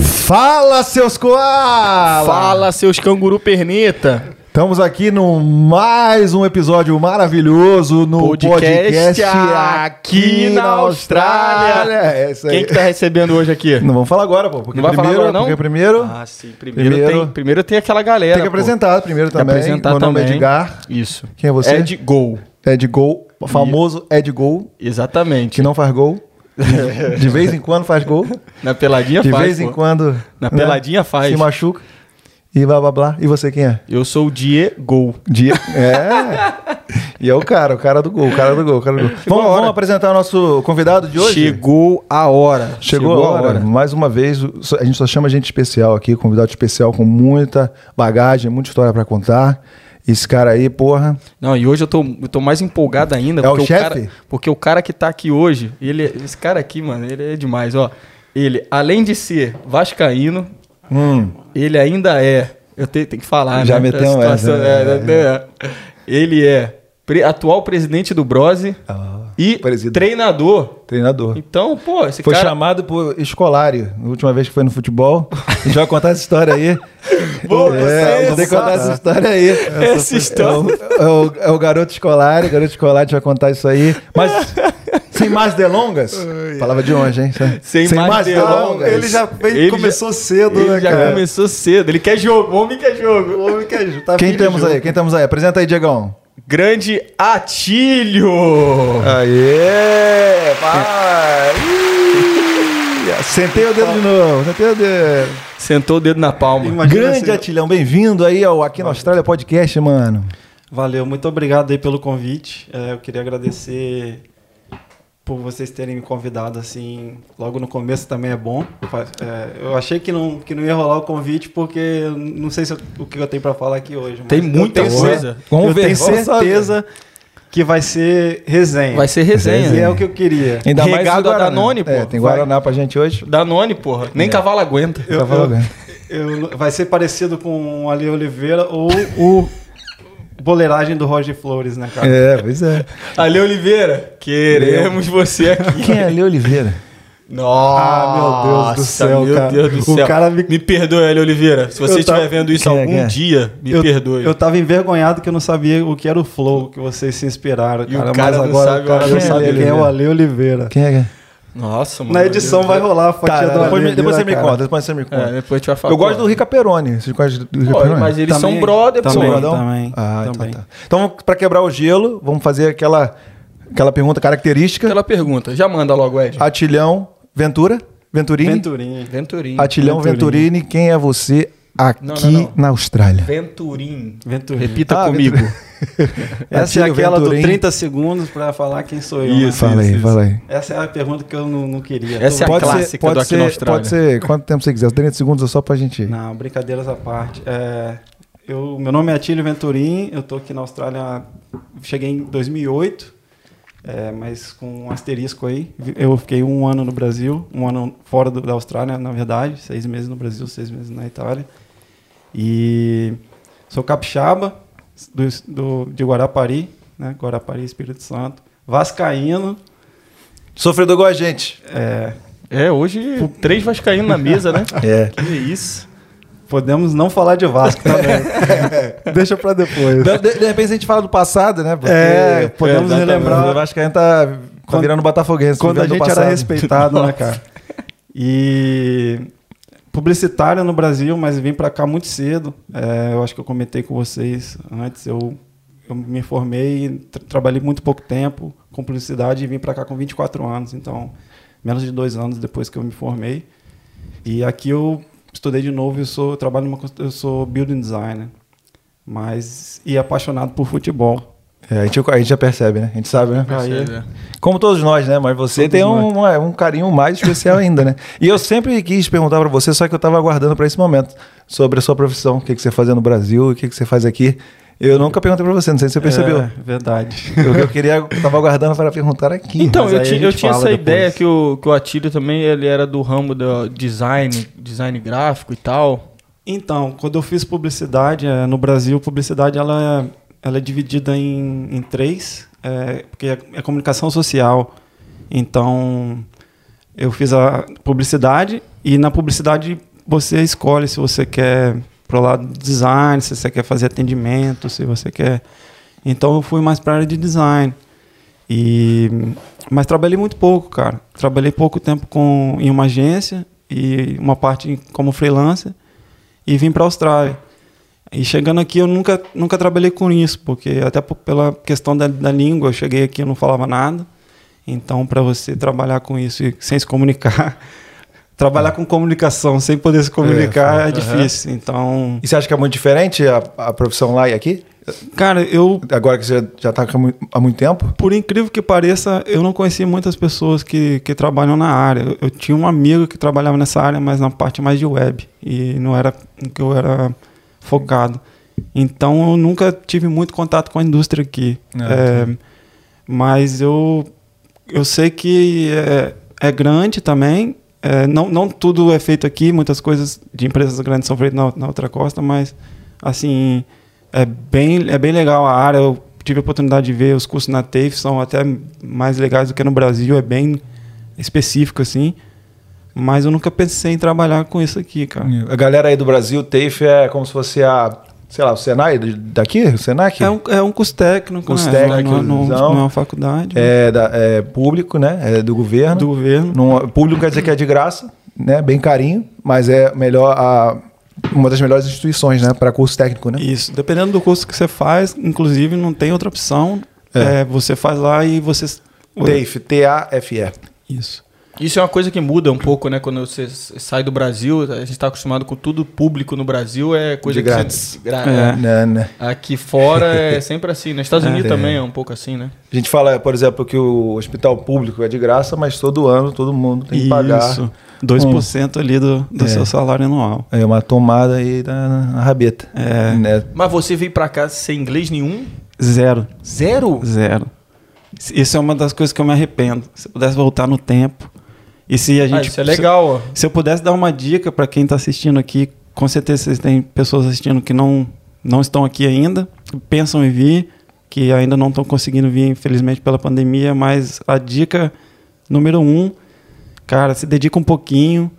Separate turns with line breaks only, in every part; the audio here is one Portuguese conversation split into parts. Fala, seus koalas!
Fala, seus canguru perneta.
Estamos aqui no mais um episódio maravilhoso no podcast,
Podcast
aqui na Austrália. É isso aí.
Quem que tá recebendo hoje aqui?
Não vamos falar agora, pô. Porque
Não vai falar
primeiro,
agora, não?
Porque primeiro
Ah, sim. Primeiro,
Primeiro-
Tem, primeiro tem aquela galera.
tem que
pô.
apresentar. Primeiro
Tem que
também.
apresentar
Meu nome é
também.
Edgar.
Isso.
Quem é você?
Ed Gol.
Ed Gol. O famoso Ed Gol, que
Exatamente.
não faz gol. De vez em quando faz gol.
Na peladinha
De
faz,
vez em
pô.
quando.
Na
né,
peladinha faz.
Se machuca. E blá blá blá. E você quem é?
Eu sou o Diego.
Dia. É. E é o cara, o cara do gol, o cara do gol, o cara do gol. Vamos,
a hora.
vamos apresentar o nosso convidado de hoje?
Chegou a hora.
Chegou, a, hora. Mais uma vez, o- a gente só chama gente especial aqui, convidado especial com muita bagagem, muita história pra contar. Esse cara aí, porra.
Não, e hoje eu tô, eu tô mais empolgado ainda.
É o chefe?
cara, porque o cara que tá aqui hoje, ele, esse cara aqui, mano, ele é demais, ó. Ele, além de ser vascaíno, ele ainda é... Eu te- tenho que falar,
Já
né?
metemos
A situação-
essa,
é,
né?
né? Ele é pre- atual presidente do Brose e
presidente.
treinador.
Ah, Treinador.
Então, pô, esse
Foi
cara...
chamado por Escolário, na última vez que foi no futebol. A gente vai contar essa história aí.
Boa,
é,
essa.
vamos ter que contar essa história aí.
Essa história.
É o, é o- é o garoto escolar, o garoto escolar, a gente vai contar isso aí. Mas sem mais delongas, palavra de longe, hein?
Sem mais delongas.
Ele já fez-
Ele
começou
já,
cedo,
ele
né,
já
cara?
começou cedo. Ele quer jogo, o homem quer jogo.
O homem que é- tá
Quem
vindo
temos
junto.
aí? Quem temos aí? Apresenta aí, Diegão.
Grande Atílio!
Aê! Vai! Ih, Sentei o dedo de novo, sentei o dedo.
Sentou o dedo na palma.
Imagina assim,
Grande
se-
Atilhão, bem-vindo aí ao Aqui na Austrália Podcast, mano.
Valeu, muito obrigado aí pelo convite. É, eu queria agradecer por vocês terem me convidado assim logo no começo também é bom. Fa- é, eu achei que não, que não ia rolar o convite porque eu não sei se eu- o que eu tenho pra falar aqui hoje. mas
Tem
eu
muita
tenho
coisa.
cer-
Vamos
eu
ver,
tenho
vamos saber.
certeza que vai ser resenha.
Vai ser resenha.
E é o que eu queria.
Ainda mais Regado o a Guaraná. Danone, pô.
É, tem Guaraná pra gente hoje.
Danone, porra. Nem cavalo aguenta.
Tá falando bem.
Eu- vai ser parecido com o Ali Oliveira ou o boleiragem do Roger Flores, né, cara?
É, pois é.
Ale Oliveira, queremos você aqui.
Quem é Ale Oliveira?
Nossa,
Ah, meu Deus do céu,
meu
cara.
Deus do
O
céu.
cara me-
perdoe, Ale Oliveira. Se você
Eu
estiver
tava-
vendo isso
Quem é,
algum
quem é?
dia, me
eu,
perdoe.
Eu tava envergonhado que eu não sabia o que era o flow que vocês se inspiraram,
E o
cara.
cara
mas
não
agora
sabe
o cara
o
não
Ale
sabe quem é
Oliveira.
o Ale Oliveira.
Quem é?
Nossa, mano.
Na edição vai rolar a
Tá,
fatia do Ale
depois, me-
Oliveira,
depois você me
cara.
conta, depois você me
É,
conta.
depois a gente vai falar.
Eu gosto do Rica Peroni. Vocês gostam do Rica
Pô,
Peroni?
mas eles são
Também,
brother,
São
também.
pô.
brodão? Ah,
também.
Então, tá. então, pra quebrar o gelo, vamos fazer aquela, aquela pergunta característica.
Aquela pergunta. Já manda logo, Ed.
Atilhão Ventura? Venturini?
Venturinha.
Venturini.
Atilhão Venturini. quem é você aqui
Não, não, não.
na Austrália?
Venturim.
Venturinha.
Repita
Ah,
comigo.
Essa é
Atílio
aquela
Venturini.
do 30 segundos pra falar quem sou eu.
Isso,
né?
Fala aí, fala aí.
Essa é a pergunta que eu não, não queria.
Essa é a
Tô-
Pode ser,
clássica
pode,
do Aqui
ser,
na Austrália.
pode ser quanto tempo você quiser, 30 segundos é só pra gente.
Não, brincadeiras à parte. É, eu, meu nome é Atílio Venturim, eu tô aqui na Austrália, cheguei em 2008, é, mas com um asterisco aí. Vi- Eu fiquei um ano no Brasil, um ano fora do- da Austrália, na verdade, seis meses no Brasil, seis meses na Itália. E sou capixaba do, do- de Guarapari, né? Guarapari, Espírito Santo. Vascaíno,
Sofredor igual a gente.
é,
É, hoje três vascaínos na mesa, né?
É.
Que isso.
podemos não falar de Vasco né? também. Deixa pra depois.
De, de- de repente a gente fala do passado, né? Porque-
É, podemos
exatamente.
relembrar-
Eu acho que a gente tá, tá
Quando-
virando botafoguense.
quando a
vivendo do
gente era
passado.
respeitado, né, cara? E publicitário no Brasil, mas vim pra cá muito cedo. É, eu acho que eu comentei com vocês antes. Eu, eu me formei, tra- trabalhei muito pouco tempo com publicidade e vim pra cá com 24 anos. Então, menos de dois anos depois que eu me formei. E aqui eu estudei de novo. Eu sou eu trabalho numa, const- eu sou building designer, mas e apaixonado por futebol.
É, a, gente, a gente já percebe, né? A gente sabe, né?
Aí- é.
Como todos nós, né? Mas você
Todos
tem um, é, um carinho mais especial ainda, né? E eu sempre quis perguntar pra você, só que eu tava aguardando pra esse momento, sobre a sua profissão, o que, que você fazia no Brasil, o que, que você faz aqui. Eu nunca perguntei pra você, não sei se você percebeu.
É, verdade.
O que eu queria, eu tava aguardando para perguntar aqui.
Então,
mas
eu,
aí
ti-
a gente
eu tinha
fala
essa
depois.
ideia que o, que o Atílio também ele era do ramo do design, design gráfico e tal.
Então, quando eu fiz publicidade, eh, no Brasil, publicidade ela, ela é dividida em, em três, eh, porque é, é comunicação social. Então, eu fiz a publicidade e na publicidade você escolhe se você quer pro lado do design, se você quer fazer atendimento, se você quer. Então eu fui mais para área de design. E mas trabalhei muito pouco, cara. Trabalhei pouco tempo com em uma agência e uma parte em- como freelancer e vim para a Austrália. E chegando aqui eu nunca nunca trabalhei com isso, porque até por- pela questão da, da língua, eu cheguei aqui e não falava nada. Então para você trabalhar com isso e sem se comunicar, trabalhar com comunicação sem poder se comunicar é,
foi. Aham.
difícil. Então,
E você acha que é muito diferente a, a profissão lá e aqui?
cara, eu
Agora que você já- tá já está há muito tempo?
Por incrível que pareça, eu não conheci muitas pessoas que, que trabalham na área. Eu, eu tinha um amigo que trabalhava nessa área, mas na parte mais de web. E não era no que eu era focado. Então eu nunca tive muito contato com a indústria aqui.
Ah,
É, mas eu, eu sei que é, é grande também. É, não, não tudo é feito aqui, muitas coisas de empresas grandes são feitas na, na outra costa, mas assim é bem, é bem legal a área. Eu tive a oportunidade de ver os cursos na TAFE, são até mais legais do que no Brasil, é bem específico assim. Mas eu nunca pensei em trabalhar com isso aqui, cara.
A galera aí do Brasil, TAFE é como se fosse a, sei lá, o Senai de- daqui? O Senac?
É um, é um curso técnico,
Curso
né?
técnico,
não, não,
não.
não é uma faculdade
É da- é público, né? É do
né?
governo.
do governo.
Não- público quer dizer que é de graça, né? Bem carinho, mas é melhor a, uma das melhores instituições, né? Para curso técnico, né?
Isso, dependendo do curso que você faz, inclusive não tem outra opção.
É.
É, você faz lá e você.
TAFE, T-A-F-E.
Isso.
Isso é uma coisa que muda um pouco, né? Quando você s- sai do Brasil, a gente tá acostumado com tudo público no Brasil, é
De
coisa que
grátis.
você... gra-
É.
Né, né?
Aqui fora é sempre assim. Nos Estados Unidos
É.
também é um pouco assim, né?
A gente fala, por exemplo, que o hospital público é de graça, mas todo ano todo mundo tem que pagar
Isso. 2% ali do, do
É.
seu salário anual.
é, uma tomada aí na, na rabeta.
É.
Né?
Mas você veio pra cá sem inglês nenhum?
Zero.
Zero?
Zero. Isso é uma das coisas que eu me arrependo. Se eu pudesse voltar no tempo. E se a gente.
ah, isso é legal, ó.
Se eu pudesse dar uma dica para quem está assistindo aqui, com certeza vocês têm pessoas assistindo que não, não estão aqui ainda, que pensam em vir, que ainda não estão conseguindo vir, infelizmente, pela pandemia, mas a dica número um, cara, se dedica um pouquinho,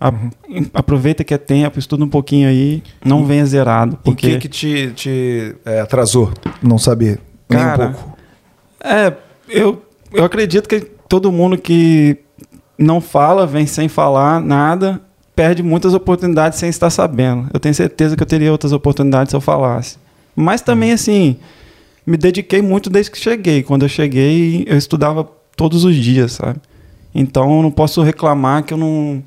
a- em- aproveita que é tempo, estuda um pouquinho aí, não venha zerado,
Uhum. E O
porque...
que que te, te, é, atrasou? Não saber nem um
Cara,
pouco.
É, eu, eu acredito que todo mundo que não fala, vem sem falar nada, perde muitas oportunidades sem estar sabendo. Eu tenho certeza que eu teria outras oportunidades se eu falasse. Mas também, assim, me dediquei muito desde que cheguei. Quando eu cheguei, eu estudava todos os dias, sabe? Então, eu não posso reclamar que eu não,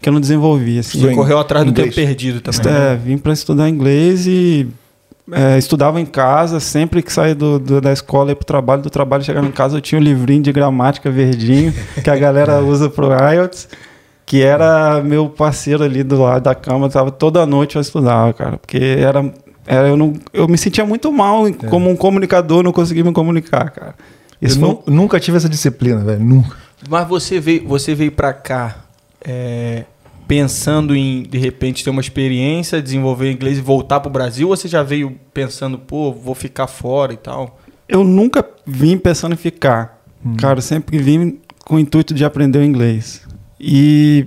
que eu não desenvolvi. Assim.
Estudou
Você
em
correu atrás do
inglês?
tempo perdido também.
Est- É, vim para estudar inglês e é, estudava em casa. Sempre que saía do, do- da escola, ia pro trabalho, do trabalho, chegava em casa, eu tinha um livrinho de gramática verdinho que a galera usa pro IELTS, que era meu parceiro ali do lado da cama. Tava toda noite eu estudava, cara, porque era, era eu não, eu me sentia muito mal em- como um comunicador, não conseguia me comunicar, cara. Isso
eu
foi um
nu- nunca tive essa disciplina, velho. Nunca.
Mas você veio, você veio para cá é, pensando em, de repente, ter uma experiência, desenvolver inglês e voltar pro Brasil? Ou você já veio pensando, pô, vou ficar fora e tal?
Eu nunca vim pensando em ficar. Cara, eu sempre vim com o intuito de aprender o inglês. E,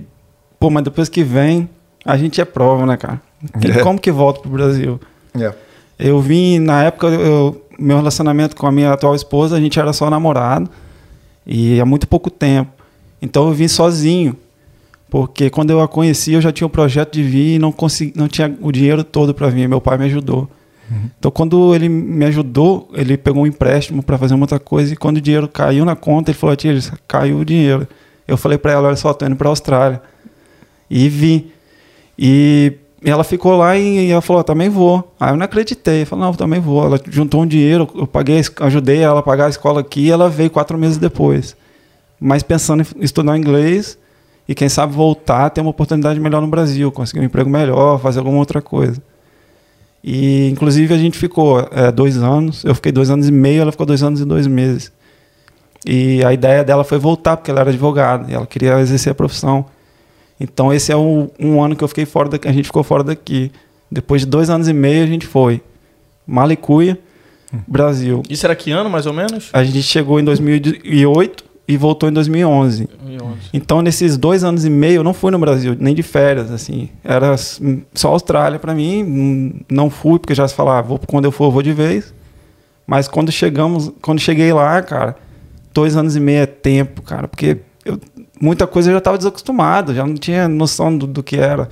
pô, mas depois que vem, a gente é prova, né, cara? Tem-
É.
Como que volta pro Brasil?
É.
Eu vim, na época, eu- eu- meu relacionamento com a minha atual esposa, a gente era só namorado. E há muito pouco tempo. Então eu vim sozinho. Porque quando eu a conheci, eu já tinha um projeto de vir e não, consegui, não tinha o dinheiro todo para vir. Meu pai me ajudou. Então quando ele me ajudou, ele pegou um empréstimo para fazer uma outra coisa. E quando o dinheiro caiu na conta, ele falou: Tia, caiu o dinheiro. Eu falei para ela: Olha só, tô indo para Austrália. E vim. E ela ficou lá e ela falou, "Ó, também vou. Aí eu não acreditei. Eu falei, não, também vou. Ela juntou um dinheiro, eu paguei, a es- ajudei ela a pagar a escola aqui e ela veio quatro meses depois. Mas pensando em estudar inglês e quem sabe voltar, ter uma oportunidade melhor no Brasil, conseguir um emprego melhor, fazer alguma outra coisa. E inclusive a gente ficou é, dois anos, eu fiquei dois anos e meio, ela ficou dois anos e dois meses. E a ideia dela foi voltar, porque ela era advogada e ela queria exercer a profissão. Então esse é um, um ano que eu fiquei fora daqui, a gente ficou fora daqui. Depois de dois anos e meio a gente foi. Malicuia, Brasil.
Isso era que ano, mais ou menos?
A gente chegou em 2008 e e voltou em 2011. Então, nesses dois anos e meio, eu não fui no Brasil, nem de férias, assim. Era hum, só Austrália para mim. hum, Não fui, porque já se falava, ah, vou, quando eu for, eu vou de vez. Mas quando chegamos, quando cheguei lá, cara, dois anos e meio é tempo, cara, porque eu- muita coisa eu já estava desacostumado, já não tinha noção do, do que era.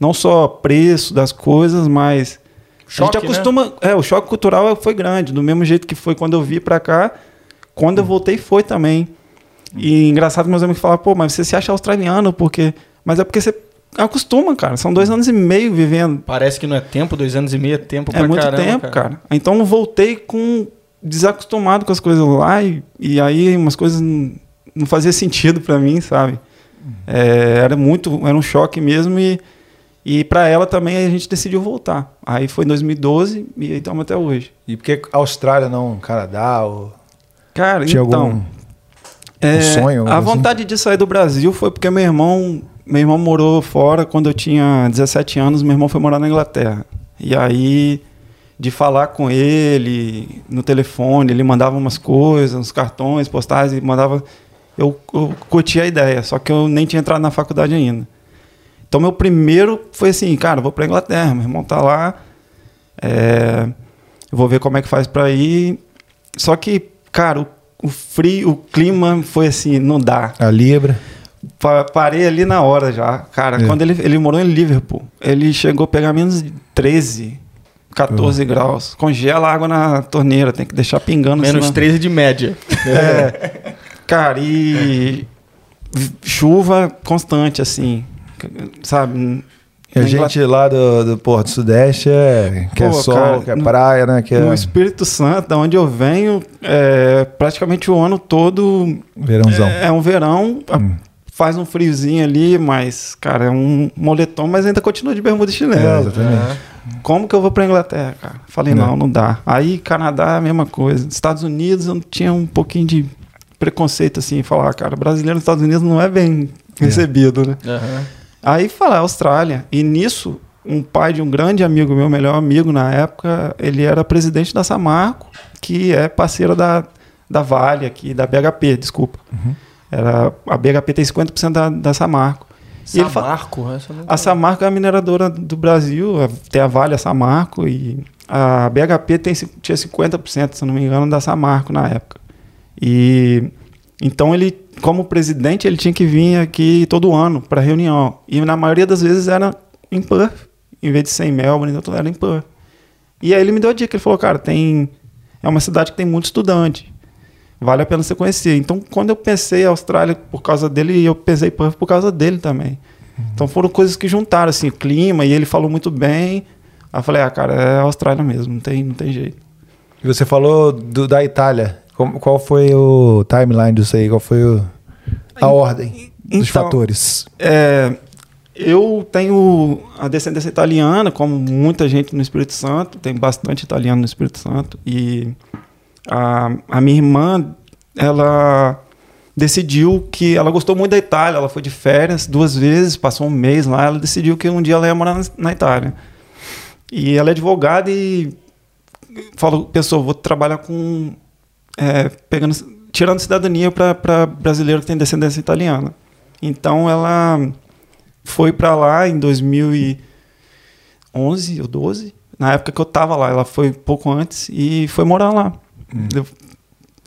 Não só preço das coisas, mas
Choque,
a gente acostuma. É, o choque cultural foi grande, do mesmo jeito que foi quando eu vim pra cá, quando eu voltei foi também. E engraçado meus amigos falaram, pô, mas você se acha australiano, porque. Mas é porque você acostuma, cara. São dois anos e meio vivendo.
Parece que não é tempo, dois anos e meio é tempo
É
pra
muito
caramba,
tempo, cara. Então eu voltei com desacostumado com as coisas lá e, e aí umas coisas não, não fazia sentido pra mim, sabe?
Uhum.
É, era muito, era um choque mesmo e e para ela também a gente decidiu voltar. Aí foi em 2012 e aí estamos até hoje.
E por que Austrália não Canadá? Ou...
Cara,
Tinha
então
algum sonho, alguma
É, a
coisa assim?
vontade de sair do Brasil foi porque meu irmão, meu irmão morou fora quando eu tinha 17 anos, meu irmão foi morar na Inglaterra. E aí de falar com ele no telefone, ele mandava umas coisas, uns cartões, postais e mandava eu, eu curti a ideia, só que eu nem tinha entrado na faculdade ainda. Então meu primeiro foi assim, cara, vou para Inglaterra, meu irmão tá lá, é, eu vou ver como é que faz para ir. Só que, cara, o, o frio, o clima foi assim, não dá.
a Libra?
Pa- parei ali na hora já, cara.
É.
Quando ele, ele morou em Liverpool, ele chegou a pegar menos de 13, 14 graus. Congela a água na torneira, tem que deixar pingando.
Menos
senão-
13 de média.
é. Cara, e
É.
chuva constante, assim, sabe?
E a
Na
gente lá do, do, porra, do Sudeste é, quer
Pô,
sol,
cara,
quer
no-
praia, né? Quer
No Espírito Santo, da onde eu venho, é, praticamente o ano todo
verãozão.
é, é um verão. a-
Hum.
Faz um friozinho ali, mas, cara, é um moletom, mas ainda continua de bermuda e
É,
chinelo.
exatamente. Né?
Como que eu vou pra Inglaterra, cara? Falei, não, não dá. Aí, Canadá, a mesma coisa. Estados Unidos, eu tinha um pouquinho de preconceito, assim, falar, cara, brasileiro nos Estados Unidos não é bem
É.
recebido, né?
Aham.
Aí falar Austrália. E nisso, um pai de um grande amigo meu, melhor amigo na época, ele era presidente da Samarco, que é parceira da, da Vale aqui, da BHP, desculpa. Era, a BHP tem 50% da, da Samarco. E ele fala-
Samarco, essa não-
a Samarco é a mineradora do Brasil, a- tem a Vale, a Samarco, e a BHP tem, cin- tinha 50%, se eu não me engano, da Samarco na época. E então ele, como presidente, ele tinha que vir aqui todo ano para reunião. E na maioria das vezes era em Perth, em vez de ser em Melbourne, então era em Perth. E aí ele me deu a dica, ele falou, cara, tem é uma cidade que tem muito estudante. Vale a pena você conhecer. Então, quando eu pensei em Austrália por causa dele, eu pensei em Perth por causa dele também. Então foram coisas que juntaram, assim, o clima, e ele falou muito bem. Aí eu falei, ah, cara, é a Austrália mesmo, não tem, não tem jeito.
E você falou do- da Itália. Como- qual foi o timeline disso aí? Qual foi o- a ordem dos
então-
fatores?
É, eu tenho a descendência italiana, como muita gente no Espírito Santo, tem bastante italiano no Espírito Santo. E a, a minha irmã, ela decidiu que ela gostou muito da Itália, ela foi de férias duas vezes, passou um mês lá, ela decidiu que um dia ela ia morar na- na Itália. E ela é advogada e falou, pessoal, vou trabalhar com é, pegando, tirando cidadania para brasileiro que tem descendência italiana. Então ela foi para lá em 2011 ou 12, na época que eu tava lá, ela foi pouco antes e foi morar lá. Eu-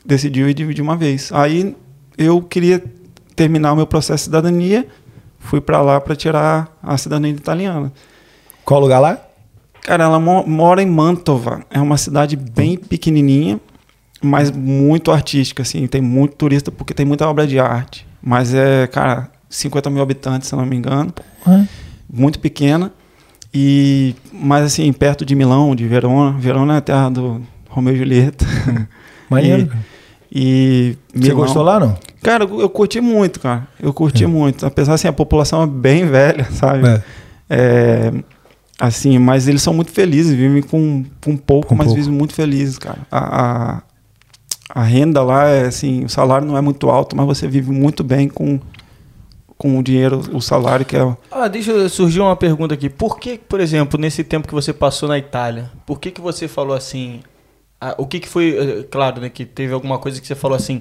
decidiu ir de, de uma vez. Aí eu queria terminar o meu processo de cidadania, fui para lá para tirar a cidadania italiana.
Qual lugar lá?
Cara, ela mo- mora em Mantova. É uma cidade bem pequenininha, mas muito artística, assim. Tem muito turista porque tem muita obra de arte. Mas é, cara, 50 mil habitantes, se eu não me engano. Muito pequena. E, mas assim, perto de Milão, de Verona. Verona é a terra do Romeu e Julieta.
Maneiro.
E
Você gostou lá, não?
Cara, eu, eu curti muito, cara. Eu curti muito. Apesar, assim, a população é bem velha, sabe?
É.
É, assim, mas eles são muito felizes, vivem com, com pouco,
Com
mas
pouco.
vivem muito felizes, cara. A, a, a renda lá é assim, o salário não é muito alto, mas você vive muito bem com, com o dinheiro, o salário que é. o-
Ah, deixa eu surgir uma pergunta aqui. Por que, por exemplo, nesse tempo que você passou na Itália, por que, que você falou assim? ah, o que, que foi. eh, Claro, né? Que teve alguma coisa que você falou assim.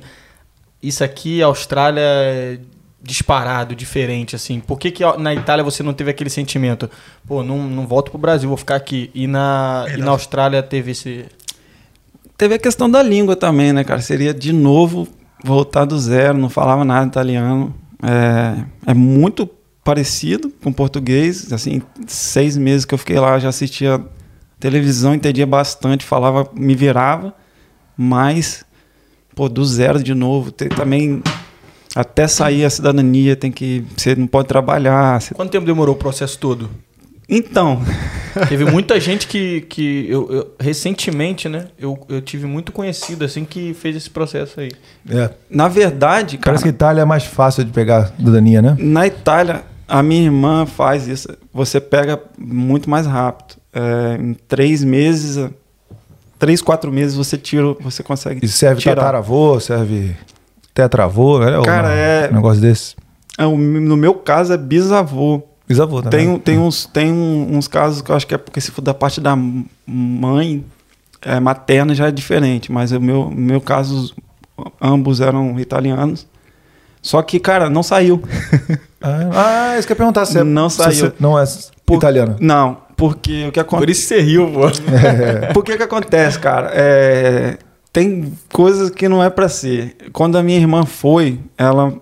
isso aqui, Austrália é disparado, diferente, assim? Por que, que na Itália você não teve aquele sentimento? Pô, não, não volto pro Brasil, vou ficar aqui. E na,
É,
e na Austrália teve esse.
Teve a questão da língua também, né, cara? Seria de novo voltar do zero, não falava nada italiano. É, é muito parecido com português. Assim, seis meses que eu fiquei lá, já assistia televisão, entendia bastante, falava, me virava, mas, pô, do zero de novo. Tem, também, até sair a cidadania, tem que. Você não pode trabalhar. você-
Quanto tempo demorou o processo todo?
Então,
Teve muita gente que. que eu, eu- recentemente, né? Eu, eu tive muito conhecido, assim, que fez esse processo aí.
É,
na verdade, cara.
Parece que Itália é mais fácil de pegar daninha, né?
Na Itália, a minha irmã faz isso. Você pega muito mais rápido. É, em três meses, três, quatro meses, você tira, você consegue.
E serve
tirar.
tataravô, serve tetravô, né? Ou
Cara,
um
é-
Negócio desse.
É, o- no meu caso é bisavô.
Bisavô também.
Tem, um- tem, uns, tem um- uns casos que eu acho que é porque se for da parte da m- mãe é, materna já é diferente, mas o meu, no meu caso, os- ambos eram italianos. Só que, cara, não saiu.
Ah, ah, isso que eu ia perguntar. Se é-
Não
se
saiu.
você não é
Por-
italiano.
Não, porque o que acontece.
isso você riu, pô.
É.
Por que que acontece, cara? É, tem coisas que não é pra ser. Quando a minha irmã foi, ela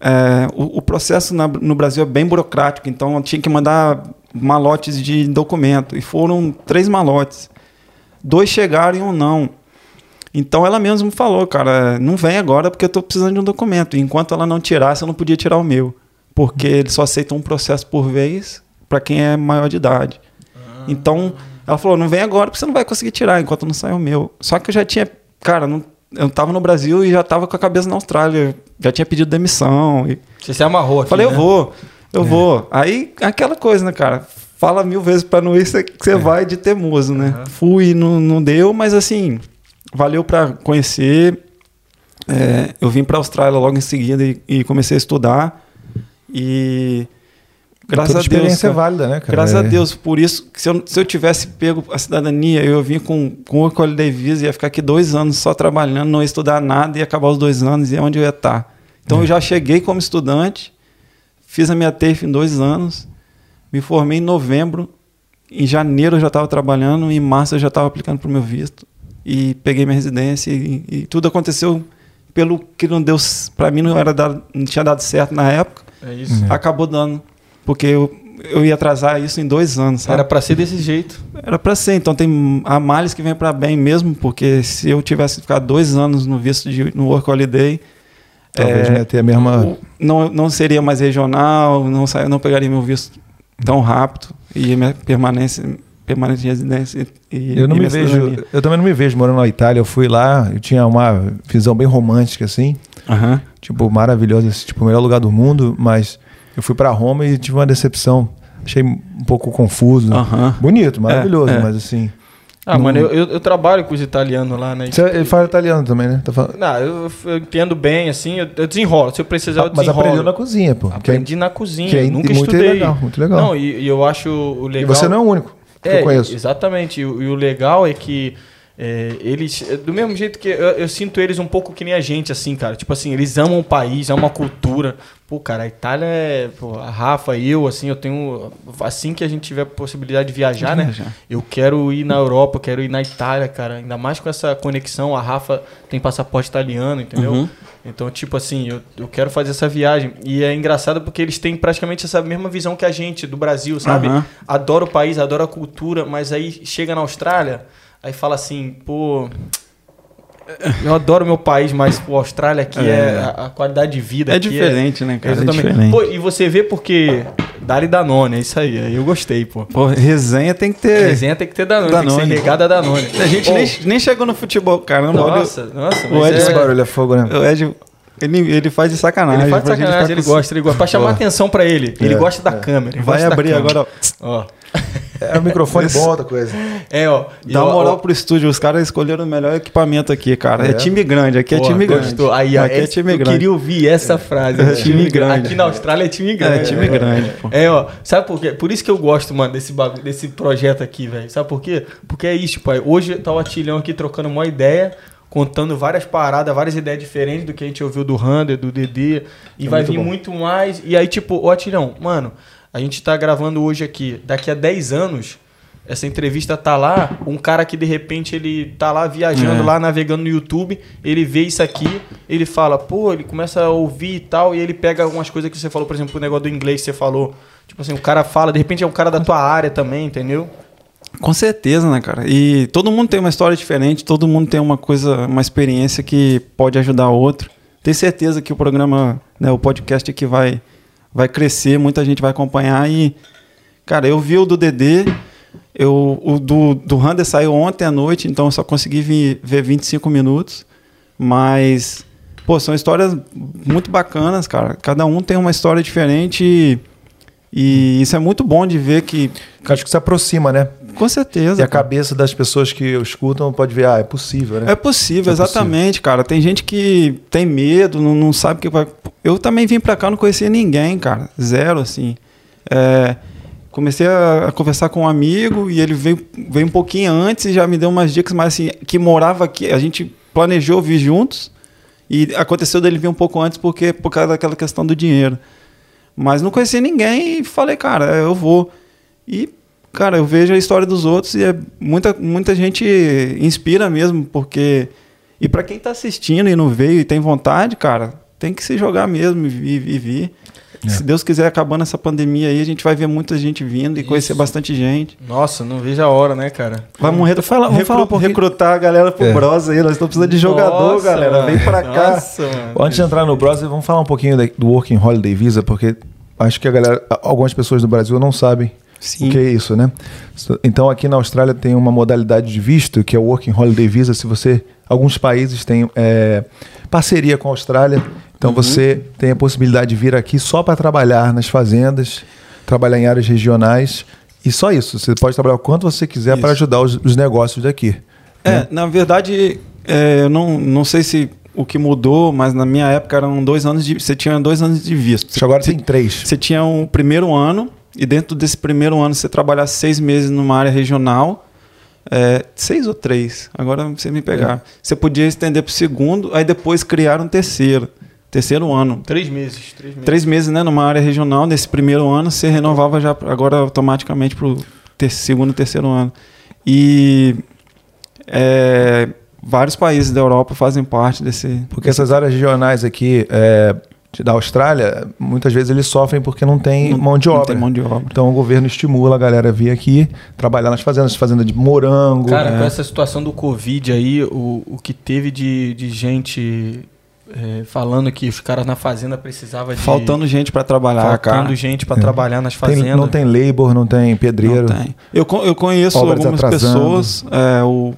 é, o, o processo na- no Brasil é bem burocrático, então ela tinha que mandar malotes de documento e foram três malotes. Dois chegaram e um não. Então ela mesma me falou, cara, não vem agora porque eu tô precisando de um documento. E enquanto ela não tirasse, eu não podia tirar o meu, porque eles só aceitam um processo por vez pra quem é maior de idade. Então, ela falou, não vem agora, porque você não vai conseguir tirar enquanto não sair o meu. Só que eu já tinha, cara, não- eu tava no Brasil e já tava com a cabeça na Austrália. Já tinha pedido demissão. E
Você se amarrou aqui.
falei,
né?
eu vou, eu
É.
vou. Aí, aquela coisa, né, cara? Fala mil vezes pra não ir, você
É.
você vai de teimoso, né? Fui, não, não deu, mas assim, valeu pra conhecer. É, eu vim pra Austrália logo em seguida e, e comecei a estudar. E graças
Toda
a Deus.
experiência é
cara,
válida, né, cara?
Graças a
É.
Deus, por isso, que se eu, se eu tivesse pego a cidadania, eu vim com, com o Orcolho da Visa, ia ficar aqui dois anos só trabalhando, não ia estudar nada, ia acabar os dois anos e é onde eu ia estar. Então
É.
eu já cheguei como estudante, fiz a minha TAFE em dois anos, me formei em novembro, em janeiro eu já estava trabalhando, em março eu já estava aplicando para o meu visto e peguei minha residência e, e tudo aconteceu pelo que não deu, para mim não, era dado, não tinha dado certo na época,
É isso.
acabou dando. Porque eu, eu ia atrasar isso em dois anos, sabe?
Era pra ser desse jeito.
Era pra ser, então tem há males que vem pra bem mesmo, porque se eu tivesse ficado dois anos no visto de, no Work Holiday,
Talvez
é,
não ia ter a mesma.
o- não, não seria mais regional, não, sa- não pegaria meu visto tão rápido e minha permanência, permanência de residência e
Eu não
e
me
minha cidadania.
vejo. Eu também não me vejo morando na Itália. Eu fui lá, eu tinha uma visão bem romântica, assim.
Aham.
Tipo, maravilhosa, assim, tipo, o melhor lugar do mundo. Mas eu fui pra Roma e tive uma decepção. Achei um pouco confuso.
Aham.
Bonito, maravilhoso,
é.
mas assim.
Ah, mano, eu, eu, eu trabalho com os italianos lá, né?
Você ele fala italiano também, né? Tá falando-
Não, eu, eu entendo bem, assim, eu, eu desenrolo. Se eu precisar, eu
Ah, mas
desenrolo.
aprendeu na cozinha, pô. que é-
Aprendi na cozinha,
que é muito
nunca estudei.
legal, muito legal.
Não, e, e eu acho o
E
legal...
você não é o único que
É,
eu conheço.
Exatamente. E, o e o legal é que é, eles, é, do mesmo jeito que eu, eu sinto eles um pouco que nem a gente, assim, cara. Tipo assim, eles amam o país, amam a cultura. Pô, cara, a Itália é. pô, a Rafa e eu, assim, eu tenho. Assim que a gente tiver possibilidade de viajar, né?
Viajar.
Eu quero ir na Europa, eu quero ir na Itália, cara. Ainda mais com essa conexão. A Rafa tem passaporte italiano, entendeu?
Uhum.
Então, tipo assim, eu, eu quero fazer essa viagem. E é engraçado porque eles têm praticamente essa mesma visão que a gente, do Brasil, sabe?
Aham.
adora o país, adora a cultura, mas aí chega na Austrália, aí fala assim, pô. Eu adoro meu país, mas pô, a Austrália aqui é,
É.
a, a qualidade de vida.
É
aqui
diferente, né, cara? É
Exatamente.
diferente.
Pô, e você vê porque. Dali Danone, é isso aí. aí Eu gostei, pô.
Pô, resenha tem que ter.
Resenha tem que ter Danone, tem que
É. Danone.
ser ligada a Danone.
A gente
Pô,
nem, nem chegou no futebol, cara. Não
Nossa, nossa,
o
mas
Edson
Esse
é,
barulho é fogo, né?
O Ed, ele, ele faz de sacanagem.
ele faz
pra Ah, gente
sacanagem,
ficar
ele
com-
gosta, ele gosta. Pra chamar
Boa.
atenção pra ele. Ele
É,
gosta da
é.
câmera. ele
Vai
gosta da
abrir
câmera.
agora. ó.
Ó.
É o microfone bom, outra coisa.
É, ó.
Dá
Eu-
uma
ó,
moral pro estúdio, os caras escolheram o melhor equipamento aqui, cara. É,
É.
time grande, aqui é
Pô,
time grande.
gostou. Aí, ó,
aqui é
esse-
time
Eu
grande.
queria ouvir essa frase. né?
É time grande.
Aqui na Austrália é time grande.
É, time grande, pô.
É, ó. Sabe por quê? Por isso que eu gosto, mano, desse, bagulho, desse projeto aqui, velho. Sabe por quê? Porque é isso, pai. Hoje tá o Atilhão aqui trocando uma ideia contando várias paradas, várias ideias diferentes do que a gente ouviu do Hunter, do Dedê. E
É
vai
muito
vir
bom.
muito mais. E aí, tipo, ó, Tirão, mano, a gente tá gravando hoje aqui. Daqui a 10 anos, essa entrevista tá lá. Um cara que de repente ele tá lá viajando,
É.
lá navegando no YouTube, ele vê isso aqui, ele fala, pô, ele começa a ouvir e tal, e ele pega algumas coisas que você falou, por exemplo, o negócio do inglês que você falou. Tipo assim, o cara fala, de repente é um cara da tua área também, entendeu?
Com certeza, né, cara? E todo mundo tem uma história diferente, todo mundo tem uma coisa, uma experiência que pode ajudar o outro. Tenho certeza que o programa, né, o podcast aqui vai, vai crescer, muita gente vai acompanhar e. Cara, eu vi o do Dedê, eu, o do, do Hunter saiu ontem à noite, então eu só consegui vi- ver 25 minutos. Mas, pô, são histórias muito bacanas, cara. Cada um tem uma história diferente e, e isso é muito bom de ver que,
Acho que se aproxima, né?
com certeza.
E a
cara.
cabeça das pessoas que escutam pode ver, ah, é possível, né?
É possível,
É
exatamente, cara. Tem gente que tem medo, não, não sabe o que vai. Eu também vim pra cá, não conhecia ninguém, cara. Zero, assim. É, comecei a, a conversar com um amigo e ele veio, veio um pouquinho antes e já me deu umas dicas, mas assim, que morava aqui. A gente planejou vir juntos e aconteceu dele vir um pouco antes porque por causa daquela questão do dinheiro. Mas não conhecia ninguém e falei, cara, eu vou. E, cara, eu vejo a história dos outros e é muita, muita gente inspira mesmo, porque. E pra quem tá assistindo e não veio e tem vontade, cara, tem que se jogar mesmo e, vi- e vir.
É.
Se Deus quiser, acabando essa pandemia aí, a gente vai ver muita gente vindo e
Isso.
conhecer bastante gente.
Nossa, não vejo a hora, né, cara?
Vai morrer. Fala,
vamos falar um pouquinho-
recrutar a galera pro
É.
Bros aí. Nós estamos precisando de jogador,
Nossa,
galera. Vem
mano.
pra cá.
Nossa, mano.
Antes de entrar no Bros, vamos falar um pouquinho da- do Working Holiday Visa, porque acho que a galera, a- algumas pessoas do Brasil não sabem
Sim.
o que é isso, né? So- Então aqui na Austrália tem uma modalidade de visto que é o Working Holiday Visa. Se você, alguns países têm é, parceria com a Austrália, então
Uhum.
você tem a possibilidade de vir aqui só para trabalhar nas fazendas, trabalhar em áreas regionais e só isso. Você pode trabalhar o quanto você quiser para
Isso.
ajudar os, os negócios daqui.
É, na verdade, é, eu não, não sei se o que mudou, mas na minha época eram dois anos de. Você tinha dois anos de visto.
Agora tem três.
Você tinha um primeiro ano, e dentro desse primeiro ano você trabalhar seis meses numa área regional. é, seis ou três, agora você me
É.
pegar. Você podia estender para o segundo, aí depois criar um terceiro. Terceiro ano.
Três meses, três meses.
Três meses, né? Numa área regional, nesse primeiro ano, você renovava já pra- agora automaticamente pro ter, segundo, terceiro ano. E é, vários países da Europa fazem parte desse.
Porque essas áreas regionais aqui é, de- da Austrália, muitas vezes eles sofrem porque não tem mão de
não
obra.
Tem mão de obra.
Então o governo estimula a galera a vir aqui trabalhar nas fazendas, fazenda de morango.
Cara,
né?
com essa situação do Covid aí, o, o que teve de, de gente é, falando que os caras na fazenda precisavam de.
Faltando gente para trabalhar,
faltando
cara.
gente pra
É.
trabalhar nas
Tem-
fazendas.
não tem labor, não tem pedreiro.
Não tem. Eu, co- eu conheço
Obras
algumas
atrasando.
pessoas, é, o-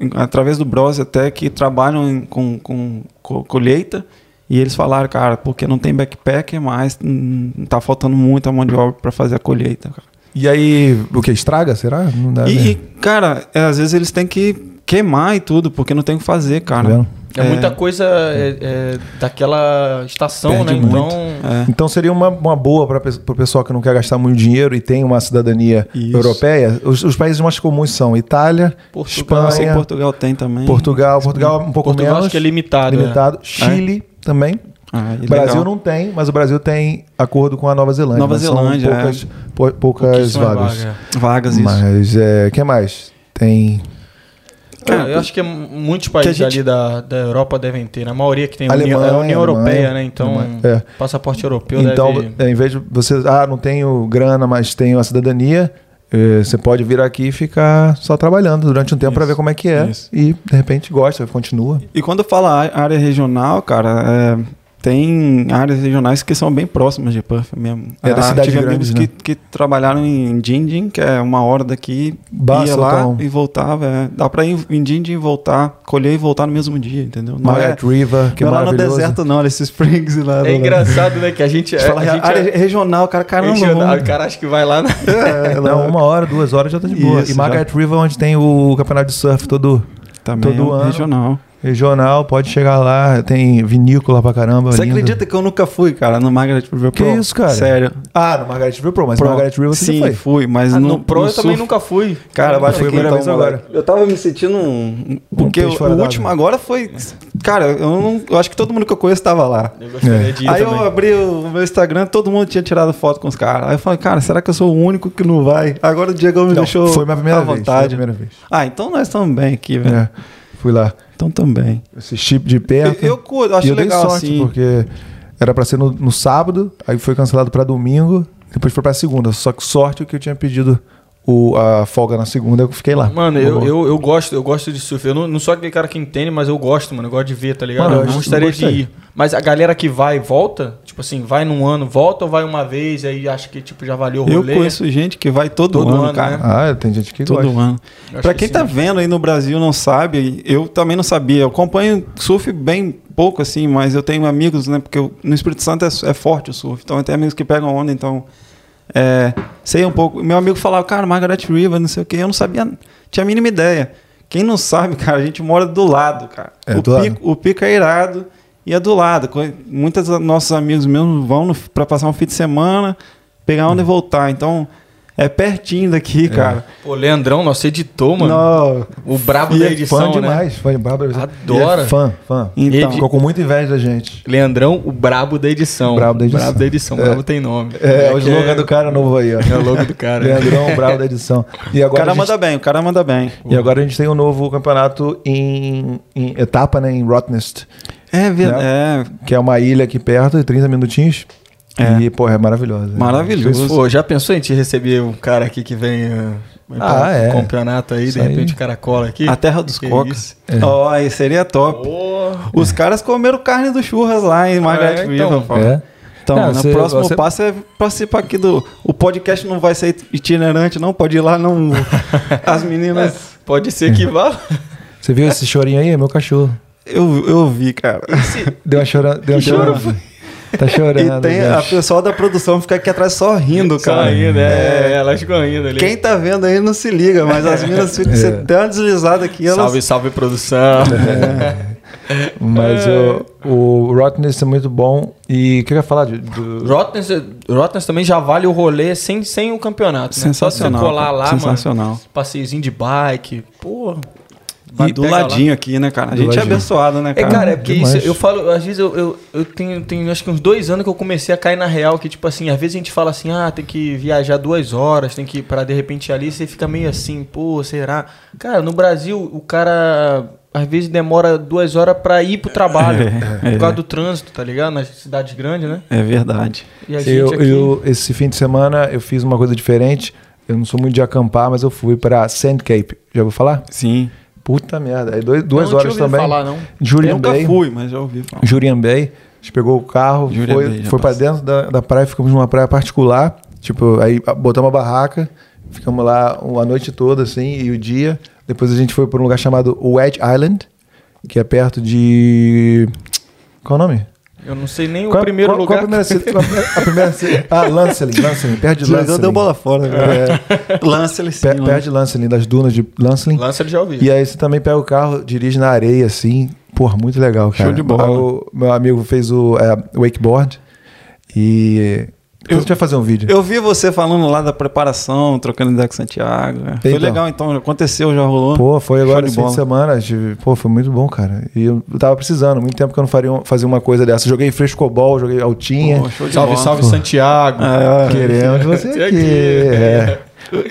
em- através do Bros até, que trabalham em- com, com co- colheita. E eles falaram, cara, porque não tem backpacker mais, hum, tá faltando muita mão de obra para fazer a colheita, cara.
E aí, o que? Estraga? Será? Não dá.
E, e,
né?
cara, é, às vezes eles têm que queimar e tudo, porque não tem o que fazer,
Tá
cara.
vendo?
É, muita coisa é, é, daquela estação,
Perde
né?
muito.
Então.
É.
Então seria uma, uma boa para o pessoal que não quer gastar muito dinheiro e tem uma cidadania
Isso.
europeia. Os, os países mais comuns são Itália,
Portugal.
Eu sei que
Espanha,
Portugal tem também.
Portugal. Portugal é um pouco
Portugal
menos.
acho que é limitado.
limitado. Chile também.
Ah,
O
e
Brasil
legal.
não tem, mas o Brasil tem acordo com a Nova Zelândia.
Nova
mas são
Zelândia,
poucas, pou-
é.
poucas
Pouquíssima
vagas.
vaga.
Vagas, isso.
Mas é, que mais? Tem
Cara,
Cara,
eu acho que é m- muitos países
gente-
ali da, da Europa devem ter. Na maioria que tem
Alemanha,
União, é a União
Alemanha,
Europeia, né? Então,
Alemanha. É.
passaporte europeu
então,
deve...
é, em vez de você, ah, não tenho grana, mas tenho a cidadania, eh, você pode vir aqui e ficar só trabalhando durante um tempo para ver como é que é
isso.
e de repente gosta, continua.
E quando fala á- área regional, cara, é, tem áreas regionais que são bem próximas de Perth mesmo.
É, da
Ah,
cidade
tive
grande,
amigos
né?
que, que trabalharam em Dindin, que é uma hora daqui,
Basta,
ia lá
então.
e voltava. é. Dá pra ir em Dindin e voltar, colher e voltar no mesmo dia, entendeu? Não é,
Margaret River, que
não é lá no
maravilhoso.
deserto não, esses Springs lá. lá, lá.
É engraçado, né? Que a gente...
A
é-
gente fala
a gente
área regional, cara, caramba. vamos-
o cara acha que vai lá na...
É, não, uma hora, duas horas já tá de boa.
Isso,
e Margaret River, onde tem o campeonato de surf todo
Também
Todo
é um
ano.
regional.
Regional, pode chegar lá, tem vinícola pra caramba.
Você
lindo.
acredita que eu nunca fui, cara, no Margaret River
Que
Pro?
isso, cara?
Sério.
Ah, no Margaret River Pro, mas
Pro.
no Margaret River você
Sim,
já foi.
fui, mas
Ah,
no,
no, Pro
no
eu também
surf-
nunca fui.
né?
Cara,
Foi
bate
a primeira vez agora.
Eu tava me sentindo um. Porque
peixe
o-
fora
o
d'água.
último agora foi. Cara, eu, não, eu acho que todo mundo que eu conheço tava lá.
Eu gostaria
É.
de ir
Aí
também.
eu abri o meu Instagram, todo mundo tinha tirado foto com os caras. Aí eu falei, cara, será que eu sou o único que não vai? Agora o Diegão me
Não,
deixou
foi minha primeira
à
vez,
vontade.
foi minha primeira vez.
Ah, então nós estamos bem aqui, velho.
É, fui lá.
Então também.
Esse chip de
Eu,
perto.
eu curto, eu acho
e eu dei
legal
sorte,
assim.
porque era pra ser no, no sábado, aí foi cancelado pra domingo, depois foi pra segunda. Só que sorte é que eu tinha pedido o, a folga na segunda, eu fiquei lá.
Mano, eu,
Bom.
eu, eu gosto, eu gosto de surf. Eu não, não sou aquele cara que entende, mas eu gosto, mano. Eu gosto de ver, tá ligado?
Mano,
eu
eu
gostaria de
gostei.
ir. Mas a galera que vai e volta, tipo assim, vai num ano, volta ou vai uma vez, aí acha que tipo, já valeu o
Eu
rolê.
conheço gente que vai todo,
Todo
ano,
ano,
cara.
né?
Ah, tem gente que
Todo
gosta.
ano.
Eu acho
Pra
que
quem
sim,
tá
né?
vendo aí no Brasil e não sabe, eu também não sabia. Eu acompanho surf bem pouco, assim, mas eu tenho amigos, né? Porque eu- no Espírito Santo é, é forte o surf. Então eu tenho amigos que pegam onda, então. é, sei um pouco. Meu amigo falava, cara, Margaret River, não sei o quê. Eu não sabia, tinha a mínima ideia. Quem não sabe, cara, a gente mora do lado, cara.
É,
o,
do lado.
pico, o pico é irado e é do lado. Co- Muitos dos nossos amigos mesmo vão no- pra passar um fim de semana, pegar onda e voltar. Então, é pertinho daqui, cara.
Pô, Leandrão, nosso editor, mano.
Não,
O brabo
e
da
é
edição,
fã
né?
demais, fã de Bárbara.
Adora.
E é fã, fã.
Então,
Ele-
Ficou com muita inveja da gente.
Leandrão, o brabo da edição.
Brabo da edição.
Brabo da edição.
É.
Brabo tem nome.
É, o
que
slogan do cara novo aí, ó.
É o logo do cara.
Leandrão, bravo da edição. E
O
agora,
cara
a gente,
manda bem, o cara manda bem.
e agora a gente tem um novo campeonato em, em etapa, né? Em Rottnest,
É verdade.
Né? que é uma ilha aqui perto, de 30 minutinhos.
É.
E, porra, é maravilhosa.
Maravilhoso.
Pô, já pensou em te receber um cara aqui que vem eh, pra um
é.
campeonato aí,
Isso
de
aí.
repente caracola aqui?
A terra dos
Que
cocos.
isso.
É.
Ó, aí seria top.
Pô.
Os caras comeram carne do churras lá em Margaret
É,
River.
então.
pô.
É.
Então,
Não,
no
você-
próximo
você-
passo é participar aqui do. O podcast não vai ser itinerante, não. Pode ir lá, não. As meninas.
Pode ser que vá.
Você viu esse chorinho aí? É meu cachorro.
Eu, eu vi, cara.
Deu uma chorando. Deu uma
Que choro
chorando. Tá chorando.
E tem a
gente.
pessoal da produção fica aqui atrás só rindo, cara.
Correndo, é, é, elas correndo ali.
Quem tá vendo aí não se liga, mas as meninas ficam. Você dá uma deslizada aqui, elas.
Salve, salve produção.
Mas o, o Rottnest é muito bom. E o que eu ia falar? De, do-
Rottnest, Rottnest também já vale o rolê sem, sem o campeonato, né? Só você colar
cara.
lá,
Sensacional.
mano. Passeiozinho de bike, pô.
E
Vai
do
pegar lá.
ladinho aqui, né, cara? A
Do
gente é
ladinho.
abençoado, né,
É,
cara?
cara, é porque
demais.
isso, eu falo, às vezes eu, eu, eu tenho, tenho acho que uns dois anos que eu comecei a cair na real, que tipo assim, às vezes a gente fala assim, ah, tem que viajar duas horas, tem que ir pra de repente ir ali, você fica meio assim, pô, será? Cara, no Brasil, o cara às vezes demora duas horas pra ir pro trabalho,
É, é.
por causa do trânsito, tá ligado? Nas cidades grandes, né?
É verdade.
E a
eu,
gente aqui...
eu- esse fim de semana eu fiz uma coisa diferente. Eu não sou muito de acampar, mas eu fui pra Sand Cape. Já ouviu falar?
Sim.
Puta merda. Aí dois- duas
não tinha
horas
ouvido
também.
falar, não.
Julian
eu nunca
Bay.
fui, mas já ouvi falar.
Julian Bay. A gente pegou o carro,
Julian
foi,
Bay, já
foi pra
passei.
dentro da, da praia, ficamos numa praia particular. Tipo, aí a- botamos a barraca, ficamos lá a noite toda, assim, e o dia. Depois a gente foi pra um lugar chamado Wedge Island, que é perto de. Qual é o nome?
Eu não sei nem
Qual é-
o primeiro
qual-
lugar.
Qual a primeira cidade? qual a primeira- a primeira cidade? Ah, Lancelin, Lancelin, perto de
Desligou,
Lancelin.
deu bola fora. né?
É,
velho. Lança ele sim.
pe-
lança.
perto de Lancelin, das dunas de Lancelin.
Lança ele já ouviu.
E aí você também pega o carro, dirige na areia, assim. Porra, muito legal, cara.
Show de bola.
Aí o meu amigo fez o é, wakeboard e... Depois a gente vai fazer um vídeo.
Eu vi você falando lá da preparação, trocando ideia com o Santiago. né? Foi
Então.
legal, então. Aconteceu, já rolou.
Pô, foi
Show
agora
de
esse fim
bola.
de semana. a gente- Pô, foi muito bom, cara. E eu tava precisando. Muito tempo que eu não faria um- fazia uma coisa dessa. Joguei frescobol, joguei altinha.
Pô, show de
Salve,
bola.
salve Santiago.
É,
Queremos você
Você
aqui.
aqui.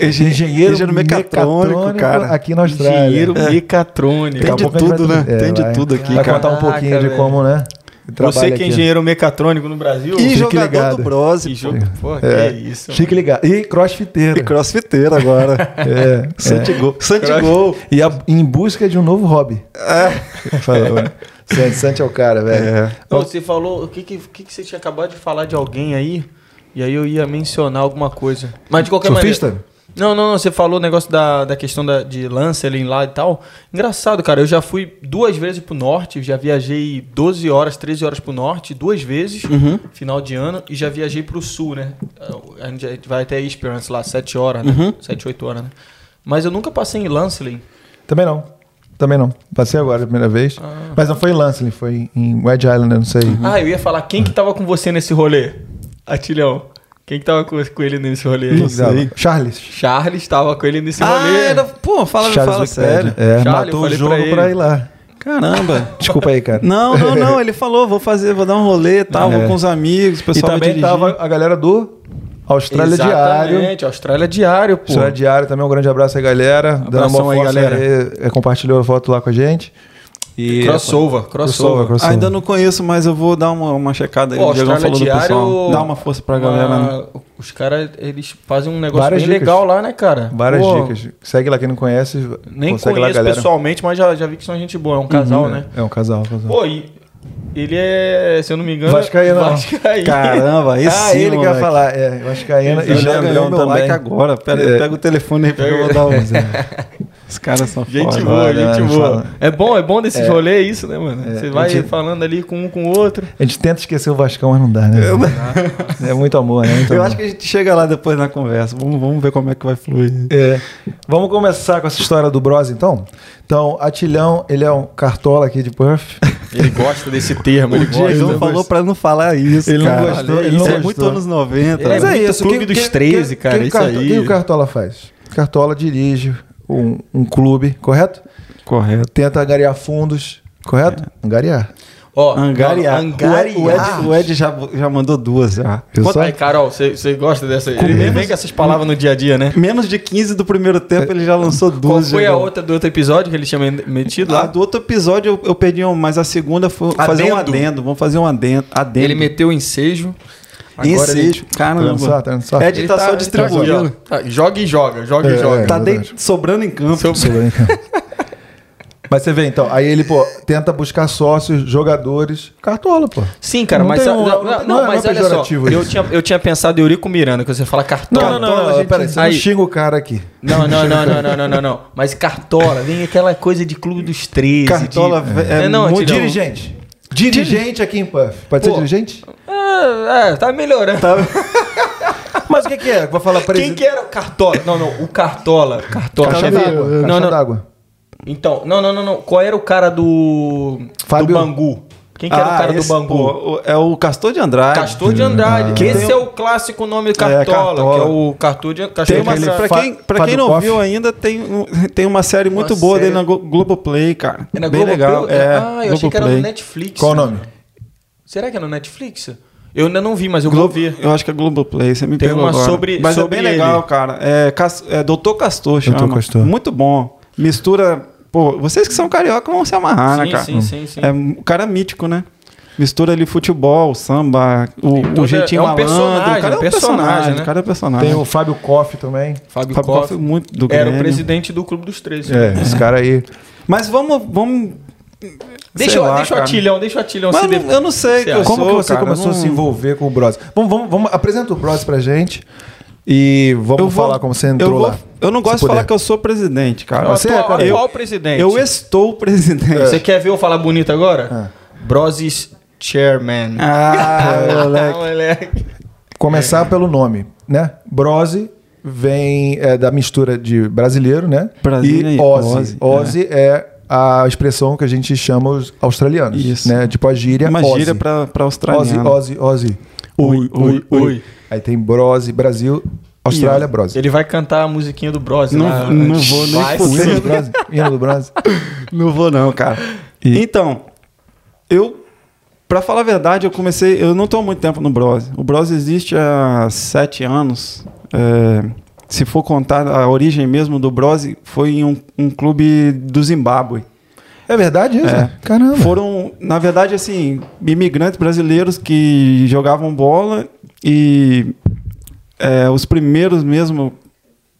É.
Engenheiro, engenheiro mecatrônico, cara.
Aqui na Austrália.
Engenheiro
É.
mecatrônico.
Tem
Daqui a
de
pouco a gente
tudo,
vai-
né? Tem de
vai-
tudo aqui,
Vai
cara.
contar um pouquinho
Caraca,
de como, né?
Você
trabalha
que é
aqui.
engenheiro mecatrônico no Brasil?
E
Fique
jogador
ligado.
do Brose.
Que
pô.
jogo, porra,
É.
que isso.
Fique ligado. E crossfiteiro.
E crossfiteiro agora.
É, é.
Santigol. Santigol.
E a- em busca de um novo hobby. Falou, né? Santi, Santi é o cara, velho.
Ô, você falou, o que que, o que que você tinha acabado de falar de alguém aí? E aí eu ia mencionar alguma coisa. Mas de qualquer
Surfista?
é maneira... Não, não, não, você falou o negócio da, da questão da, de Lancelin lá e tal. Engraçado, cara, eu já fui duas vezes pro norte, já viajei 12 horas, 13 horas pro norte, duas vezes, final de ano, e já viajei pro sul, né? A gente já vai até Experience lá, 7 horas, né? 7, 8 horas, né? Mas eu nunca passei em Lancelin.
Também não. Também não. Passei agora a primeira vez.
Ah.
Mas não foi em Lancelin, foi em Wedge Island, eu não sei.
Ah, eu ia falar quem que tava com você nesse rolê? Atilhão. Quem que tava com, com ele nesse rolê? aí?
Não sei. Charles.
Charles tava com ele nesse
Ah,
rolê.
era... Pô, fala,
Charles
fala
Wikipedia.
sério.
É,
Charles, eu
matou o
falei pra
jogo pra,
ele.
ir lá.
Caramba.
Desculpa aí, cara.
Não, não, não. Ele falou, vou fazer, vou dar um rolê e tal, vou com os amigos, o
É. E
pessoal vai
também
dirigir.
tava a galera do Austrália Diário.
Exatamente, Austrália Diário, pô.
Austrália Diário também, um grande abraço aí, galera. Dando uma
Abração aí,
força
galera.
aí, é, compartilhou a foto lá com a gente. E
Crossover, crossover.
crossover.
Ainda não conheço, mas eu vou dar uma, uma checada aí.
Pô,
o Diego
Austrália
falou do
Diário-
pessoal.
Dá uma força pra galera, né?
Uma- Os caras, eles fazem um negócio
Várias
bem
dicas.
legal lá, né, cara?
Várias
Pô,
dicas. Segue lá quem não conhece.
Nem
consegue lá,
conheço
galera.
pessoalmente, mas já, já vi que são gente boa. É um casal, né?
É um casal, casal.
Pô, e ele é, se eu não me engano...
Vascaíno.
Vascaíno.
Caramba, aí
ah,
sim,
ele quer
moleque.
falar. É, eu acho que a Ana e
Eu já
já
ganhei
ganhou
meu
meu
like
like agora.
agora. Pera,
É.
aí, pega o telefone aí, porque eu vou dar um. Os caras são
Gente
foda.
boa,
Agora,
gente
né,
boa.
fala.
É bom, é bom desses rolê rolês isso, né, mano? Você vai
gente-
falando ali com um com o outro.
A gente tenta esquecer o Vascão, mas não dá, né? É muito amor, né? Muito
Eu
amor.
acho que a gente chega lá depois na conversa. Vamos, vamos ver como é que vai fluir.
É. Vamos começar com essa história do Bros, então? Então, Atilhão, ele é um cartola aqui de Perth.
Ele gosta desse termo, ele
Ele não falou pra não falar isso,
Ele não
cara.
gostou,
Olha,
ele
isso
não
é muito
gostou.
anos 90.
Mas
né?
é isso, Clube dos 13, cara,
o
isso
carto-
aí.
quem o Cartola faz? Cartola dirige um, um clube, correto?
Correto.
Tenta angariar fundos, correto?
É.
Angariar.
Ó,
Angariar.
não, Angariar.
O Ed, o Ed já, já mandou duas já.
Eu
Quanto-
só-
Ah. Aí, Carol, você você gosta dessa? Ele nem vem com essas palavras no dia a dia, né?
Menos de 15 do primeiro tempo, ele já lançou duas.
Qual foi a
Diego.
outra do outro episódio que ele tinha men- metido
Lá
lá?
do outro episódio eu, eu perdi um, mas a segunda foi fazer um
Adendo.
adendo. Vamos fazer um adendo. adendo.
Ele meteu o ensejo.
Em
Agora ele-
seis, caramba.
Tá vendo só? Tá
Ed
vendo
Ele
tá, só
ele aqui, ó.
distribuindo.
Tá, joga e joga, joga e
É,
joga.
Tá,
é
de-
verdade.
sobrando em campo.
Seu-
só? Mas você vê, então, aí ele, pô, tenta buscar sócios, jogadores, cartola, pô.
Sim, cara,
Não
mas.
tem
a-
um- não-
não, não,
não é
mas olha só.
pejorativo
Eu
isso.
tinha, eu tinha pensado em Eurico Miranda, que você fala cartola.
Cartola, gente, peraí, você não
Aí-
xinga o cara aqui.
Não, não, não, não, não, não, não, não. Mas cartola, vem aquela coisa de clube dos 13.
Cartola
de...
é, muito
Tilhão.
Dirigente. Dirigente aqui em Puff. Pode
Então- Pô.
ser dirigente?
Ah, é, tá melhorando.
Mas o que, que é? Vou falar
Quem que era o cartola? Não, não, o cartola. Cartola.
Caixa
Quer ver?
d'água. Caixa
Não, não.
d'água.
Então, não, não, não, não. Qual era o cara do. Do
Fábio-
Bangu? Quem que era o
Ah,
cara do
esse,
Bangu?
pô, o- é o Castor de Andrade.
Castor de Andrade.
Que
Esse
tem
é
um-
o clássico nome Cartola,
Cartola.
que é o Castor de Castor
Tem
de
uma,
aquele
Andrade.
pra
Fa-
quem, pra quem
Fábio
não
Koff.
viu ainda, tem, um- tem uma série muito boa
série.
dele na Glo- Globoplay, cara.
É na
Bem
Globoplay?
legal. É,
ah, eu achei que era no
Globoplay.
Netflix.
Qual o nome?
Será que é no Netflix? Eu ainda não vi, mas eu vou
Globo,
ver.
eu acho que é Globoplay, você me
Tem
pegou
uma
agora.
sobre-
Mas
sobre
é bem legal,
ele.
cara. É, Cas- é Doutor Castor chama.
Doutor Castor.
Muito bom. Mistura... Pô, vocês que são carioca vão se amarrar,
Sim,
né, cara?
sim,
Hum.
sim, sim.
É um cara mítico, né? Mistura ali futebol, samba, o, o
toda-
jeitinho
é um
malandro.
personagem,
o cara é um personagem,
né?
o cara é um personagem.
Tem o Fábio Koff também.
Fábio,
Fábio
Koff
Koff muito do
era o
Grêmio.
presidente do Clube dos 13.
É, esse cara aí.
Mas vamos... vamos
Deixa,
sei
eu, um,
lá,
deixa o
cara.
Atilhão, deixa o Atilhão
Mas
se
eu não-
def-
eu não sei
se
que eu
acha.
Como que
sou,
você
cara,
começou
eu
a
não-
se envolver com o Bros? Vamos, vamos, vamos. Apresenta o Bros pra gente e vamos
eu vou-
falar como você
eu
entrou
vou-
lá.
Eu não
se
gosto de
puder.
falar que eu sou presidente, cara.
Você é,
atual,
cara.
atual
Eu-
presidente.
Eu estou presidente.
É.
Você quer ver eu falar bonito agora? Brozes Chairman.
Ah, moleque.
moleque.
É.
Começar pelo nome, né? Brose vem é, da mistura de brasileiro, né?
Brasília
e
e
Ozzy.
Ozzy,
Ozzy é. a expressão que a gente chama os australianos,
Isso.
né? Tipo a gíria
Uma
Ozzy.
gíria pra, pra
Ozzy,
australiano.
Ozzy, Ozzy.
Ui, ui, ui.
Aí tem Brose, Brasil, Austrália,
E-
Brose.
Ele vai cantar a musiquinha do Bros.
Não-
lá,
não
antes.
vou nem
Vai
O hino
fuder.
sim.
do Brose, hino do Brose.
Não vou não, cara. Então, eu... Pra falar a verdade, eu comecei... Eu não tô há muito tempo no Bros. O Bros existe há sete anos. É, se for contar a origem mesmo do Bros, foi em um, um clube do Zimbábue.
É verdade isso?
É.
Caramba.
Foram, na verdade, assim, imigrantes brasileiros que jogavam bola e é, os primeiros mesmo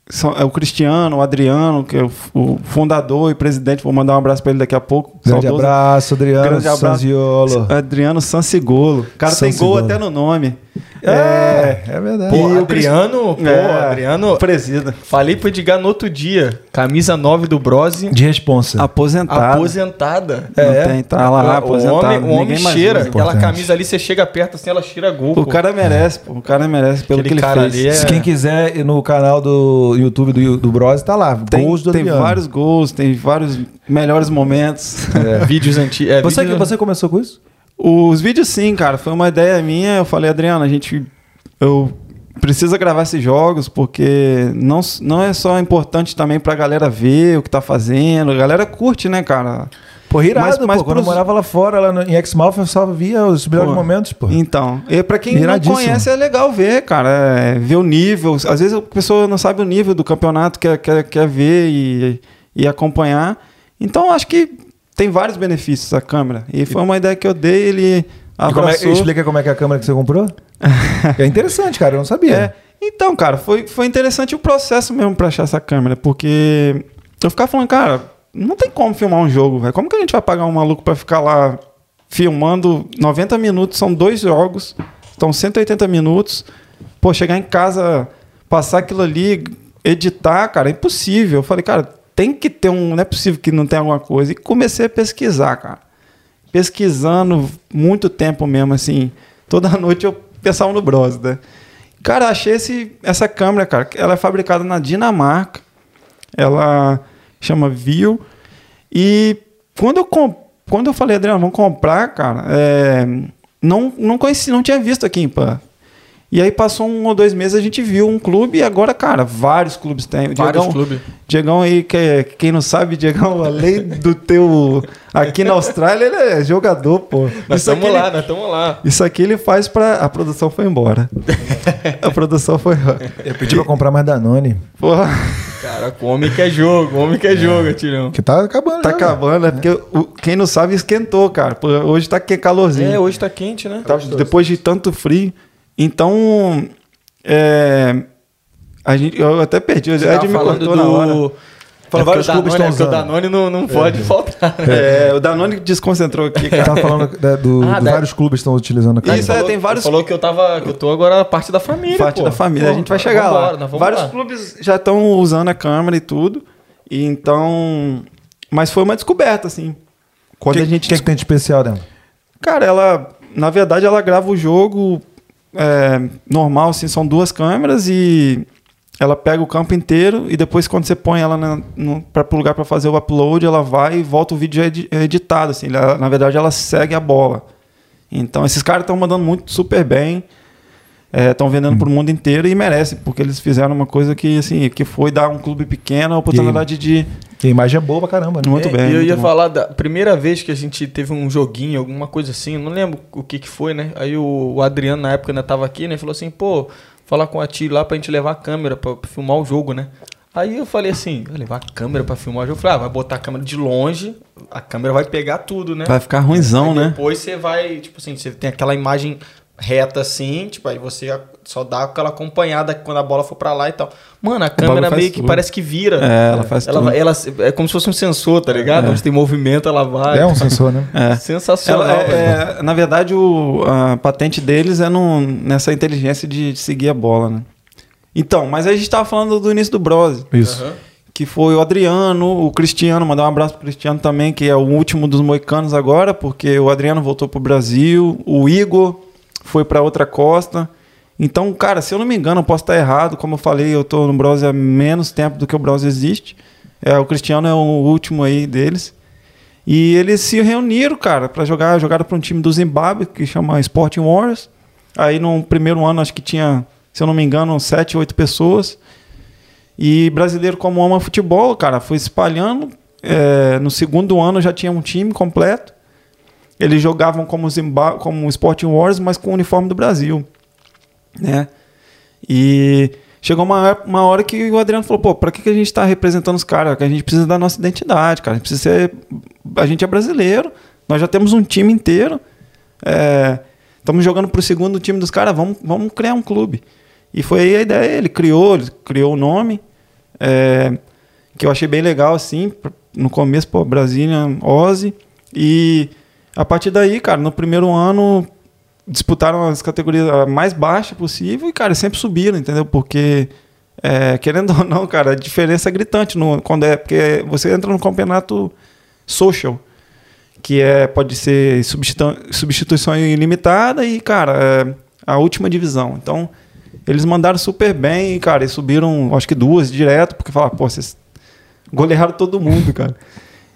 são é, o Cristiano, o Adriano, que é o, f- o fundador e presidente. Vou mandar um abraço pra ele daqui a pouco.
Grande
Saudoso
abraço, Adriano
Grande abraço.
Sanziolo.
Adriano Sansigolo. O cara tem gol
Sansigolo.
até no nome.
É, é verdade.
Pô, Adriano, pô,
É.
Adriano.
Presida.
Falei pro Edgar no outro dia. Camisa 9 do Brose,
De
É,
responsa.
Aposentado.
aposentada.
Não tem, tá lá, lá,
é. o
aposentado.
homem, o homem
Ninguém mais
cheira.
usa.
Aquela
Importante.
camisa ali, você chega perto assim, ela cheira gol.
O
pô.
cara merece, pô. O cara merece pelo
Aquele
que ele
cara
fez.
ali é-
Se quem quiser ir no canal do YouTube do, do Bros, tá lá.
Tem,
gols do
tem
Adriano.
vários gols, tem vários melhores momentos.
É.
Vídeos antigos. É,
Você, que-
vídeos-
você começou com isso?
Os vídeos sim, cara, foi uma ideia minha. Eu falei, Adriano, a gente eu precisa gravar esses jogos porque não, s- não é só importante também pra galera ver o que tá fazendo. A galera curte, né, cara?
Pô, irado,
Mas- mas
pô. Quando eu
pros-
morava lá fora, lá no- em Exmouth, eu só via os melhores
Pô.
momentos, pô.
Então, e para quem não
Iradíssimo.
conhece é legal ver, cara, é, ver o nível. Às vezes a pessoa não sabe o nível do campeonato quer quer, quer ver e, e acompanhar. Então acho que tem vários benefícios a câmera. E foi uma ideia que eu dei, ele
E como é-
abraçou.
explica como é que é a câmera que você comprou? é interessante, cara. Eu não
É.
sabia.
Então, cara, foi, foi interessante o processo mesmo pra achar essa câmera, porque eu ficava falando, cara, não tem como filmar um jogo, velho. Como que a gente vai pagar um maluco pra ficar lá filmando 90 minutos? São dois jogos, então 180 minutos. Pô, chegar em casa, passar aquilo ali, editar, cara, é impossível. Eu falei, cara, tem que ter um. Não é possível que não tenha alguma coisa. E comecei a pesquisar, cara pesquisando muito tempo mesmo, assim. Toda noite eu pensava no Bros, né? Cara, achei esse, essa câmera, cara. Ela é fabricada na Dinamarca. Ela chama View. E quando eu, com- quando eu falei, Adriano, vamos comprar, cara, é, não, não conheci, não tinha visto aqui em Pan. E aí passou um ou dois meses, a gente viu um clube e agora, cara, vários clubes têm. O
Vários
Diegão-
clubes.
Diegão aí, que, quem não sabe, Diegão, além do teu. Aqui na Austrália, ele é jogador, pô.
Nós
Isso é aqui,
estamos lá,
ele,
nós estamos lá.
isso aqui ele faz pra. A produção foi embora. A produção foi.
Eu pedi pra comprar mais Danone.
Porra,
Cara, com homem que é jogo, homem que é jogo, Tirão.
Que tá acabando.
tá
já, velho.
acabando, é porque o- quem não sabe esquentou, cara. Pô, hoje tá que calorzinho.
É, hoje tá quente, né?
Tá- depois de tanto frio. Então. É, a gente, eu até perdi, o Ed me cortou na hora.
Falou
Falou
vários
vários clubes
Danone,
estão
é porque O
usando.
Danone não, não pode faltar. né?
É, o Danone desconcentrou aqui, cara.
Tava falando da- do,
Ah,
do
da-
vários clubes estão utilizando a câmera.
Isso é, tem vários-
Falou que eu tava. Que eu tô agora na parte da família.
parte
pô.
da família.
Pô,
a gente vai
nós
chegar
vamos
lá.
embora, nós vamos
Vários
lá.
clubes já estão usando a câmera e tudo. E então, mas foi uma descoberta assim. Quando
que,
a gente,
que, que tem de especial né? dela?
cara, ela, na verdade, ela grava o jogo é, normal, assim, são duas câmeras e ela pega o campo inteiro e depois quando você põe ela na, no, pra, pro lugar para fazer o upload, ela vai e volta o vídeo já edi- editado, assim. Ela- na verdade, ela segue a bola. Então, esses caras estão mandando muito super bem. Estão vendendo pro mundo inteiro e merecem, porque eles fizeram uma coisa que, assim, que foi dar a um clube pequeno a oportunidade de.
Que a imagem é boa pra caramba, né?
Muito
É,
bem.
E eu
muito
ia
bom.
falar da primeira vez que a gente teve um joguinho, alguma coisa assim, eu não lembro o que que foi, né? Aí o, o Adriano, na época, ainda tava aqui, né? Falou assim, pô, falar com a Ti lá pra gente levar a câmera pra pra filmar o jogo, né? Aí eu falei assim, vai levar a câmera pra filmar o jogo? Eu falei, ah, vai botar a câmera de longe, a câmera vai pegar tudo, né?
Vai ficar ruimzão,
Aí
né?
Depois você vai, tipo assim, você tem aquela imagem reta assim, tipo, aí você só dá aquela acompanhada quando a bola for pra lá e tal. Mano, a câmera
faz
meio que
tudo.
parece que vira.
É, ela faz tudo.
vai- ela, é como se fosse um sensor, tá ligado? Onde tem movimento, ela vai.
É um sensor, né?
É.
Sensacional.
Ela,
velho.
é, é, na verdade, o- a patente deles é no- nessa inteligência de, de seguir a bola, né? Então, mas aí a gente tava falando do início do Brose,
Isso.
Aham.
que foi o Adriano, o Cristiano, mandar um abraço pro Cristiano também, que é o último dos moicanos agora, porque o Adriano voltou pro Brasil, o Igor foi pra outra costa. Então, cara, se eu não me engano, eu posso estar errado, como eu falei, eu tô no Brose há menos tempo do que o Brose existe. É, o Cristiano é o último aí deles. E eles se reuniram, cara, pra jogar. Jogaram pra um time do Zimbábue, que chama Sporting Warriors. Aí, no primeiro ano, acho que tinha, se eu não me engano, sete, oito pessoas. E brasileiro, como ama futebol, cara, foi espalhando. É, no segundo ano já tinha um time completo. Eles jogavam como, Zimba como Sporting Warriors, mas com o uniforme do Brasil. Né? E chegou uma, uma hora que o Adriano falou: pô, pra que, que a gente tá representando os caras? Que a gente precisa da nossa identidade, cara. A gente precisa ser. A gente é brasileiro, nós já temos um time inteiro. É, Estamos jogando pro segundo time dos caras, vamos, vamos criar um clube. E foi aí a ideia, ele criou, ele criou o nome, é, que eu achei bem legal, assim, pr- no começo, pô, Brasília, Ozzy, e a partir daí, cara, no primeiro ano disputaram as categorias a mais baixa possível e, cara, sempre subiram, entendeu? Porque, é, querendo ou não, cara, a diferença é gritante no, quando é. Porque você entra no campeonato social, que é, pode ser substitu substituição ilimitada e, cara, é a última divisão. Então, eles mandaram super bem e, cara, eles subiram, acho que duas direto, porque falaram, pô, vocês golearam todo mundo, cara.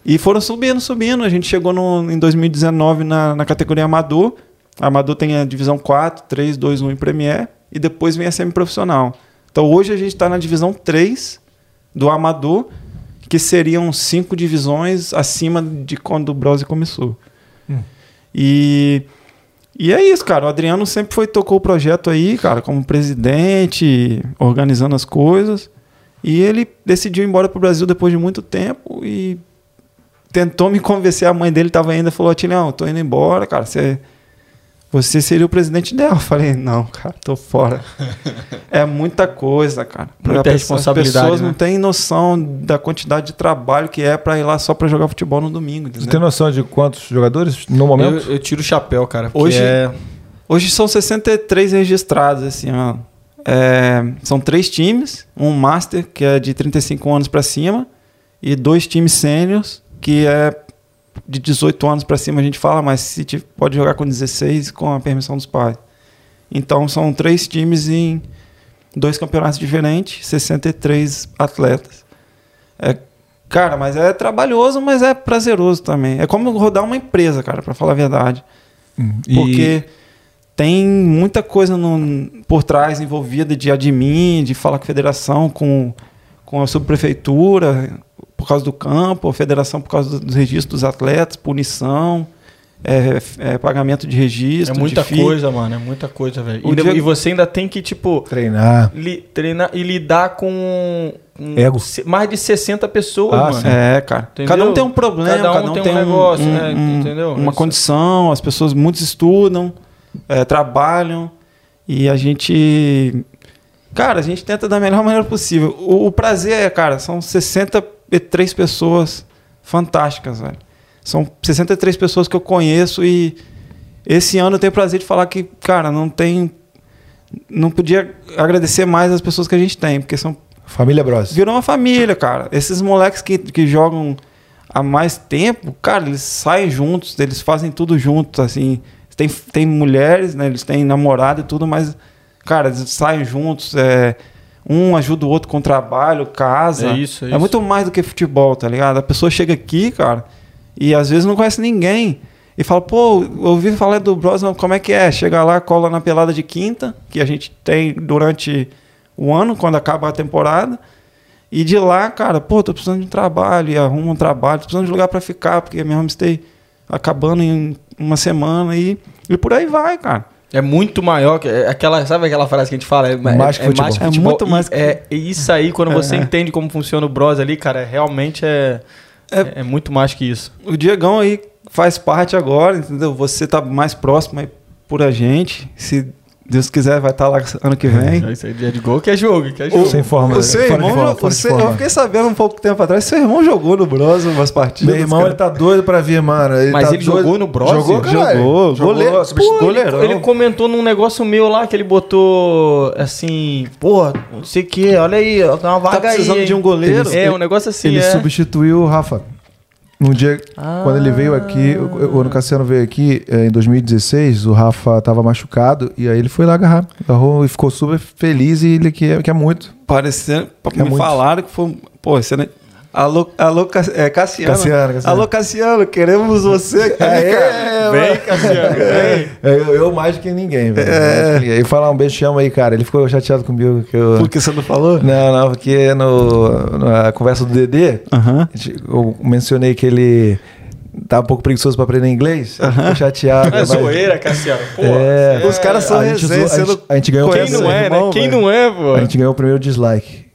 E foram subindo, subindo. A gente chegou no, em 2019 na, na categoria amador. A amador tem a divisão 4, 3, 2, 1 e um Premier. E depois vem a semiprofissional. Então hoje a gente está na divisão 3 do amador, que seriam cinco divisões acima de quando o Brose começou. Hum. E e é isso, cara. O Adriano sempre foi tocou o projeto aí, cara, como presidente, organizando as coisas. E ele decidiu ir embora pro Brasil depois de muito tempo e tentou me convencer. A mãe dele tava ainda falou: "Tilhão, tô indo embora, cara. Você você seria o presidente dela". Eu falei: "Não, cara, tô fora". é muita coisa, cara.
Muita pra responsabilidade.
As pessoas
né?
não têm noção da quantidade de trabalho que é para ir lá só para jogar futebol no domingo,
Você tem noção de quantos jogadores no momento?
Eu, eu tiro o chapéu, cara. porque
Hoje,
é-
hoje são 63 registrados, assim, ó. É, são três times, um master, que é de 35 anos pra cima, e dois times sêniors, que é de 18 anos pra cima, a gente fala, mas se ti- pode jogar com 16 com a permissão dos pais. Então são três times em dois campeonatos diferentes, 63 atletas. É, cara, mas é trabalhoso, mas é prazeroso também. É como rodar uma empresa, cara, pra falar a verdade. Porque tem muita coisa no- por trás envolvida de admin, de falar com a federação, com, com a subprefeitura, por causa do campo, a federação por causa do- dos registros dos atletas, punição, é, é, pagamento de
é
registro.
muita
de FII.
coisa, mano. É muita coisa, velho.
O
E, de-
Diego-
e você ainda tem que, tipo,
Treinar.
li- treinar e lidar com. com
Ego.
se- Mais de 60 pessoas,
Ah,
mano.
sim.
É, cara.
Entendeu?
Cada um tem um problema,
Cada um
cada um,
tem
tem,
um negócio, né? Entendeu?
entendeu?
Isso.
uma condição, as pessoas muitos estudam, é, trabalham e a gente cara, a gente tenta da melhor maneira possível. O, o prazer é, cara, são 63 pessoas fantásticas, velho. São 63 pessoas que eu conheço e esse ano eu tenho prazer de falar que, cara, não tem não podia agradecer mais as pessoas que a gente tem, porque são
Família Bros.
Virou uma família, cara. Esses moleques que, que jogam há mais tempo, cara, eles saem juntos, eles fazem tudo juntos, assim. Tem, tem mulheres, né? Eles têm namorado e tudo, mas, cara, eles saem juntos. É, um ajuda o outro com trabalho, casa.
É isso, é
é
isso.
muito mais do que futebol, tá ligado? A pessoa chega aqui, cara, e às vezes não conhece ninguém. E fala, pô, eu ouvi falar do Bros, mas como é que é? Chega lá, cola na pelada de quinta, que a gente tem durante o ano, quando acaba a temporada. E de lá, cara, pô, tô precisando de um trabalho, e arruma um trabalho, tô precisando de lugar pra ficar, porque minha homestay acabando em uma semana e, e por aí vai, cara.
É muito maior que é aquela, sabe aquela frase que a gente fala? É,
Mais que
é,
futebol.
mais que
É
futebol.
muito
E
mais que- É.
é e isso aí quando você entende como funciona o Bros ali, cara, é- realmente é, é é muito mais que isso.
O Diegão aí faz parte agora, entendeu? Você tá mais próximo aí por a gente. Se Deus quiser, vai estar lá ano que vem.
É isso aí, dia de gol que é jogo, que é jogo.
Sem forma.
O seu
fora de
irmão,
forma,
jo-
fora de
o seu-
forma.
eu fiquei sabendo um pouco tempo atrás, seu irmão jogou no Bros umas partidas.
Meu irmão,
cara.
ele tá doido pra vir, mano.
Mas
tá
ele
doido-
jogou no Bros?
Jogou, caralho.
Jogou, goleiro.
Jogou, substitu-
Pô, goleirão.
Ele comentou num negócio meu lá que ele botou assim, porra, não sei o que, olha aí, ó, tem uma vaga
precisando
aí. hein?
de um goleiro?
É, um negócio assim,
ele
é.
substituiu o Rafa. Um dia,
Ah.
quando ele veio aqui, o- o- quando o Cassiano veio aqui, eh, em 2016, o Rafa tava machucado, e aí ele foi lá agarrar. Agarrou e ficou super feliz, e ele quer, quer muito.
Parecendo, me
muito.
falaram que foi. um- Pô, você não. Alô, alô Ca- é, Cassiano.
Cassiano, Cassiano.
Alô, Cassiano, queremos você aqui, cara.
Né, Vem, Cassiano, vem. É.
É, eu, eu mais que ninguém, velho. Eu mais que ninguém. E falar um beijo, chama aí, cara. Ele ficou chateado comigo. Que eu...
Por que você não falou?
Não, não, porque no, na conversa do Dedê,
Aham.
a gente- eu mencionei que ele tá um pouco preguiçoso pra aprender inglês. ele Ficou chateado.
É
mas-
zoeira, Cassiano. Pô,
É,
você
Os caras são
a gente,
resenha,
zo- a
você
gente-
não-
a gente ganhou o
Quem
Quem
primeiro-
não
Essa,
é, né?
irmão,
Quem
velho.
não é, pô?
A gente ganhou o primeiro dislike.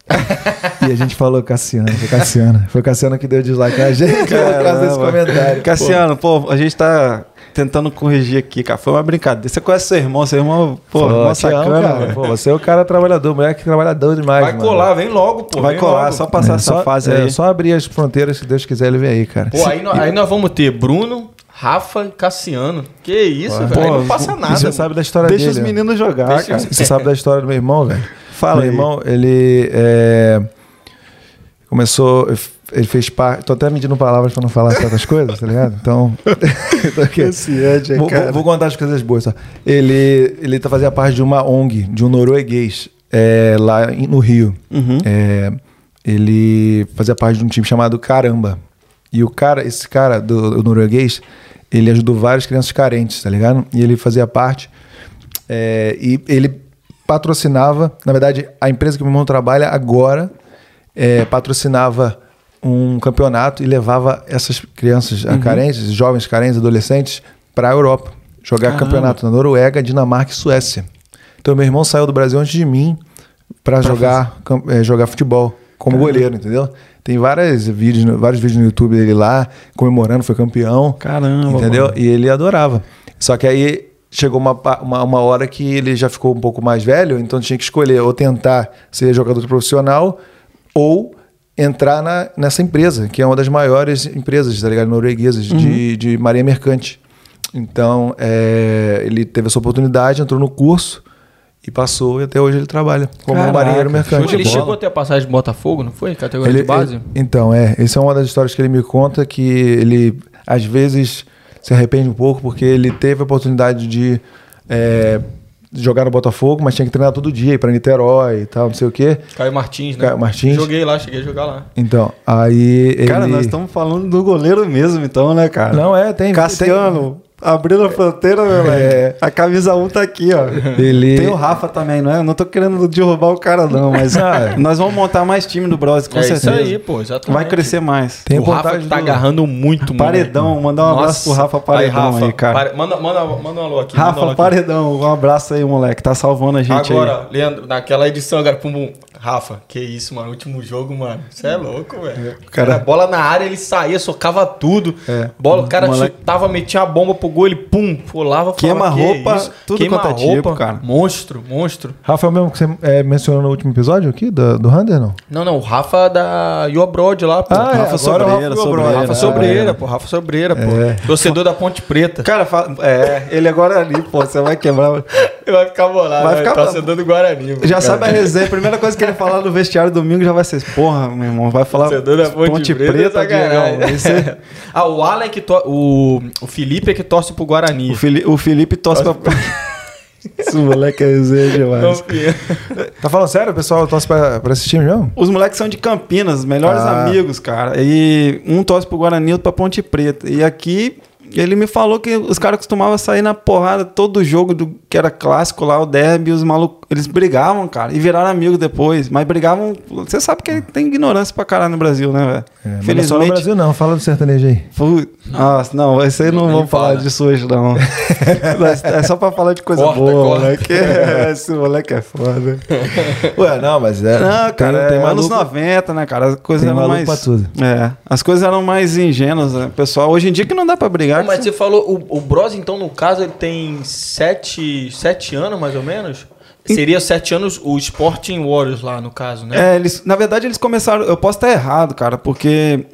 e a gente falou Cassiano, foi Cassiano. Foi Cassiano que deu dislike na gente por causa desse comentário.
Cassiano, pô. a gente tá tentando corrigir aqui, cara. Foi uma brincadeira. Você conhece seu irmão, seu irmão, pô,
Pô,
irmão
te amo,
sacana,
cara.
velho.
Pô, você é o cara trabalhador, moleque trabalhador demais.
Vai
mano.
colar, vem logo, pô.
Vai
vem
colar,
logo.
só passar
É,
essa
só-
fase
é,
aí.
Só abrir as fronteiras, se Deus quiser, ele vem aí, cara.
Pô, aí, nó- aí nós vamos ter Bruno, Rafa e Cassiano. Que isso, velho? Aí não passa nada.
Você
mano.
sabe da história
é Deixa
dele.
os
né?
meninos jogar,
Deixa
cara.
os-
Você sabe da história do meu irmão, velho? Meu
Fala aí.
irmão, ele é, começou, ele fez parte. Tô até medindo palavras pra não falar certas coisas, tá ligado? Então. então aqui.
Esse Ed,
vou,
cara.
vou- vou contar as coisas boas. Só. Ele, ele tá fazia parte de uma ONG, de um norueguês, é, lá em- no Rio. É, ele fazia parte de um time chamado Caramba. E o cara, esse cara do, do norueguês, ele ajudou várias crianças carentes, tá ligado? E ele fazia parte. é, e ele patrocinava, na verdade, a empresa que meu irmão trabalha agora é, patrocinava um campeonato e levava essas crianças ah, carentes, jovens carentes, adolescentes, para a Europa. Jogar campeonato na Noruega, Dinamarca e Suécia. Então, meu irmão saiu do Brasil antes de mim para jogar, cam- eh, jogar futebol como goleiro, entendeu? Tem várias vídeos, no- vários vídeos no YouTube dele lá, comemorando, foi campeão.
Caramba,
Entendeu? E ele adorava. Só que aí chegou uma, pa- uma, uma hora que ele já ficou um pouco mais velho, então tinha que escolher ou tentar ser jogador profissional ou entrar na, nessa empresa, que é uma das maiores empresas, tá ligado? Norueguesas, de, de marinha mercante. Então, é, ele teve essa oportunidade, entrou no curso e passou, e até hoje ele trabalha como
Caraca,
marinheiro mercante.
Pô, ele chegou até a passagem de Botafogo, não foi? Categoria
Ele-
de base?
ele- então, é. Essa é uma das histórias que ele me conta que ele, às vezes, se arrepende um pouco porque ele teve a oportunidade de é, jogar no Botafogo, mas tinha que treinar todo dia, ir pra Niterói e tal, não sei o quê.
Caio Martins, né?
Caio Martins.
Joguei lá, cheguei a jogar lá.
Então, aí ele...
Cara, nós estamos falando do goleiro mesmo, então, né, cara?
Não, é, tem...
Cassiano, abrindo a fronteira, meu velho. A camisa 1 tá aqui, ó.
tem- É. ele...
Tem o Rafa também, não é? Eu Não tô querendo derrubar o cara, não, mas
Ah,
nós vamos montar mais time do Bros, com
é isso
certeza.
aí, pô, exatamente.
Vai crescer mais.
tem
o Rafa
vontade
que tá
do-
agarrando muito, mano.
Paredão, mandar um abraço pro Rafa Paredão aí, cara.
pare- Manda, manda, manda um alô aqui. manda um alô
Rafa
aqui.
Paredão, um abraço aí, moleque. Tá salvando a gente
Agora, Leandro, naquela edição, agora, pum, pum. Rafa, que isso, mano. Último jogo, mano. Você é louco, velho. Cara, bola na área, ele saía, socava tudo. Bola, o cara
É, Moleque.
chutava, metia a bomba pro gol, ele pum, pulava,
Queima
falava, "Que
roupa,
isso?"
tudo
Queima
quanto é
roupa,
tipo, cara.
Monstro, monstro.
Rafa, é o mesmo que você é, mencionou no último episódio aqui, do, do Hunter, não?
Não, não, o Rafa é da Your Broad lá, pô.
Ah, é,
Rafa
agora
Sobreira,
o Rafa,
Sobreira. É.
Sobreira.
Rafa
Ah,
Sobreira, pô. Rafa Sobreira, pô. Torcedor da Ponte Preta.
aí. Cara, fa- é, ele agora é ali, pô, você vai quebrar.
Vai ficar bolado,
Vai
vai
ficar-
ficar torcedor do Guarani. mano.
Já sabe a resenha, a primeira coisa que ele falar no vestiário domingo já vai ser, porra, meu irmão, vai falar
Torcedor da é Ponte, Preta,
Diegão.
Diegão.
Esse-
ah, o Alan é que to... o... o Felipe é que torce pro Guarani.
o, Fili- o Felipe tosse pra... Esse moleque é resenha demais.
Tá falando sério? O pessoal torce pra, pra esse time mesmo?
Os moleques são de Campinas, melhores
Ah.
amigos, cara. E um torce pro Guarani, outro pra Ponte Preta. E aqui, ele me falou que os caras costumavam sair na porrada todo jogo do que era clássico lá, o derby, os malucos. Eles brigavam, cara, e viraram amigos depois. Mas brigavam. Você sabe que tem ignorância pra caralho no Brasil, né, velho?
É, mas não é só no Brasil, não. Fala do sertanejo aí.
Fu- Nossa, não, esse aí não
Nem
vamos falar
fala.
disso hoje, não. Mas é só pra falar de coisa
Corta,
boa,
corta.
moleque. Esse moleque é foda.
Ué, não, mas é...
Não, cara, tem,
é
anos
maluco-
90, né, cara? As coisas
Tem
eram
maluco
mais.
pra tudo.
É. As coisas eram mais ingênuas, né, pessoal? Hoje em dia que não dá pra brigar.
Mas
que
você falou, o, o Bros, então, no caso, ele tem sete, sete anos, mais ou menos? Seria sete anos o Sporting Warriors lá, no caso, né?
É, eles, na verdade, eles começaram. Eu posso estar errado, cara, porque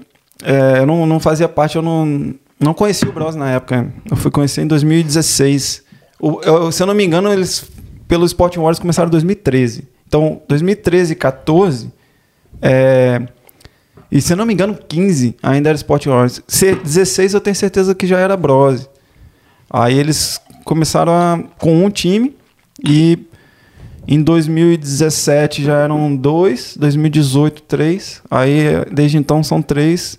é, eu não, não fazia parte, eu não, não conhecia o Bros na época. Eu fui conhecer em 2016. O- eu- se eu não me engano, eles, pelo Sporting Wars, começaram em 2013. Então, 2013, 14. é, e se eu não me engano, 15 ainda era Sporting Wars. Se 16 eu tenho certeza que já era Bros. Aí eles começaram a- com um time e em 2017 já eram dois, 2018 três, aí desde então são três,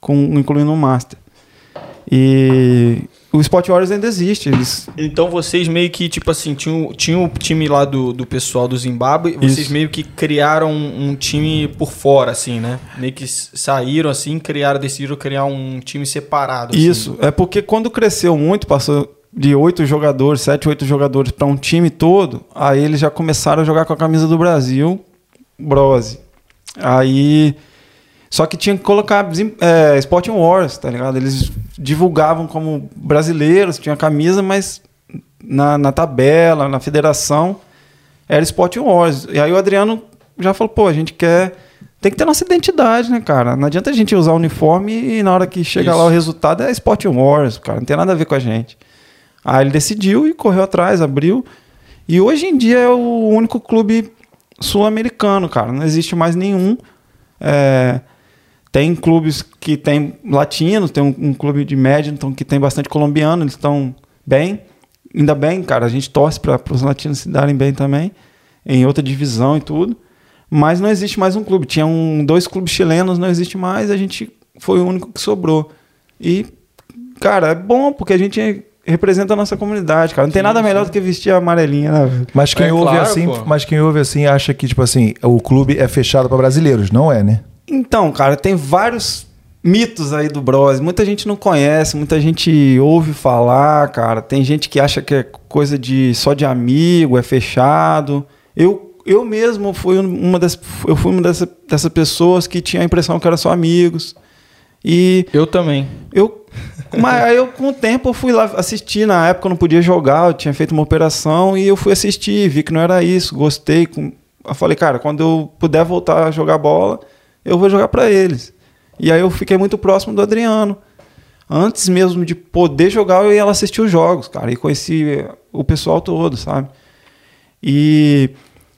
com, incluindo o Master. E o Sport Warriors ainda existe, eles
Então vocês meio que, tipo assim, tinha, o- tinha o time lá do, do pessoal do Zimbábue, vocês
Isso.
meio que criaram um, um time por fora, assim, né? Meio que s- saíram, assim, criaram, decidiram criar um time separado. assim.
Isso, é porque quando cresceu muito, passou de oito jogadores, sete, oito jogadores para um time todo, aí eles já começaram a jogar com a camisa do Brasil, Brose. Aí. Só que tinha que colocar Zim- é, Sporting Wars, tá ligado? Eles divulgavam como brasileiros, tinha camisa, mas na, na tabela, na federação, era Sporting Wars. E aí o Adriano já falou, pô, a gente quer tem que ter nossa identidade, né, cara? Não adianta a gente usar o uniforme e na hora que chega
Isso.
lá o resultado é Sport Wars, cara. Não tem nada a ver com a gente. Aí ele decidiu e correu atrás, abriu. E hoje em dia é o único clube sul-americano, cara. Não existe mais nenhum. É, tem clubes que tem latinos, tem um, um clube de médio, então que tem bastante colombiano, eles estão bem. Ainda bem, cara, a gente torce para os latinos se darem bem também, em outra divisão e tudo. Mas não existe mais um clube. Tinha um, dois clubes chilenos, não existe mais, a gente foi o único que sobrou. E, cara, é bom, porque a gente representa a nossa comunidade, cara. Não tem
Sim,
nada melhor
sim.
do que vestir a amarelinha, né? velho?
Mas quem,
É
ouve
claro,
assim,
pô.
mas quem ouve assim acha que, tipo assim, o clube é fechado para brasileiros, não é, né?
Então, cara, tem vários mitos aí do Bros. Muita gente não conhece, muita gente ouve falar, cara. Tem gente que acha que é coisa de só de amigo, é fechado. Eu, eu mesmo fui um, uma das, eu fui uma dessa, dessas pessoas que tinha a impressão que era só amigos. E
Eu também.
eu, mas aí eu, com o tempo, eu fui lá assistir. Na época eu não podia jogar, eu tinha feito uma operação e eu fui assistir, vi que não era isso, gostei. com- Eu falei, cara, quando eu puder voltar a jogar bola, eu vou jogar pra eles. E aí eu fiquei muito próximo do Adriano. Antes mesmo de poder jogar, eu ia lá assistir os jogos, cara, e conheci eh, o pessoal todo, sabe? E,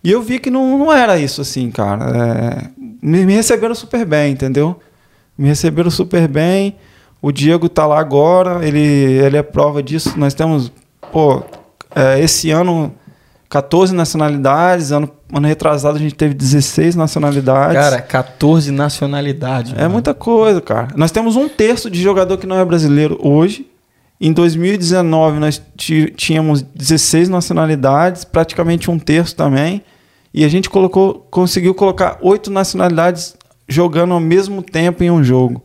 e eu vi que não, não era isso, assim, cara. É, me, me receberam super bem, entendeu? Me receberam super bem. O Diego tá lá agora, ele, ele é prova disso. Nós temos, pô, é, esse ano 14 nacionalidades, ano, ano retrasado a gente teve 16 nacionalidades.
Cara, 14 nacionalidades.
É muita coisa, cara. Nós temos um terço de jogador que não é brasileiro hoje. Em 2019, nós ti- tínhamos 16 nacionalidades, praticamente um terço também. E a gente colocou, conseguiu colocar oito nacionalidades jogando ao mesmo tempo em um jogo.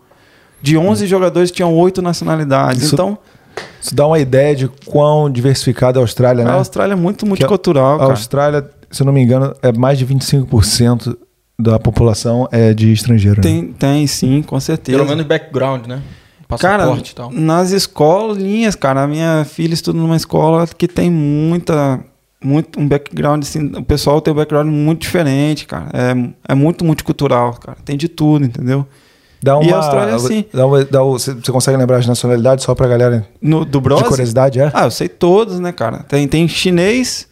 De 11 jogadores, tinham oito nacionalidades.
Hum. Isso-
então,
Isso dá uma ideia de quão diversificada é a Austrália, né?
a Austrália é muito
a
multicultural, cara.
Austrália, se eu não me engano, é mais de 25% da população é de estrangeiro. né?
Tem, tem, sim, com certeza.
Pelo menos background, né?
Cara,
Passaporte e tal.
nas escolinhas, cara, a minha filha estuda numa escola que tem muita, muito um background assim, o pessoal tem um background muito diferente, cara. É, é muito multicultural, cara. Tem de tudo, entendeu?
Dá uma,
E a Austrália, sim.
Dá uma, dá o- você você consegue lembrar as nacionalidades só pra galera
No do Bros?
de curiosidade, é?
Ah, eu sei todos, né, cara? Tem tem chinês,